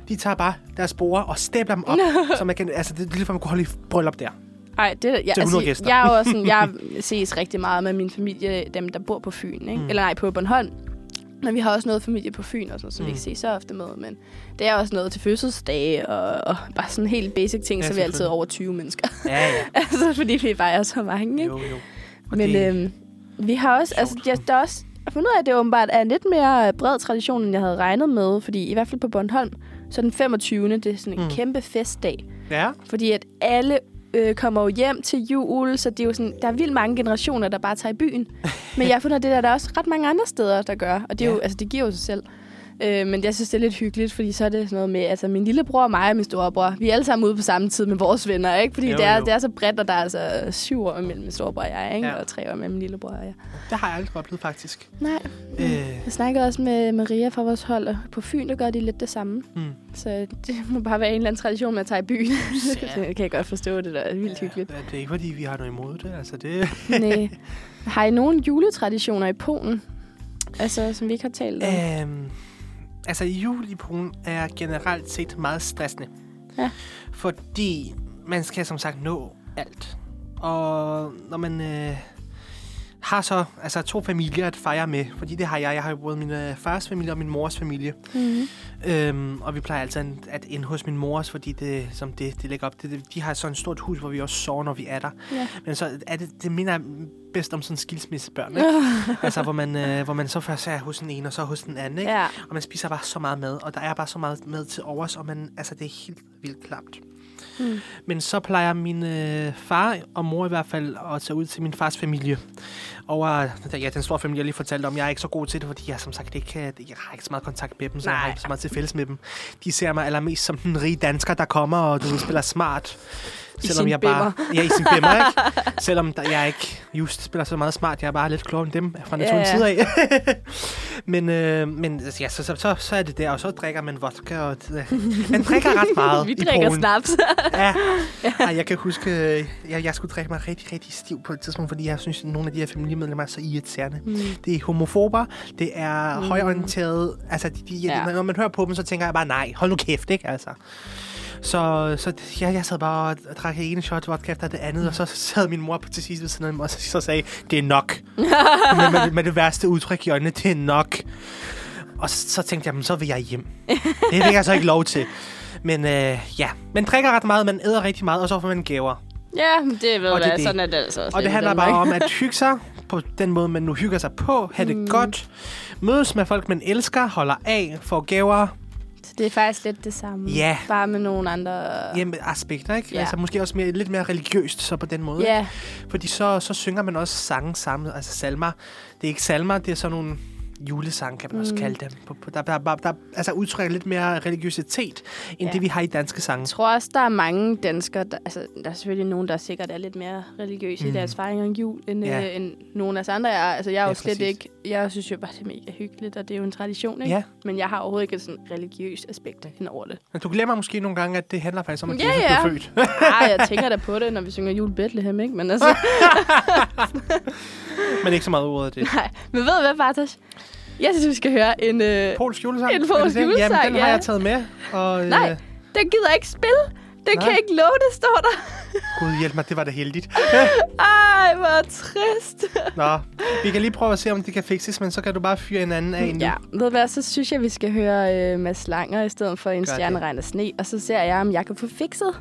[SPEAKER 3] De tager bare deres sporer og stabler dem op, så man kan, altså det er lige for, man kunne holde i bryllup der.
[SPEAKER 2] Ej, det er jeg,
[SPEAKER 3] Til 100
[SPEAKER 2] altså,
[SPEAKER 3] gæster.
[SPEAKER 2] jeg, er jo også sådan, jeg ses rigtig meget med min familie, dem der bor på Fyn, ikke? Mm. eller nej, på Bornholm. Men vi har også noget familie på Fyn, og sådan, som mm. vi ikke ses så ofte med. Men det er også noget til fødselsdage, og, og bare sådan helt basic ting,
[SPEAKER 3] Ja,
[SPEAKER 2] ja, så vi er altid
[SPEAKER 3] selvfølgelig.
[SPEAKER 2] over 20 mennesker.
[SPEAKER 3] Ja, ja.
[SPEAKER 2] altså, fordi vi bare er så mange. Ikke?
[SPEAKER 3] Jo, jo. Og
[SPEAKER 2] Men
[SPEAKER 3] det-
[SPEAKER 2] øhm, vi har også, altså,
[SPEAKER 3] sjovt.
[SPEAKER 2] jeg, der er også, jeg har fundet ud af, at det åbenbart er en lidt mere øh, bred tradition, end jeg havde regnet med. Fordi i hvert fald på Bornholm, så den 25. det er sådan en
[SPEAKER 3] Mm.
[SPEAKER 2] mm. kæmpe festdag.
[SPEAKER 3] ja.
[SPEAKER 2] Fordi at alle øh, kommer jo hjem til jul, så det er jo sådan, der er vildt mange generationer, der bare tager i byen. Men jeg finder, det der, der er også ret mange andre steder, der gør, og det, er jo,
[SPEAKER 3] Ja.
[SPEAKER 2] altså, det giver jo sig selv. Øh, men jeg synes, det er lidt hyggeligt, fordi så er det sådan noget med, altså min lillebror og mig og min storebror, vi er alle sammen ude på samme tid med vores venner, ikke? Fordi
[SPEAKER 3] Jo,
[SPEAKER 2] jo, det, er,
[SPEAKER 3] jo.
[SPEAKER 2] det er så bredt, og der er altså syv år mellem min storebror og jeg, ikke?
[SPEAKER 3] Ja.
[SPEAKER 2] Ja. Og tre år mellem min lillebror og jeg.
[SPEAKER 3] Det har jeg aldrig oplevet, faktisk.
[SPEAKER 2] Nej,
[SPEAKER 3] Øh,
[SPEAKER 2] jeg snakkede også med Maria fra vores hold, og på Fyn, der gør de lidt det samme.
[SPEAKER 3] Mm.
[SPEAKER 2] Så det må bare være en eller anden tradition med at tage i byen.
[SPEAKER 3] Ja.
[SPEAKER 2] det kan jeg godt forstå, det der er vildt hyggeligt.
[SPEAKER 3] ja, det er ikke, fordi vi har noget imod det, altså det...
[SPEAKER 2] Nej. Har I nogen juletraditioner i Polen? Altså, som vi ikke har talt om?
[SPEAKER 3] Øhm, altså, jul i Polen er generelt set meget stressende.
[SPEAKER 2] Ja.
[SPEAKER 3] Fordi man skal som sagt nå alt. Og når man øh, har så altså, to familier at fejre med, fordi det har jeg. Jeg har jo både min øh, fars familie og min mors familie.
[SPEAKER 2] Mm.
[SPEAKER 3] Øhm, og vi plejer altid at- at ende hos min mors, fordi det, som det, det lægger op til, det- de har sådan et stort hus, hvor vi også sover, når vi er der.
[SPEAKER 2] Ja.
[SPEAKER 3] Men så er det, det minder jeg bedst om sådan skilsmissebørn, ikke? altså, hvor man, øh, hvor man så først er hos den ene, og så hos den anden, ikke?
[SPEAKER 2] ja.
[SPEAKER 3] Og man spiser bare så meget mad, og der er bare så meget mad til overs, og man, altså, det er helt vildt klamt.
[SPEAKER 2] Mm.
[SPEAKER 3] Men så plejer min øh, far og mor i hvert fald at tage ud til min fars familie. Over ja, den store familie, jeg lige fortalte om. Jeg er ikke så god til det, fordi jeg som sagt ikke, kan- jeg har ikke så meget kontakt med dem, så Nej. jeg har
[SPEAKER 2] Nej.
[SPEAKER 3] ikke så meget til fælles med dem. De ser mig allermest som den rige dansker, der kommer og du ved, spiller smart.
[SPEAKER 2] I sin
[SPEAKER 3] jeg bare, Ja, i sin bimmer, ikke? Selvom der, jeg ikke just spiller så meget smart, jeg er bare lidt klogere end dem fra naturens
[SPEAKER 2] Ja,
[SPEAKER 3] side af. men øh, men altså, ja, så, så, så, så er det der, og så drikker man vodka. Og, man drikker ret meget
[SPEAKER 2] Vi
[SPEAKER 3] i
[SPEAKER 2] drikker
[SPEAKER 3] Polen.
[SPEAKER 2] snaps.
[SPEAKER 3] Ja. Ej, jeg kan huske, øh, jeg, jeg skulle drikke mig rigtig, rigtig stiv på et tidspunkt, fordi jeg synes, at nogle af de her familiemedlemmer er så irriterende. Mm. Det er homofober, det er mm. højorienterede. Altså, de, de,
[SPEAKER 2] Ja.
[SPEAKER 3] ja. når man hører på dem, så tænker jeg bare, nej, hold nu kæft, ikke? Altså. Så, så jeg, jeg sad bare og drak en shot vodka efter det andet, og så sad min mor på til sidst ved siden af mig, og så, så sagde, det er nok. med, med, med det værste udtryk i øjnene, det er nok. Og så, så tænkte jeg, "Men så vil jeg hjem. Det fik jeg så ikke lov til. Men øh, ja, man drikker ret meget, man æder rigtig meget, og så får man gaver.
[SPEAKER 2] ja, det ved
[SPEAKER 3] Og det er
[SPEAKER 2] jeg.
[SPEAKER 3] det.
[SPEAKER 2] Sådan er det altså også.
[SPEAKER 3] Og det
[SPEAKER 2] lidt i
[SPEAKER 3] handler
[SPEAKER 2] Danmark.
[SPEAKER 3] bare om at hygge sig på den måde, man nu hygger sig på, have det mm. godt, mødes med folk, man elsker, holder af, får gaver,
[SPEAKER 2] Så det er faktisk lidt det samme.
[SPEAKER 3] Ja.
[SPEAKER 2] Bare med nogle andre...
[SPEAKER 3] hjemme aspekter, ikke?
[SPEAKER 2] Ja.
[SPEAKER 3] Yeah. Altså måske også mere, lidt mere religiøst så på den måde. ikke?
[SPEAKER 2] Ja,
[SPEAKER 3] Fordi så, så synger man også sange sammen, altså salmer. Det er ikke salmer, det er sådan nogle julesange, kan man mm. også kalde dem. På, på, der, der, der, der altså udtrykker lidt mere religiøsitet, end
[SPEAKER 2] Ja.
[SPEAKER 3] yeah. det vi har i danske sange.
[SPEAKER 2] jeg tror også, der er mange danskere, der, altså, der er selvfølgelig nogen, der sikkert er lidt mere religiøse mm. i deres fejring om jul, end,
[SPEAKER 3] Ja.
[SPEAKER 2] ja. øh, end nogen af os andre er. Altså, jeg er jo
[SPEAKER 3] Ja,
[SPEAKER 2] slet
[SPEAKER 3] præcis.
[SPEAKER 2] ikke... Jeg synes jo bare, det er mega hyggeligt, og det er jo en tradition, ikke?
[SPEAKER 3] Ja.
[SPEAKER 2] Men jeg har overhovedet ikke et sådan religiøst aspekt ind over det.
[SPEAKER 3] Men du glemmer måske nogle gange, at det handler faktisk om, at
[SPEAKER 2] Ja,
[SPEAKER 3] Jesus
[SPEAKER 2] ja.
[SPEAKER 3] blev født.
[SPEAKER 2] Ah, jeg tænker da på det, når vi synger jul Bethlehem, ikke? Men altså...
[SPEAKER 3] Men ikke så meget ordet af det.
[SPEAKER 2] Nej, men ved du hvad, Bartosz? Jeg synes, vi skal høre en... Øh,
[SPEAKER 3] Polsk julesang?
[SPEAKER 2] En
[SPEAKER 3] er det
[SPEAKER 2] polsk
[SPEAKER 3] det? Jamen,
[SPEAKER 2] julesang,
[SPEAKER 3] den har
[SPEAKER 2] ja.
[SPEAKER 3] jeg taget med. Og,
[SPEAKER 2] Nej.
[SPEAKER 3] Øh,
[SPEAKER 2] den gider ikke spille. Den
[SPEAKER 3] Nej.
[SPEAKER 2] kan ikke love det, står der.
[SPEAKER 3] Gud hjælp mig, det var da heldigt.
[SPEAKER 2] Ej, hvor trist.
[SPEAKER 3] Nå, vi kan lige prøve at se, om det kan fikses, men så kan du bare fyre en anden af nu.
[SPEAKER 2] Ja, ved du hvad, så synes jeg, vi skal høre øh, Mads Langer i stedet for En
[SPEAKER 3] Gør
[SPEAKER 2] stjerne
[SPEAKER 3] det.
[SPEAKER 2] regner sne. Og så ser jeg, om jeg kan få fikset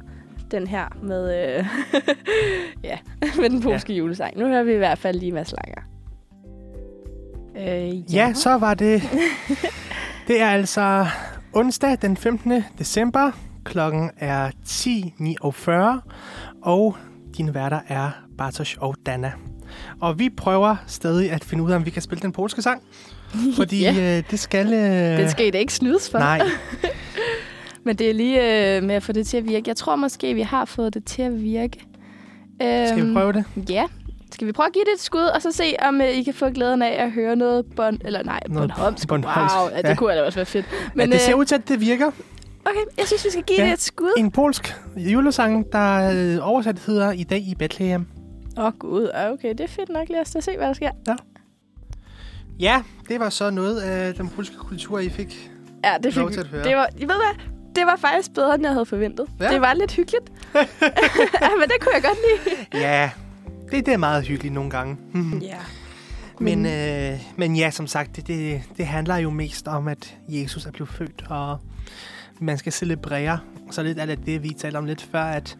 [SPEAKER 2] den her med, øh, ja, med den polske ja. julesang. Nu hører vi i hvert fald lige Mads Langer. Øh,
[SPEAKER 3] Ja, så var det. Det er altså onsdag den 15. december. Klokken er 10.49, og dine værter er Bartosz og Dana. Og vi prøver stadig at finde ud af, om vi kan spille den polske sang. Fordi
[SPEAKER 2] Ja.
[SPEAKER 3] ja. øh, det skal... Øh,
[SPEAKER 2] Den skal I da ikke snydes for.
[SPEAKER 3] Nej,
[SPEAKER 2] Men det er lige øh, med at få det til at virke. Jeg tror måske, vi har fået det til at virke. Øhm,
[SPEAKER 3] skal vi prøve det?
[SPEAKER 2] Ja. Skal vi prøve at give det et skud, og så se, om øh, I kan få glæden af at høre noget Bond... Eller nej,
[SPEAKER 3] Noget
[SPEAKER 2] Bornholmsk.
[SPEAKER 3] bornholmsk,
[SPEAKER 2] Wow, ja, det
[SPEAKER 3] ja.
[SPEAKER 2] kunne da også være fedt.
[SPEAKER 3] Men,
[SPEAKER 2] Men
[SPEAKER 3] ja, det ser
[SPEAKER 2] øh,
[SPEAKER 3] ud til, at det virker.
[SPEAKER 2] okay, jeg synes, vi skal give
[SPEAKER 3] Ja.
[SPEAKER 2] det et skud.
[SPEAKER 3] En polsk julesang, der øh, oversat hedder I dag i Bethlehem.
[SPEAKER 2] Åh, oh, gud. Ah, Okay, det er fedt nok. Lad os da se, hvad der sker.
[SPEAKER 3] Ja, det var så noget af den polske kultur, I fik.
[SPEAKER 2] Ja, det
[SPEAKER 3] Lov til at
[SPEAKER 2] fik
[SPEAKER 3] høre.
[SPEAKER 2] det var, I ved hvad? Det var faktisk bedre, end jeg havde forventet.
[SPEAKER 3] Ja.
[SPEAKER 2] Det var lidt hyggeligt. ja, men det kunne jeg godt lide.
[SPEAKER 3] Ja, det, det er meget hyggeligt nogle gange.
[SPEAKER 2] Ja.
[SPEAKER 3] Men, øh, men ja, som sagt, det, det, det handler jo mest om, at Jesus er blevet født, og man skal celebrere. Så lidt af det, det, vi talte om lidt før, at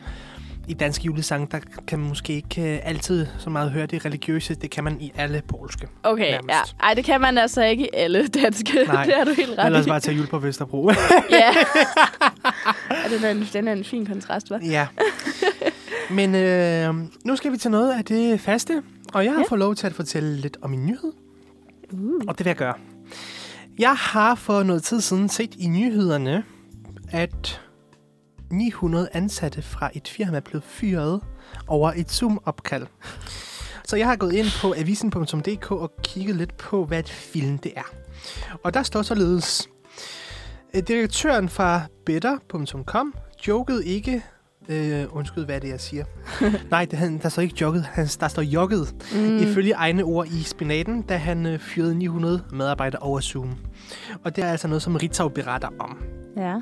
[SPEAKER 3] i danske julesange, der kan man måske ikke øh, altid så meget høre det religiøse. Det kan man i alle polske.
[SPEAKER 2] Okay, ja.
[SPEAKER 3] Nærmest.
[SPEAKER 2] Ej, det kan man altså ikke i alle danske.
[SPEAKER 3] Nej.
[SPEAKER 2] det har du helt ret
[SPEAKER 3] Ellers
[SPEAKER 2] i.
[SPEAKER 3] bare tage jul på Vesterbro.
[SPEAKER 2] Ja. Og den er, en, den er en fin kontrast, hva'?
[SPEAKER 3] ja. Men øh, nu skal vi til noget af det faste, og jeg har ja. fået lov til at fortælle lidt om min nyhed.
[SPEAKER 2] Uh.
[SPEAKER 3] Og det vil jeg gøre. Jeg har for noget tid siden set i nyhederne, at 900 ansatte fra et firma er blevet fyret over et Zoom-opkald. Så jeg har gået ind på avisen.dk og kigget lidt på, hvad et film det er. Og der står således, øh, direktøren fra better.com jokede ikke, øh, undskyld, hvad er det, jeg siger? Nej, det, han, der står ikke jokket, han, der står jokket mm. ifølge egne ord i Spinaten, da han øh, fyrede 900 medarbejdere over Zoom. Og det er altså noget, som Ritzau beretter om.
[SPEAKER 2] Ja.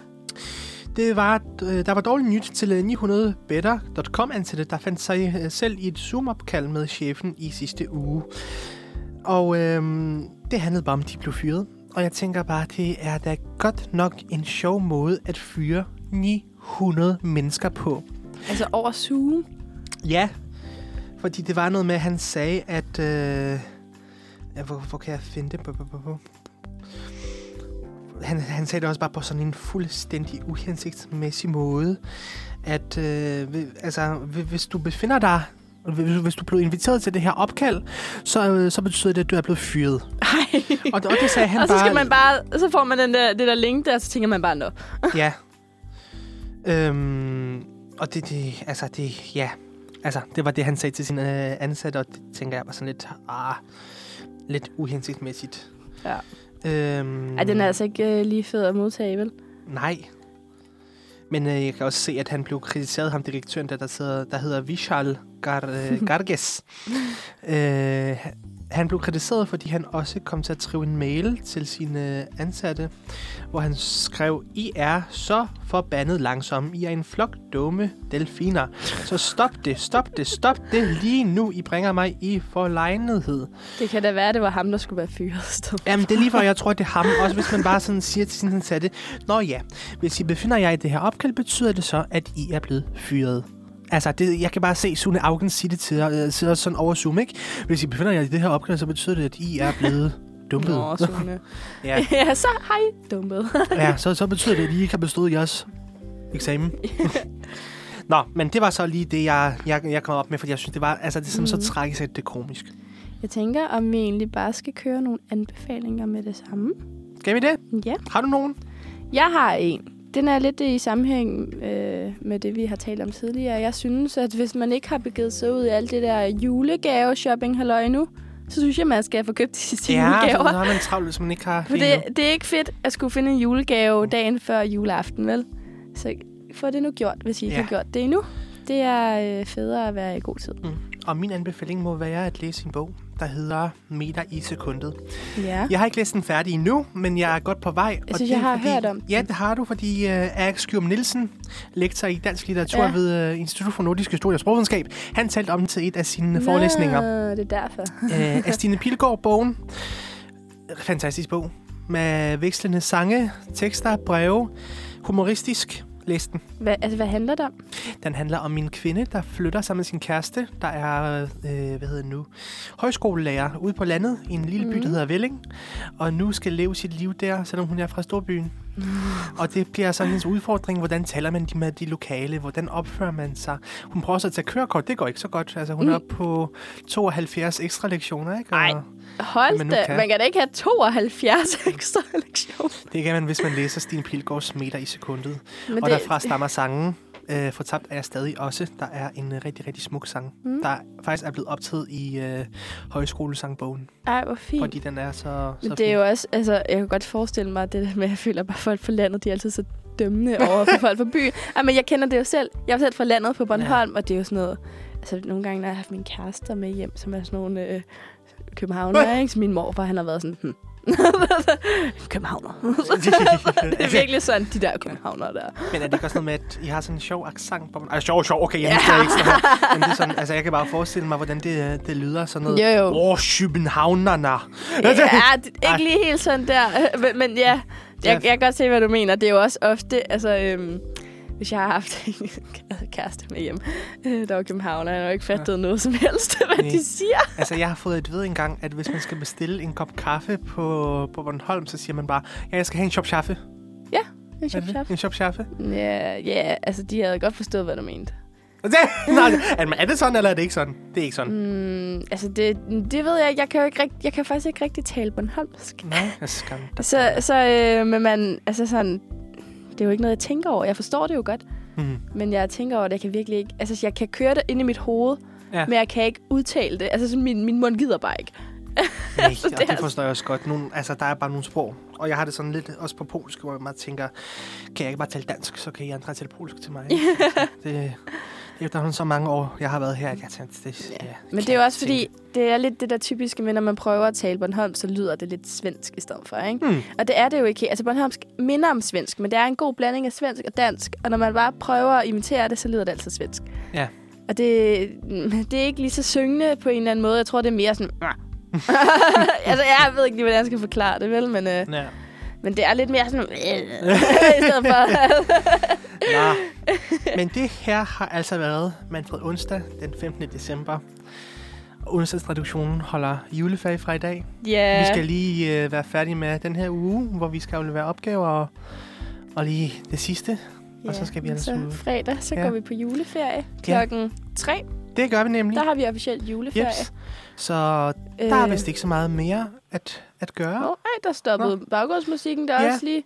[SPEAKER 3] Det var, at, øh, der var dårligt nyt til 900better.com-ansatte, der fandt sig øh, selv i et Zoom-opkald med chefen i sidste uge. Og øh, det handlede bare om, at de blev fyret. Og jeg tænker bare, det er da godt nok en sjov måde at fyre 900 mennesker på.
[SPEAKER 2] Altså over Zoom.
[SPEAKER 3] Ja, fordi det var noget med, at han sagde, at... Øh, ja, hvor, hvor kan jeg finde det? Bu- bu- bu- bu. Han, han sagde det også bare på sådan en fuldstændig uhensigtsmæssig måde, at øh, hvi- altså, hvi- hvis du befinder dig... Hvis, hvis du blev inviteret til det her opkald, så, øh, så betyder det, at du er blevet fyret.
[SPEAKER 2] Ej.
[SPEAKER 3] Og, og det sagde han
[SPEAKER 2] og så skal
[SPEAKER 3] bare...
[SPEAKER 2] man bare, så får man den der, det der link der, og så tænker man bare, nå.
[SPEAKER 3] Ja. Øhm, og det, det, altså det, ja. Altså, det var det, han sagde til sin øh, ansatte, og det tænker jeg var sådan lidt, ah, lidt uhensigtsmæssigt.
[SPEAKER 2] Ja.
[SPEAKER 3] Øhm,
[SPEAKER 2] Ej, den er altså ikke øh, lige fed at modtage, vel?
[SPEAKER 3] Nej. Men øh, jeg kan også se, at han blev kritiseret, ham direktøren, der, der, sidder, der hedder Vishal Gar, øh, Garges. øh, han blev kritiseret, fordi han også kom til at skrive en mail til sine ansatte, hvor han skrev, I er så forbandet langsomme. I er en flok dumme delfiner. Så stop det, stop det, stop det lige nu. I bringer mig i forlegenhed.
[SPEAKER 2] Det kan da være, det var ham, der skulle være fyret. stå.
[SPEAKER 3] Jamen, det er lige før, jeg tror, det er ham. Også hvis man bare sådan siger til sin ansatte, Nå ja, hvis I befinder jer i det her opkald, betyder det så, at I er blevet fyret. Altså, det, jeg kan bare se Sune Augen sige det til øh, sidder sådan over Zoom, ikke? Hvis I befinder jer i det her opkald, så betyder det, at I er blevet dumpet.
[SPEAKER 2] Nå, Sune.
[SPEAKER 3] ja,
[SPEAKER 2] ja, så hej, dumpet.
[SPEAKER 3] ja så, så betyder det, at I ikke har bestået jeres eksamen. Nå, men det var så lige det, jeg, jeg, jeg kom op med, fordi jeg synes, det var altså, det er
[SPEAKER 2] Mhm.
[SPEAKER 3] simpelthen mm. så tragisk, at det er komisk.
[SPEAKER 2] Jeg tænker, om vi egentlig bare skal køre nogle anbefalinger med det samme.
[SPEAKER 3] Skal vi det?
[SPEAKER 2] Ja.
[SPEAKER 3] Har du nogen?
[SPEAKER 2] Jeg har en. Den er lidt i sammenhæng øh, med det, vi har talt om tidligere. Jeg synes, at hvis man ikke har begivet sig ud i alt det der julegave-shopping halløj nu, så synes jeg, man skal få købt de sidste
[SPEAKER 3] ja, så
[SPEAKER 2] julegaver.
[SPEAKER 3] har man travlt, hvis man ikke har...
[SPEAKER 2] For
[SPEAKER 3] lige nu.
[SPEAKER 2] det, det er ikke fedt at skulle finde en julegave dagen før juleaften, vel? Så få det nu gjort, hvis I ikke
[SPEAKER 3] Ja.
[SPEAKER 2] har gjort det endnu. Det er øh, federe at være i god tid.
[SPEAKER 3] Og min anbefaling må være at læse en bog, der hedder Meter i sekundet.
[SPEAKER 2] Ja.
[SPEAKER 3] Jeg har ikke læst den færdig endnu, men jeg er godt på vej. og
[SPEAKER 2] synes,
[SPEAKER 3] det er
[SPEAKER 2] jeg har
[SPEAKER 3] fordi,
[SPEAKER 2] hørt om den.
[SPEAKER 3] Ja, det har du, fordi uh, Erik Skjum Nielsen, lektor i dansk litteratur ja.
[SPEAKER 2] Ja.
[SPEAKER 3] ved uh, Institut for Nordisk Historie og Sprogvidenskab, han talte om den til et af sine Nå. forelæsninger.
[SPEAKER 2] Nå, det er derfor.
[SPEAKER 3] Uh, af Stine Pilgaard-bogen. Fantastisk bog. Med vekslende sange, tekster, breve. Humoristisk. Læs den.
[SPEAKER 2] Hva, altså, hvad handler det om?
[SPEAKER 3] Den handler om en kvinde, der flytter sammen med sin kæreste, der er, øh, hvad hedder det nu, højskolelærer ude på landet i en lille by, mm. der hedder Velling. Og nu skal leve sit liv der, selvom hun er fra Storbyen. Mm. Og det bliver sådan hendes udfordring, hvordan taler man de med de lokale, hvordan opfører man sig. Hun prøver så at tage kørekort, det går ikke så godt. Altså hun mm. er oppe på 72 ekstra lektioner, ikke?
[SPEAKER 2] Ej.
[SPEAKER 3] Og
[SPEAKER 2] Hold
[SPEAKER 3] Men
[SPEAKER 2] man
[SPEAKER 3] nu
[SPEAKER 2] da,
[SPEAKER 3] kan-
[SPEAKER 2] kan. man kan da ikke have 72 ekstra lektioner.
[SPEAKER 3] det kan man, hvis man læser Stine Pilgaards meter i sekundet.
[SPEAKER 2] Men
[SPEAKER 3] og
[SPEAKER 2] det-
[SPEAKER 3] derfra stammer sangen. Øh, Fortabt er jeg stadig også. Der er en øh, rigtig, rigtig smuk sang, mm. der faktisk er blevet optaget i øh, højskolesangbogen,
[SPEAKER 2] Ej, hvor
[SPEAKER 3] mm.
[SPEAKER 2] fint.
[SPEAKER 3] fordi den er så, så
[SPEAKER 2] Men det er
[SPEAKER 3] fin.
[SPEAKER 2] jo også, altså, jeg kan godt forestille mig, at det der med, at jeg føler bare, at folk fra landet, de er altid så dømmende over for folk fra byen. Ej, men jeg kender det jo selv. Jeg er selv fra landet på Bornholm, ja. og det er jo sådan noget... Altså, nogle gange, når jeg har haft mine kærester med hjem, som er sådan nogle øh, københavner, ikke? Så min morfar, han har været sådan... Hmm. københavner. det er virkelig sådan, de der københavner der.
[SPEAKER 3] Men er det ikke også noget med, at I har sådan en sjov accent? På, altså, sjov, sjov, okay, jeg yeah. ikke sådan her. Men det er sådan, altså, jeg kan bare forestille mig, hvordan det, øh, det lyder sådan noget.
[SPEAKER 2] Jo, jo.
[SPEAKER 3] Åh, Københavnerne.
[SPEAKER 2] Ja, det, ikke lige helt sådan der, men, men ja, jeg, jeg kan godt se, hvad du mener. Det er jo også ofte, altså, øhm, hvis jeg har haft en kæreste med hjem, øh, der var københavner, jeg har jo ikke fattet ja. noget som helst, hvad
[SPEAKER 3] Nej.
[SPEAKER 2] de siger.
[SPEAKER 3] Altså, jeg har fået et ved engang, at hvis man skal bestille en kop kaffe på, på Bornholm, så siger man bare, ja, jeg skal have en shop shaffe.
[SPEAKER 2] Shop, shop.
[SPEAKER 3] En shop shaffe.
[SPEAKER 2] Ja, ja, altså, de havde godt forstået, hvad du mente.
[SPEAKER 3] Nej, er- er det sådan, eller er det ikke sådan? Det er ikke sådan.
[SPEAKER 2] Mm, altså, det, det ved jeg, jeg kan jo ikke rigtig, jeg kan faktisk ikke rigtig tale Bornholmsk.
[SPEAKER 3] Nej, jeg skam.
[SPEAKER 2] Så, så øh, men man, altså sådan, det er jo ikke noget, jeg tænker over. Jeg forstår det jo godt.
[SPEAKER 3] Mhm.
[SPEAKER 2] Mm. Men jeg tænker over det, jeg kan virkelig ikke... Altså, jeg kan køre det ind i mit hoved,
[SPEAKER 3] Ja.
[SPEAKER 2] ja. men jeg kan ikke udtale det. Altså, sådan, min, min mund gider bare ikke.
[SPEAKER 3] Nej,
[SPEAKER 2] Så det
[SPEAKER 3] og
[SPEAKER 2] er
[SPEAKER 3] det forstår jeg også godt. Nogle, altså, der er bare nogle sprog. Og jeg har det sådan lidt også på polsk, hvor jeg bare tænker, kan jeg ikke bare tale dansk, så kan I andre tale polsk til mig. ikke? det, det efterhånden så mange år, jeg har været her, at jeg tænkte, det, ja.
[SPEAKER 2] Men det er jo også fordi, det er lidt det der typiske med, når man prøver at tale Bornholm, så lyder det lidt svensk i stedet for, ikke?
[SPEAKER 3] Hmm.
[SPEAKER 2] Og det er det jo ikke. Altså, Bornholmsk minder om svensk, men det er en god blanding af svensk og dansk. Og når man bare prøver at imitere det, så lyder det altså svensk.
[SPEAKER 3] Ja.
[SPEAKER 2] Og det, mm, det er ikke lige så syngende på en eller anden måde. Jeg tror, det er mere sådan... "Mwah." altså, jeg ved ikke lige, hvordan jeg skal forklare det, vel? Men, øh,
[SPEAKER 3] Ja.
[SPEAKER 2] men det er lidt mere sådan... "Øh," I stedet for...
[SPEAKER 3] Nå. Men det her har altså været Manfred Onsdag den 15. december. Onsdagstraduktionen holder juleferie fra i dag.
[SPEAKER 2] ja.
[SPEAKER 3] Vi skal lige øh, være færdige med den her uge, hvor vi skal levere opgaver og, og lige det sidste. og så skal vi
[SPEAKER 2] men
[SPEAKER 3] ellers
[SPEAKER 2] så
[SPEAKER 3] ud.
[SPEAKER 2] fredag, så
[SPEAKER 3] Ja.
[SPEAKER 2] går vi på juleferie
[SPEAKER 3] Ja.
[SPEAKER 2] klokken 3.
[SPEAKER 3] Det gør vi nemlig.
[SPEAKER 2] Der Øh. har vi officielt juleferie.
[SPEAKER 3] Jeps. Så der er vist ikke så meget mere at, at
[SPEAKER 2] Øh,
[SPEAKER 3] gøre.
[SPEAKER 2] Nå, ej, der stoppede baggrundsmusikken der
[SPEAKER 3] Ja.
[SPEAKER 2] også lige.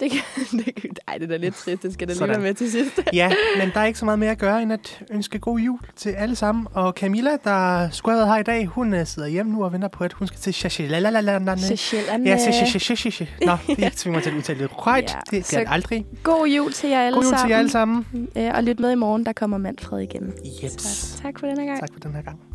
[SPEAKER 2] Det kan, det kan, ej, det er da lidt trist. Den skal da lige
[SPEAKER 3] Sådan.
[SPEAKER 2] være med til sidst.
[SPEAKER 3] Ja, men der er ikke så meget mere at gøre, end at ønske god jul til alle sammen. Og Camilla, der skulle have været her i dag, hun øh, sidder hjemme nu og venter på, at hun skal til Shashalalalalalalane.
[SPEAKER 2] Seychellerne.
[SPEAKER 3] Ja, se, se, se, se, se. Nå, det tvinger mig til at udtale det korrekt.
[SPEAKER 2] Ja,
[SPEAKER 3] Ja, det
[SPEAKER 2] så
[SPEAKER 3] gør det aldrig.
[SPEAKER 2] God jul til jer alle
[SPEAKER 3] God jul
[SPEAKER 2] sammen.
[SPEAKER 3] til jer alle sammen.
[SPEAKER 2] Øh, Og lyt med i morgen, der kommer Manfred igen.
[SPEAKER 3] Jeps.
[SPEAKER 2] Så, tak for denne gang.
[SPEAKER 3] Tak for den her gang.